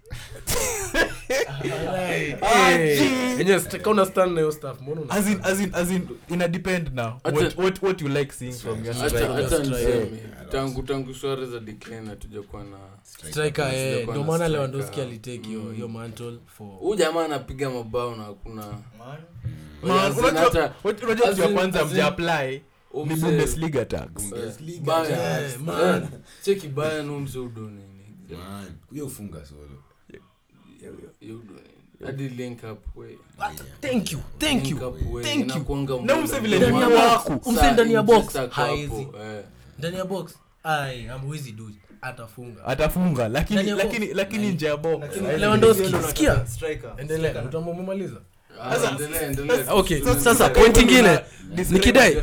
kauna stan nayo staff mbona as in, as in, as in, ina depend now what, Acha- what, what you like seeing from your Acha- striker. acha niseme, Yeah. tangu tangu sware za decline hatujakuwa na striker eh Sijakuwa ndio na maana striker. lewandowski alitake hiyo hiyo mantle for huu jamaa anapiga mabao na hakuna Man, As in, hata- unajua what- unajua as kitu ya in- kwanza as in- mjaapply ni Umse- bundesliga tax Eh, Bayern. Eh, man. Eh, cheki baya numse udonini huyo ufunga solo Eh. hadi link up way thank you thank you Thank you. Na umse vile ni waku. umse ndani ya box Haizi. eh. ndani ya box ai am wizi dude atafunga atafunga Ndani lakini ya box. lakini lakini nje ya box lewandowski sikia endelea striker mtambo umemaliza okay So- sasa point ingine nikidai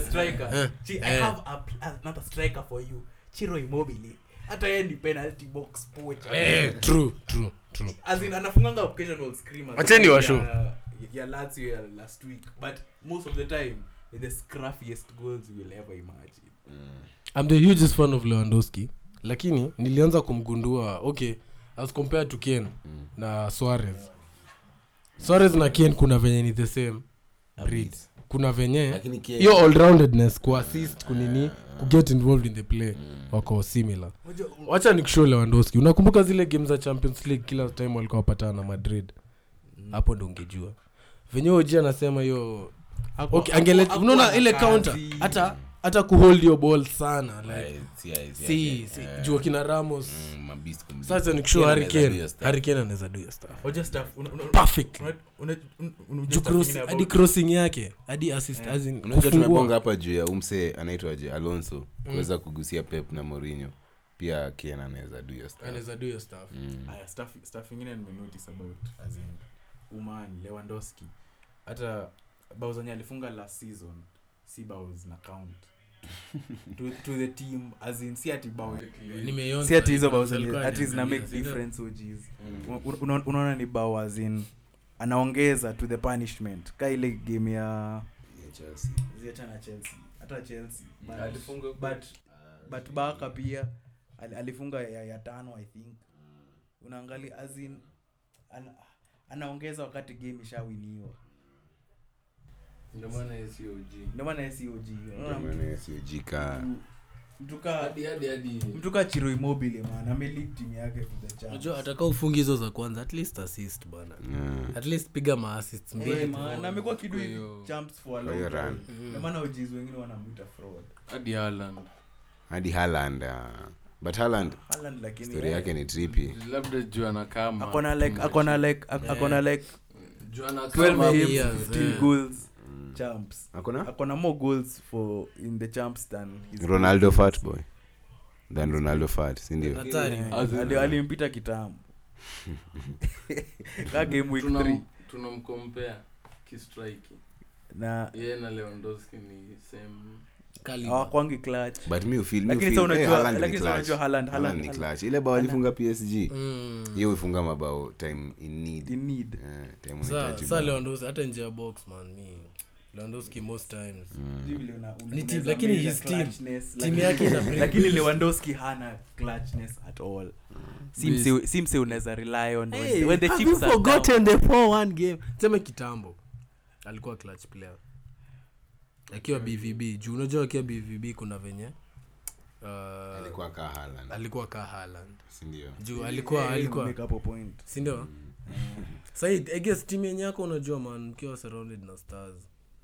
See, I have a pl- uh, another striker for you. Chiro Immobile. Hata yeye ni penalty box poacher. eh true true true As in, anafunganga occasional screamers. Wacheni washu. Ya- ya Lazio ya last week. But most of the time, they're the scruffiest goals you will ever imagine. I'm the hugest fan of Lewandowski lakini nilianza kumgundua okay as compared to Kane na Suarez Suarez na Kane kuna venye ni the same breed kuna venye lakini Kane- hiyo allroundedness kuassist kunini kuget involved in the play wako similar wacha nikushow lewandowski unakumbuka zile game za champions league kila time walikuwa wapatana na madrid hapo ndo ungejua venye oji anasema hiyo okay, angele- unaona ile counter hata hata kuhold hiyo ball sana like, eh, Si- si- si, si, juu kina ramos mabist kumliko. sasa nikishua Kila Mm. anaweza do harikane your stuff. harikane anaweza do your stuff Unajua stuff- una- una- una- perfect una- una- una- unajua Juu stuff cross- ingine hadi about- crossing yake hadi assist as in Eh. unajua tumeponga kufungua hapa juu ya umse anaitwaje alonso kuweza kugusia pep na morinho pia kian anaweza do your stuff. anaweza do your stuff Mm. Aya, stuff- stuff ingine nimenotice about as in uman lewandowski hata bao zenye alifunga last season si bao zina count to, to the team as in si ati bao Nimeona- si ati hizo bao zenye- Alikuwa ati zina make anaangalia, difference OGs. Una- una- unaona ni bao as in anaongeza to the punishment ka ile game ya Yeah, Chelsea. ziachana chelsea hata chelsea Mm. but, but, but baka pia al- alifunga ya, ya tano i think unaangalia as in ana, anaongeza wakati game ishawiniwa ndio maana SOG. ndio maana SOG unaona Ndio mtu- maana SG ka- mtu- mtu kaa- hadi hadi hadi mtu kaa Ciro Immobile, man amelead timu yake to the champs. unajua ataka ufungi hizo za kwanza at least assist bana Mm. at least piga maassist mbili Eh, man, amekuwa kidu hivi Kwa hiyo- champs for a kwa hiyo long time. run. Ndio maana OGs wengine wanamwita fraud hadi Haaland. hadi Haaland, ah. but Haaland, Haaland lakini eh, story yake ni tripi labda juu Mm. anakama akona like akona like ak- akona like juu anakama 12 Kama games years, 15 eh. goals Mm. champs akona akona more goals for in the champs than his ronaldo fat boy than ronaldo fat sindio hatari Yeah. As in- Ali- alimpita kitambo ka game week Tunam- 3 tunamkompea kistrike na yeye na Lewandowski ni same Kali. hawakwangi clutch but mi ufeel- mi Lakini ufeel- sasa unajua- eh, Haaland ni lakini sasa clutch. unajua Haaland- Haaland Haaland- ni Haaland. clutch. ile bao alifunga psg Mm. hiyo ifunga mabao time in need in need Eh, time Sa- unahitaji sa bao. Lewandowski, hata nje ya box man mi Lewandowski most times Sijui vile una- una- Ni team- unaweza lakini measure his team- clutchness, team lakini- yake ina bring lakini peace. lewandowski hana clutchness at all Si Yes. mse- si mse unaweza rely on when- Mm. Hey, when the have chips you are forgotten down. the 4-1 game? sema kitambo alikuwa clutch player akiwa bvb juu unajua akiwa bvb kuna venye uh, alikuwa ka Haaland, alikuwa ka haland sindio juu alikuwa alikuwa Make up a point. sindio sahii iges timu yenye yako unajua man mkiwa surrounded na stars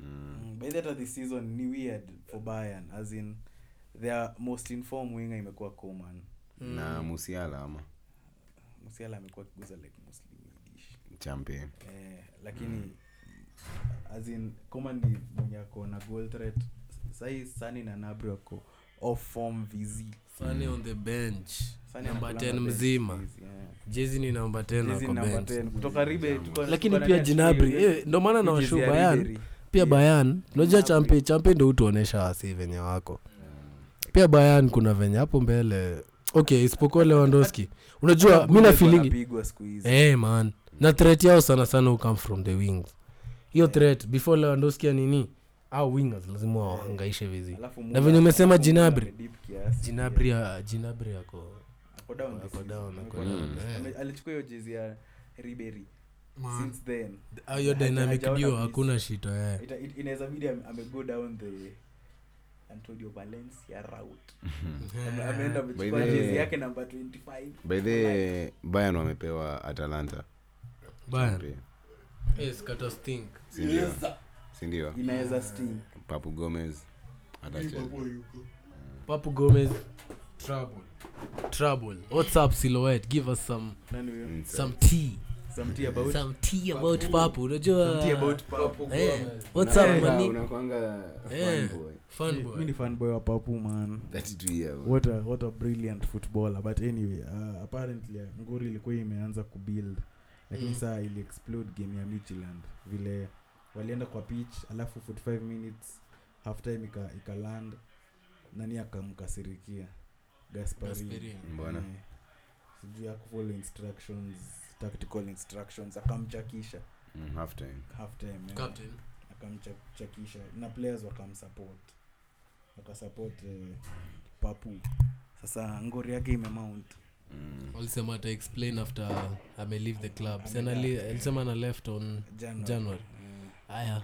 Mm, by the end of the season ni weird for Bayern as in their most informed winger imekuwa Coman. Mm. na musiala ama Musiala amekuwa akiguza like mostly midish. champion Eh, lakini Mm. as in Coman ni mwenye ako na goal threat. Sahi Sani na Nabri wako off form vizi. sane on the bench Sani namba anakulanga 10 bench mzima vizi, eh. jezi ni namba 10 Jezi ako ni namba bench 10. Kutoka Ribe tuko- lakini tuko pia na- jinabri eh, ndo maana Jezi nawashu ya bayan Ribery. pia Yeah. bayan unajua Gnabry. champe champe ndo hutuonyesha wasi venye wako pia bayan kuna venye hapo mbele okay isipokuwa lewandowski unajua mi Bundesliga nafilingi wanapigwa siku hizi. hey, Eh, man na threat yao sana sana who come from the wings hiyo Eh. threat before lewandowski ya nini au wingers lazima wahangaishe vizi Alafu na Muller- venye umesema alafu Muller Gnabry. amedip kiasi. jinabri ya- jinabri yako Ako down this ako season. down ako Amekuwa down eh. Ame- alichukua hiyo jezi ya ribery since then Eh, hiyo Haja- dynamic hajaona duo peace. hakuna shito eh. Ita- it- inaweza bidi ame- amego down the antonio valencia route Ame- ameenda amechukua By the- jezi yake namba 25 by the bayan wamepewa atalanta Bayern. Champion. Yes, kata stink. sindio sindio inaweza sting papu gomez atacheza Papu Gomez. Trouble. Trouble. What's up, Silhouette? Give us some nani huyo Mm, some tea. something about Some tea about Papu. Unajua. something about papu Eh, what's up, unakwanga- mani? unakwanga Eh. fanboy. Fun mi boy. ni fanboy wa papu man 32 year old. what a, what a brilliant footballer but anyway uh, apparently uh, ngori ilikuwa imeanza kubuild lakini Mm. mm. saa ili explode game ya Midtjylland vile walienda kwa pitch alafu 45 minutes half time ika, ika land nani akamkasirikia Gasparini Gasperini. Mbona? Mm. Eh, sijui akufollow instructions tactical instructions akamchakisha Mm, half time. half time eh Captain. akamchakisha na players wakamsupport wakasupport eh, papu sasa ngori yake imemount Mm. Walisema ata explain after ame leave the club. Si Amekaa. anali- alisema ana left on January. January. Mm. Aya.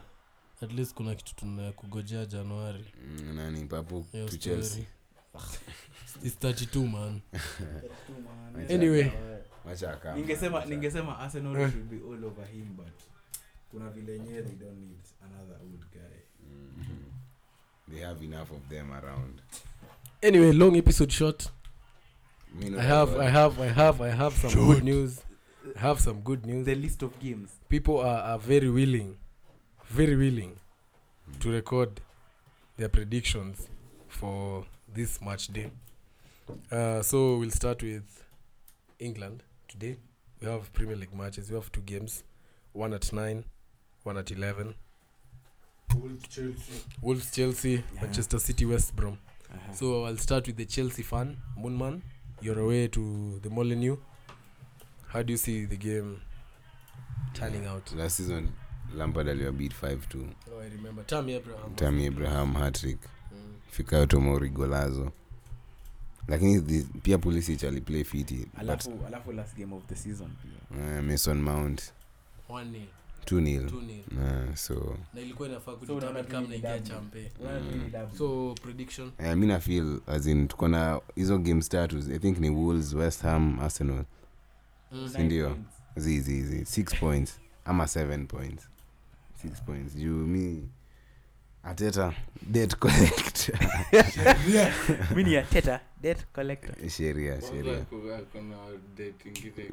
At least kuna kitu tuna kugojea Januari. Mm, nani papu Hiyo to Chelsea. story. It's 32 man. That's too man. Anyway. Eh. Wacha akama, ningesema wacha. ningesema arsenal should be all over him but kuna vile yenyewe they don't need another old guy Mm. they have enough of them around anyway long episode short Mi I naona have, watu- I have, I have, I have some good news. I have some good news. the list of games People are, are very willing, very willing to record their predictions for this match day. Uh, so we'll start with England today. We have Premier League matches. We have two games, one at nine, one at eleven. Wolves Chelsea, Manchester City, West Brom. So I'll start with the Chelsea fan, Moonman. You're away to the Molineux. How do you see the game turning out? last season lampard aliwabid 5 2 Oh, I remember. Tammy Abraham. tami abraham hatrick fikao tomori golazo lakini thi- pia pulisic aliplay fiti but alafu alafu last game of the season pia uh, mason mount 1-0, 2 2-0. 0 uh, so Na ilikuwa inafaa unaona kudetermine kama mimi ni naingia damu. champe. mm. So prediction. Uh, mi nafil asin tuko na hizo game status i think ni wolves west ham arsenal Mm. sindio zizizi six points ama seven points six points juu mi ateta date collect mi ni ateta debt collector sheria sheria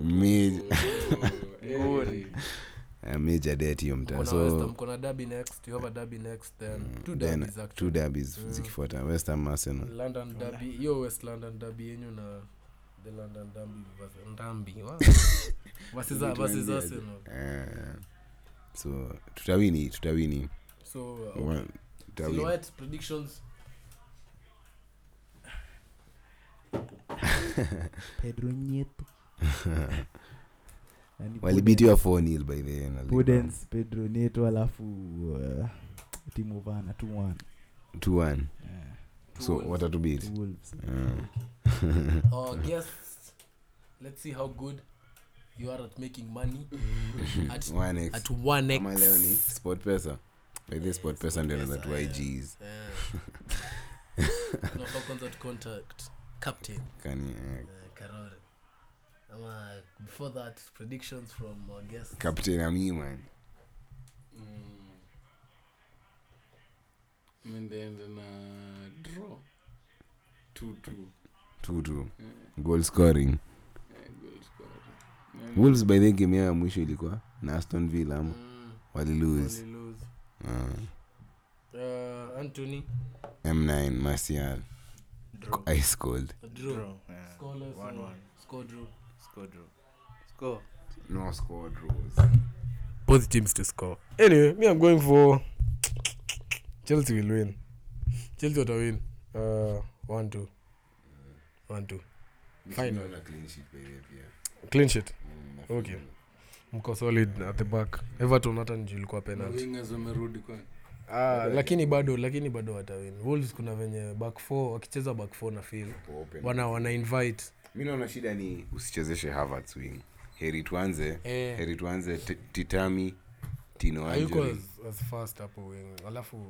Mi- Oh, eh, mi uh, major det hiyo mtaa Kuna so Mm, West Ham, kuna derby next. You have a derby next then. Two then derbies two actually. dabis Mm. zikifuata west ham arsenal London derby, hiyo West London derby yenyu na the London derby versus- ndambi. Wow. Versus- versus Arsenal. Eh, so tutawini tutawini So uh, Wa- tutawini. Silhouette predictions. pedro nyeto Yaani walibitiwa 4-0 by the way, na Liverpool. Prudence, pedro neto alafu uh, timu vana 2-1. 2-1 Yeah, so watatubit two Wolves. Our guests, let's see how good you are at making money Mm. at, at 1x. Eh. kama leo ni sport pesa by the way, sport pesa ndio nazatu igs Yeah. Unafaa kwanza tu contact captain kani eh, uh, Karore. Ama before that predictions from our guests. captain ami man mm. ndaenda na draw tutu tutu goal scoring wolves by the way, game yao ya mwisho ilikuwa na aston villa ama Mm, walilose walilose. uh, Uh, Anthony, m9 Ah. martial Draw. ice cold draw. Draw, yeah. Score less One, or one. score draw. Score draw. Score. no score draws both teams to score. Anyway, me I'm going for Chelsea will win. Chelsea will win. Uh, one two, one two. Final. Clean sheet. Mm, Okay. Mko solid at the back. Everton hata nje ilikuwa penalty. wingas wamerudi kwani Ah, lakini bado lakini bado watawin. Wolves kuna venye back four wakicheza back four na feel. Wana wana invite. mi naona shida ni usichezeshe Havertz wing heri tuanze Eh. heri tuanze T- titami tino Hayuko Anjoli. as, as fast hapo wing. Alafu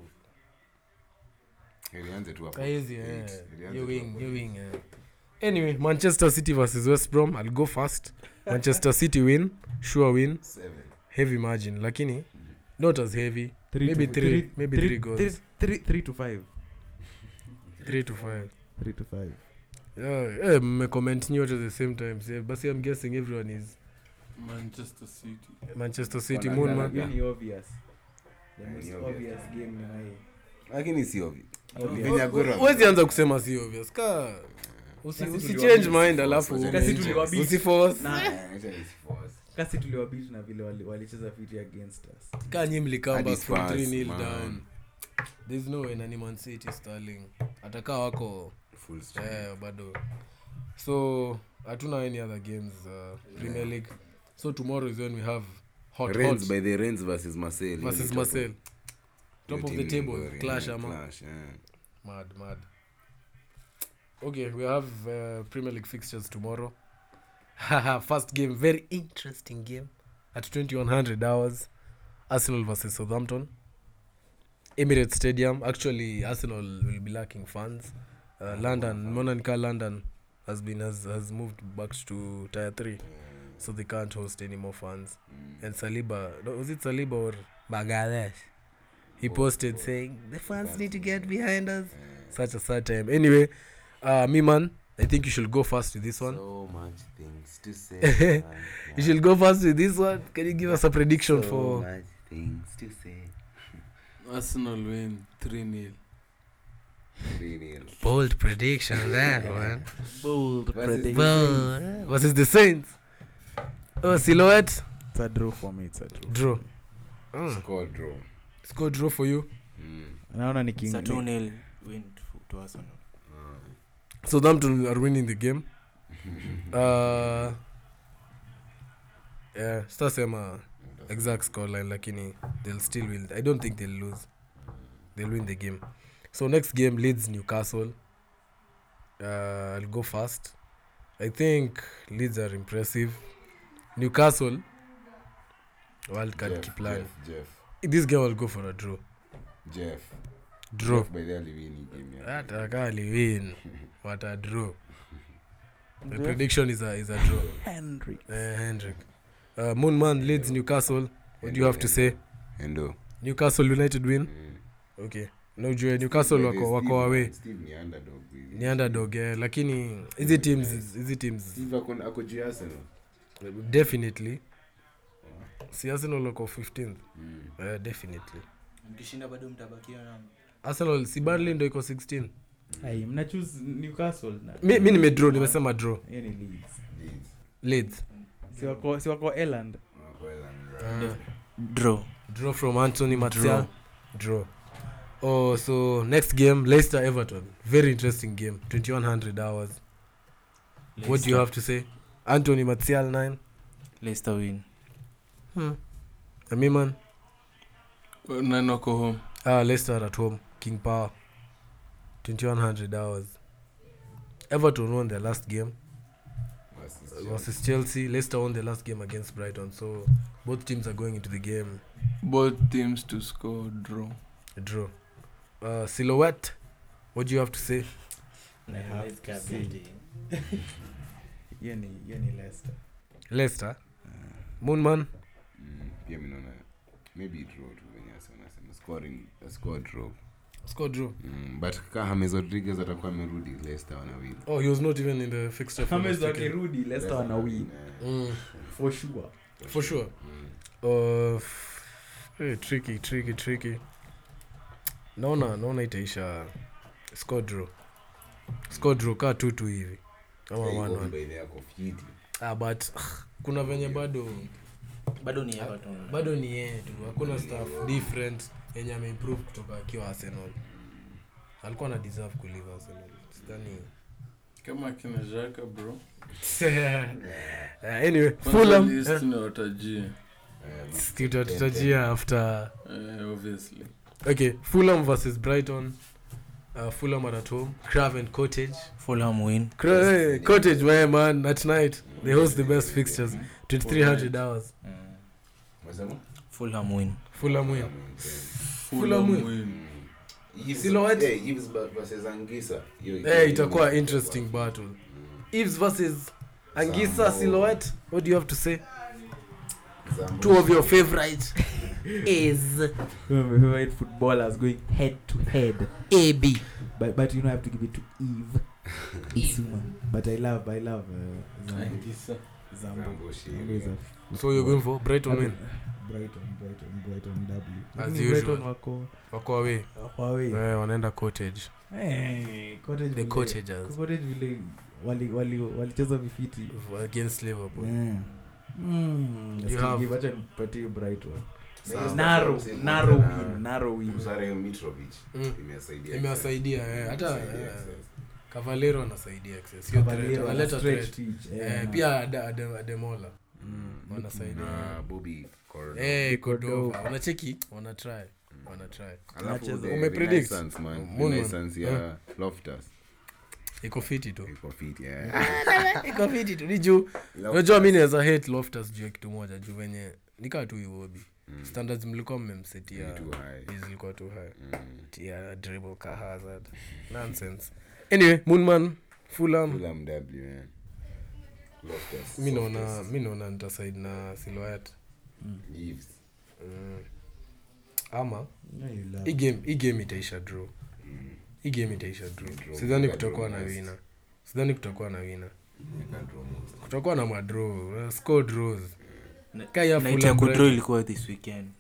heri anze tu hapo. Crazy, eh. Heri- yeah. heri anze You tu win, hapo. you win, yeah. eh. Anyway, Manchester City versus West Brom. I'll go first. Manchester City win, sure win, Seven. heavy margin. Lakini not as heavy. Maybe to- three, maybe three goals. three- three- three to five. Three to five. Three to five. Yeah, eh, mmecomment nyote the same time. Yeah, basi I'm guessing everyone is manchester city Manchester City Wanangana Moonman. Yeah. Hii ni obvious. The Yeah, most ni obvious. obvious game ni hii. lakini si obvi Obvious. Venye Aguero- Huwezi anza kusema si obvious. Ka usi, usi change mind alafu Sasa Kasi ume- tuliwabit. usi force. Eh, acha nisiforce. kasi tuliwabit na vile wali- walicheza fiti against us ka nyi Hadi mlikamba from Spurs, 3 man. down there's no way nani man city starling atakaa wako Full strength. eh, bado so hatuna any other games uh, premier league so tomorrow is when we have hot Rennes hot by the Rennes versus Marseille. versus Top- marcel your top of team the is table boring. clash Yeah, ama clash, eh. yeah. mad mad okay we have uh, premier league fixtures tomorrow Haha, first game very interesting game at 2100 hours arsenal versus southampton emirates stadium actually arsenal will be lacking fans uh, london monanka london has been has, has moved back to tier 3 so they can't host any more fans and saliba no, was it saliba or bangladesh he posted saying the fans need to get behind us such a sad time anyway uh, miman i think you should go first with this one So much things to say. man. you should go first with this one can you give us a Oh, prediction So for much things to say. arsenal win 3 nil Real. bold prediction there man Bold Versus- prediction. bold versus the saints oh silhouette It's a draw for me, it's a draw. draw mm. Score draw. score draw for you Mm. Naona ni It's a king. 2-0 win to Arsenal. southampton are winning the game uh, yeah sitasema exact scoreline lakini they'll still win i don't think they'll lose they'll win the game so next game leads newcastle uh, i'll go first i think leads are impressive newcastle wild card Jeff, kiplan Jeff, Jeff. this game i'll go for a draw Jeff. draw Jeff by the early winning game. Yeah. hata kaa liwin what a draw my prediction is a, is a draw Henry. Uh, Hendrick. Uh, Moonman leads Newcastle. What do you have to say? Endo. Newcastle United win. Mm. Okay. No juu Newcastle wako wako away. Ni underdog eh, lakini hizi teams hizi teams definitely si Arsenal wako 15th. Uh, definitely. Mkishinda bado mtabakia na Arsenal si Burnley ndio iko 16. Ai, mna choose Newcastle na. Mi, mi nimedraw nimesema draw. Hiyo ni Leeds. Leeds. Si wako si wako Elland. Uh, draw. draw from Anthony Martial. Draw. Oh, so next game Leicester Everton. Very interesting game. 2100 hours. What do you have to say? Anthony Martial nine. Leicester win. I mean, man, nani wako home ah, Leicester at home. King Power. 2100 hours. Everton won their last game versus Chelsea. Leicester won their last game against Brighton. So both teams are going into the game both teams to score draw a draw. Uh, silhouette. What do you have to say? I have to say. Hiyo ni hiyo ni Leicester. Leicester. Moonman. Hmm, pia minaona maybe draw tu venye hasa wanasema scoring a score draw Score draw. mm, but ka James Rodriguez atakuwa amerudi Leicester wanawin Oh, he was not even in the fixture. for James Leicester. wakirudi Leicester wana win Mm, for sure. for sure. Mm. Uh, f- eh, tricky, tricky, tricky. Naona naona itaisha score draw. Score draw ka 2-2 hivi. Kama Hey, 1-1. Pogba ile yako fit. Ah, but kuna venye bado Bado ni Everton. bado ni yeye tu. Hakuna stuff different yenye ameimprove kutoka akiwa Arsenal. Alikuwa na deserve kulive Arsenal. Sidhani. kama kina jaka bro Eh, anyway, Fulham eh, fulhamwatajie tutatajia after uh, obviously Okay, Fulham versus Brighton. Uh, Fulham are at home. Craven Cottage. Fulham win. Cra- hey, Cottage, where man, at night they host the best fixtures. 2300 hours. Unasema? Fulham win. Fulham win. Fulham Fulham win. win. Hmm. Yves- Silhouette? Hey, Yves ba- versus Anguissa. Hiyo- hiyo- Hey, Eh, itakuwa interesting battle. Eves versus Angisa Zambo. Silhouette. What do you have to say? Zambo. Two of your favorite. Two of my favorite footballers going head to head. AB. But but you know I have to give it to Eve. Eve. But I love I love uh, Zambo. Zambo. Zambo shi. Zambo is a So you're going for Brighton win. Brighton, Brighton, Brighton, W. As Lakini usual. Brighton wako Wako away. wako away. Eh, wanaenda Cottage. Eh, The Cottage vile- Cottagers Cottage vile wali- wali- walicheza vifiti. against Liverpool. Eh. Mm, You let's have- give- wacha nipatie Brighton. Zambo. Narrow, Zambo. narrow Zambo. win, narrow win. Msare Mitrovic. Mm. Imewasaidia. Imewasaidia eh, hata Imewasaidia eh, access. Cavalero anasaidia access. Sio threat, Cavaliero ana analeta stretch threat. teach, eh, Eh, na- pia Ade- Ade- ademola Mm. Na Hmm, wanasaidia Bobby Cordona. Eh, Cordova. Cordova. wanacheki wanatry wanatry Mm. Alafu the Umepredict? renaissance, man. Moon, man. Renaissance ya Loftus. iko fiti tu Iko fit, yeah. iko fiti tu ni juu unajua mi naweza hate loftus juu ya kitu moja juu venye nikaa tu iwobi Mm. standards mlikuwa mmemsetia Hmm. Too high. Hizi zilikuwa tu high Mm. tia dribble ka hazard nonsense anyway moonman fulham Fulham W, man. Loftus. mi naona mi naona nitasaid na silhouette Yves. mm. ama No, you love. hii game hii game itaisha Mm. draw hii game itaisha draw sidhani kutakuwa na wina sidhani kutakuwa na wina kutakuwa na madro score draws Ka ya night ya Fulham kudraw Brighton. ilikuwa this weekend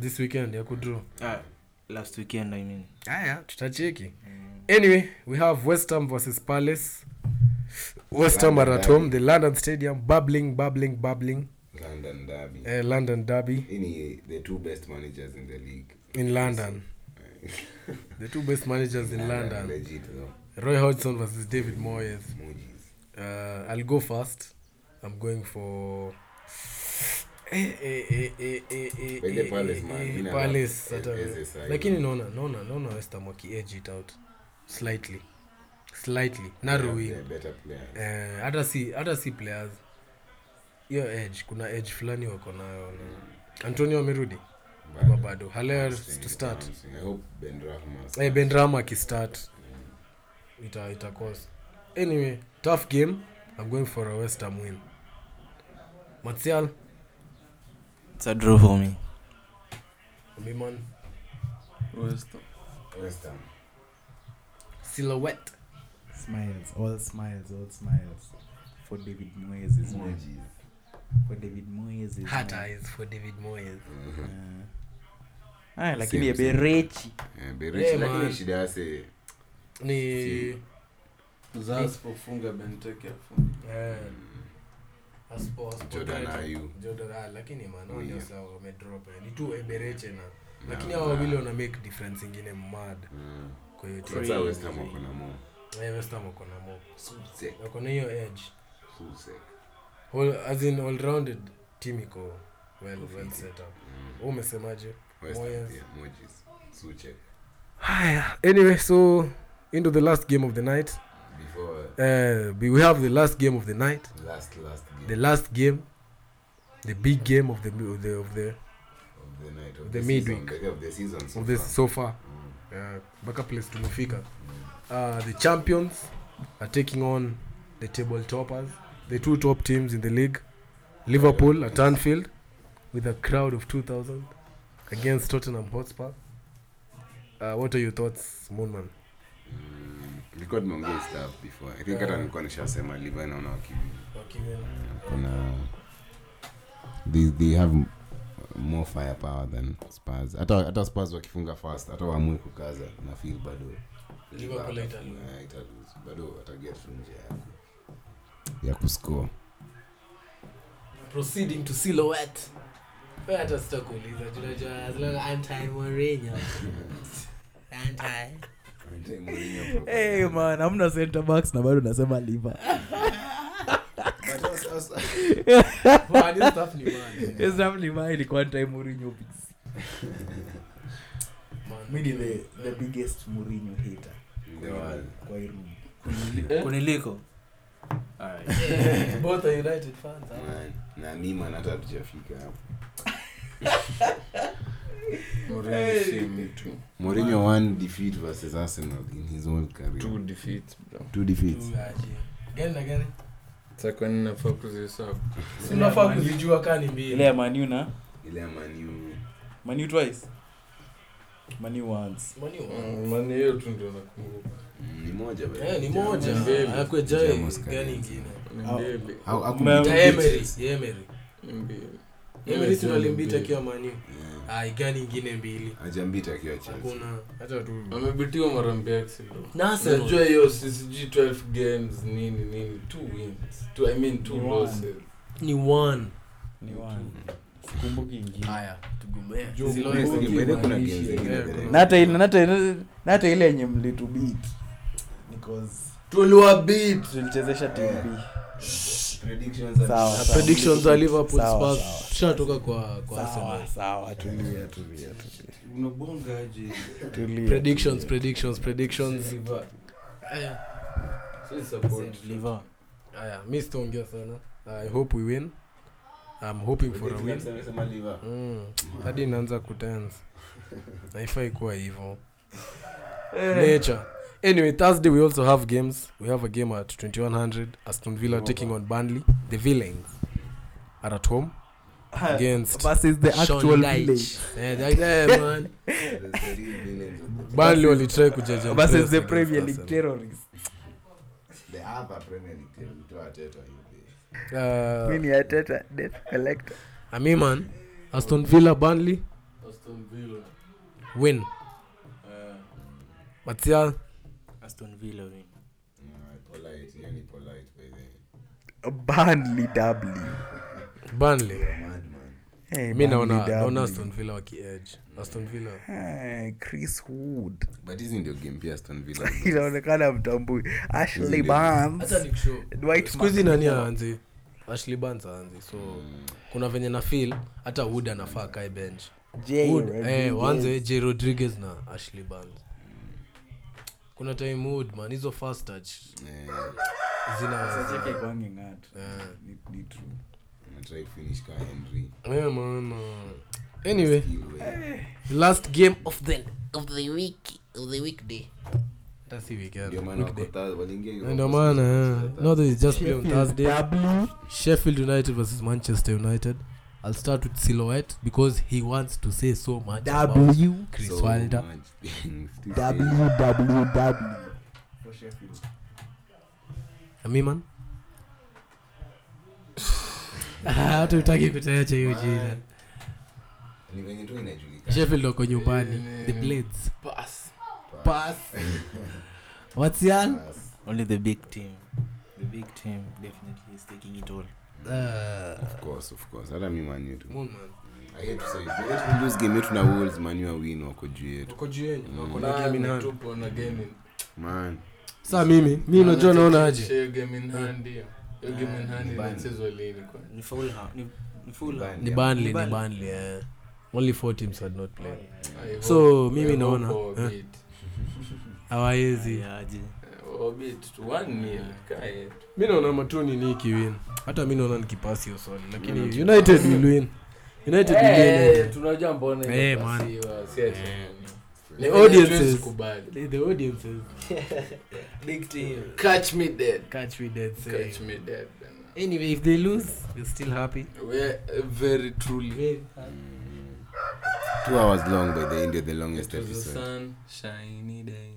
this weekend ya kudraw ah, last weekend i mean haya tutacheki anyway we have west ham versus palace west ham are at home the london stadium bubbling bubbling bubbling london derby uh, london derby Hii ni the two best managers in the league in london the two best managers in london legit though roy hodgson versus david moyes Mojis. uh, I'll go first. I'm going for. Eh, eh, eh, eh, eh, eh, By the eh, Palace, eh, man. eh, Mina na- Palace, eh, hata- as a side. lakini naona naona naona westam wakiedge it out slightly slightly narrow wing They're better players. Eh, hata si hata si players hiyo edge kuna edge fulani wako nayo Mm. antonio amerudi ama bado haler eh, to start I hope Ben Rahma is- Eh, bendrama akistart ita itakosa anyway tough game i'm going for a west ham win martial it's a draw for me miman West Ham. silhouette Smiles, all smiles, all smiles. For David Moyes is mine. For David Moyes is hot mine. eyes for david moyes Mm-hmm. Yeah. Ah, lakini Same, same. eberechi Eh, Berich, Yeah, lakini man. shida yase ni Eh. zasipofunga benteke afunge eh, Aspo- Aspo- Jordan Ayew. Oh, Jordan Ayew, lakini man, hao Yeah. ndio sawa, wamedrop, eh. ni tu ebereche na lakini na- hao wawili wana make difference ingine mad Mm. kwa hiyo timu. Sasa West Ham wako na mo. Eh, West Ham wako na mo Susek, wako na hiyo edge Susek. All, as in all rounded team iko well, well set up. Wewe Umesemaje? Mm. West Ham, Moyes. yeah, Mojis. Susek. Haya, anyway, so into the last game of the night. Before uh, Uh, we we have the last game of the night, last- last game the last game, the big game of the of the of the, of the night, of the the midweek. season, of the season so of the far. Mm. so far. Uh, mpaka place tumefika. Uh, the champions are taking on the table toppers, the two top teams in the league, Liverpool at Anfield with a crowd of 2,000 against Tottenham Hotspur. Uh, what are your thoughts, Moonman? Nilikuwa nimeongea stuff before. I think hata nilikuwa nishasema Liverpool naona waki- kuna they, they have m- more firepower than Spurs. Hata hata Spurs wakifunga fast, hata waamue kukaza na feel bado Liverpool haitalose. Eh, haitalose. bado wataget tu njia ya ya kuscore. Proceeding to silhouette. Wewe hata sitakuuliza, tunajua as long as anti Mourinho. Anti. hey, Eh, man hamna center backs na bado nasema liver This time liver ilikuwa ni time Mourinho picks. Mi ni the, the biggest Mourinho hater kwa hii room. Eh? kuniliko Both are United fans. huh? Man, na mimi na hata tujafika hapo. Mourinho si mtu. Mourinho one defeat versus Arsenal in his whole career. Two defeats, bro. Two defeats. Gani na gani? Sasa kwa nini nafaa kuzihesabu? Si unafaa kuzijua kani ile mbili. ya manu na Ile ya Man U. manu twice manu once Mani wa- Mm, Maana hiyo tu ndio nakumbuka. Mm, Ni moja bado. Eh, ni moja. Mbili. Hakwe jai James gani Karius. ingine. Ni Ah. mbili. Hau- haku- Ma- Ya Emery, ya Emery. Ni mbili. Emery Yes, tunalimbita mbili. akiwa Man U. Ah, gani ingine mbili? Ah. Hajambita akiwa Chelsea. Hakuna hata tu. Amebitiwa mara mbili si bro. Na Arsenal. Najua hiyo CCG 12 games nini nini two wins. Two, I mean two Ni losses. Ni one. ni one sikumbuki ingine Haya, tugombea. Juu Zile Mourinho zingine, by the way kuna maanishi games zingine yeye by the way. na hata ile- na hata- na hata ile yenye mlitubit because Tuliwabit. tulichezesha Yeah. tb Predictions are- Sawa, Na sawa. predictions za Liverpool Sawa, Spurs tushatoka kwa kwa Arsenal. sawa sawa tulia tulia tulia. unabonga aje tulia Predictions, predictions, predictions. Haya. Si support. liver Haya, mimi sitaongea sana. I hope we win. I'm hoping for a win. Sema- sema liver. Mm, hadi inaanza kutense haifai kuwa hivyo Eh. nature anyway thursday we also have games we have a game at 2100 aston villa taking on burnley the villains are at home against versus Ah, the Sean actual Dyche. village Eh, that guy, man. The real villains of the- burnley walitry kujaja versus the premier league terrorists another premier league team mtoa teta hivi Uh, mimi ateta death collector I mean, man, Aston Villa, Burnley, Aston Villa. win. Eh, Martial, aston villa win Yeah, Mm, polite hiyo ni polite by the way Burnley W Burnley. madman hey, Mi naona Burnley naona W. Aston Villa wakiedge. Aston Villa. Eh, Chris Wood but hizi ndio game pia Aston Villa inaonekana mtambui Ashley Ndio. Barnes acha nikushow. Dwight Siku hizi nani aanzi? Ashley Barnes aanzi. So kuna venye na feel hata Wood anafaa kae bench. J. Wood, eh, Rodriguez. waanze J Rodriguez na Ashley Barnes. Kuna time Wood man, hizo fast touch eh zina Cheke kwangi ng'at. eh. Ni- ni true. na try finish ka Henry Yeah, eh, man. uh, Anyway, Gilway. last game of the of the week of the weekday that's the weekend. ndio maana Weekday. wako Thurs- waliingia Europa ndio maana League. eh. no they just play on thursday sheffield united versus manchester united i'll start with silhouette because he wants to say so much about chris So wilder much things to say. For Sheffield. ami man Ah, hata utaki kutayacha hiyo jina ni venye tu inajulikana sheffield wako nyumbani the blades Pass. pass what's yan only the big team the big team definitely is taking it all uh, Of course, of course. hata mi Man U tu. moon man I hate to say it, but if we lose game yetu na Wolves, Man U wa win wako juu yetu Wako juu yenu, wako na Man, game in ni hand. man saa mimi mi najua naona aje Share game in hand hiyo. Hiyo game in hand ni bad. inachezwa lini kwani? ni Fulham- ni- ni Fulham. ni Burnley. banly ni banly yeah. only four teams had not played I hope- So, I mimi hope naona, for a eh. bit. hawawezi Yeah, aje. Eh, a bit, one nil, kae. mi naona matoni ni ikiwin hata mi naona nikipasi hiyo swali lakini united will win united will Eh, win tunajua mbona Eh, man. Eh. inapasiwa, si ati nini. Ni audiences. hatuwezi kubali. The- the audiences big team Catch me dead. catch me dead saying. Catch me dead. anyway if they lose we're still happy We're uh, very truly. two hours long by the end of the longest It was a episode sun, shiny day.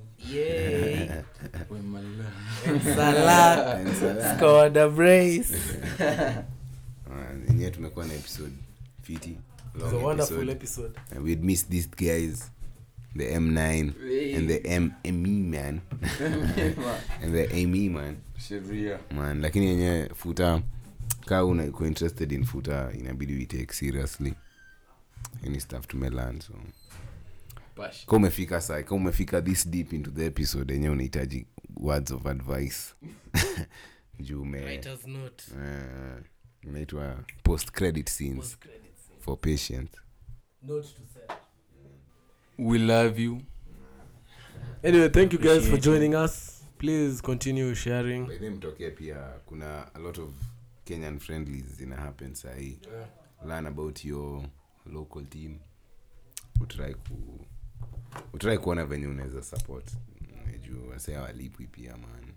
With my love. Salah And Salah. scored a brace Man, yenyewe tumekuwa na episode fiti long it's a wonderful episode. episode And we'd miss these guys the m9 and the M- me man and the me man Sheria. man lakini yenyewe futa kaa una- uko interested in futa inabidi we take seriously any stuff tumelearn so Passion. ka umefika saa ka umefika this deep into the episode yenyewe unahitaji words of advice juu ume Writer's note. eh, inaitwa post credit scenes for patient Note to self. We love you. anyway thank you guys for joining us please continue sharing by the way, mtokee pia kuna a lot of kenyan friendlies zina happen sahii Yeah. learn about your local team utrai ku utrai kuona venye unaweza support Mm, juu wasee walipwi pia man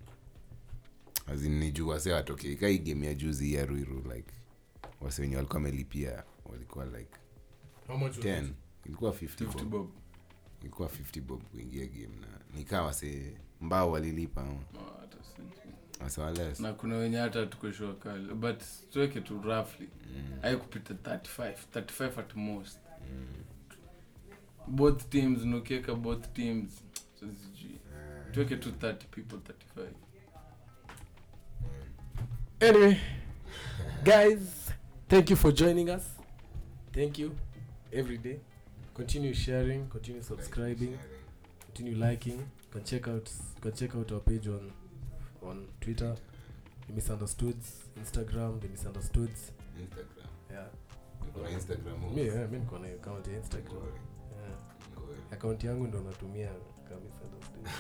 As in, ni juu wasee watokei ka hii game ya juzi ya ruiru like wase wenye walikuwa wamelipia walikuwa like 10 ilikuwa 50 bob. Bob. ilikuwa 50 bob kuingia game na nikaa wase mbao walilipa ama? Oh, hata si- wase wales na kuna wenye hata tukushua kali but tuweke tu roughly Mm. haikupita 35 35 at most both teams nukieka both teams sijui tuweke tu 30 people 35 anyway guys thank you for joining us thank you every day continue sharing continue subscribing continue liking you can check out you can check out our page on on twitter the misunderstoods instagram the misunderstoods Instagram. yeah Kuna Instagram huko. me yeah, me niko na account ya instagram yeah. Ngoja. account yangu ndo natumia kama misunderstoods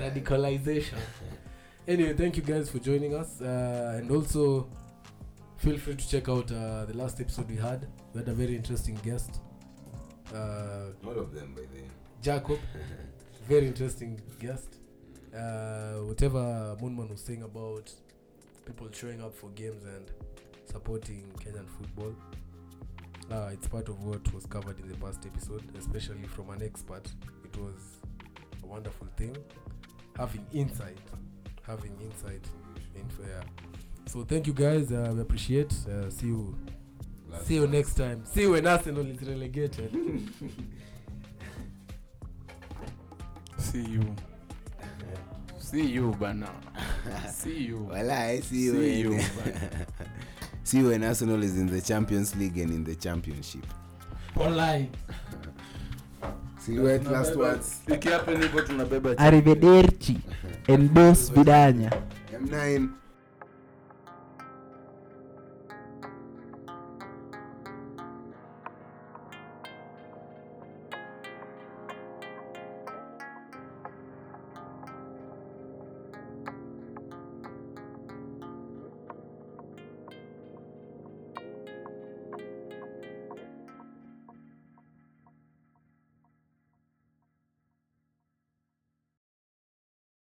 radicalization anyway thank you guys for joining us uh, and also feel free to check out uh, the last episode we had we had a very interesting guest uh, All of them by the way. jacob very interesting guest uh, whatever moonman was saying about people showing up for games and supporting kenyan football uh, it's part of what was covered in the past episode especially from an expert it was a wonderful thing having insight having insight info yeah so thank you guys uh, we appreciate uh, see you see you next time see you when arsenal is relegated see you see you bana see you Walai, see you see you when- bana. see you when arsenal is in the champions league and in the championship online silhouette last words Iki hapa niko tunabeba arrivederci and dos vidanya m9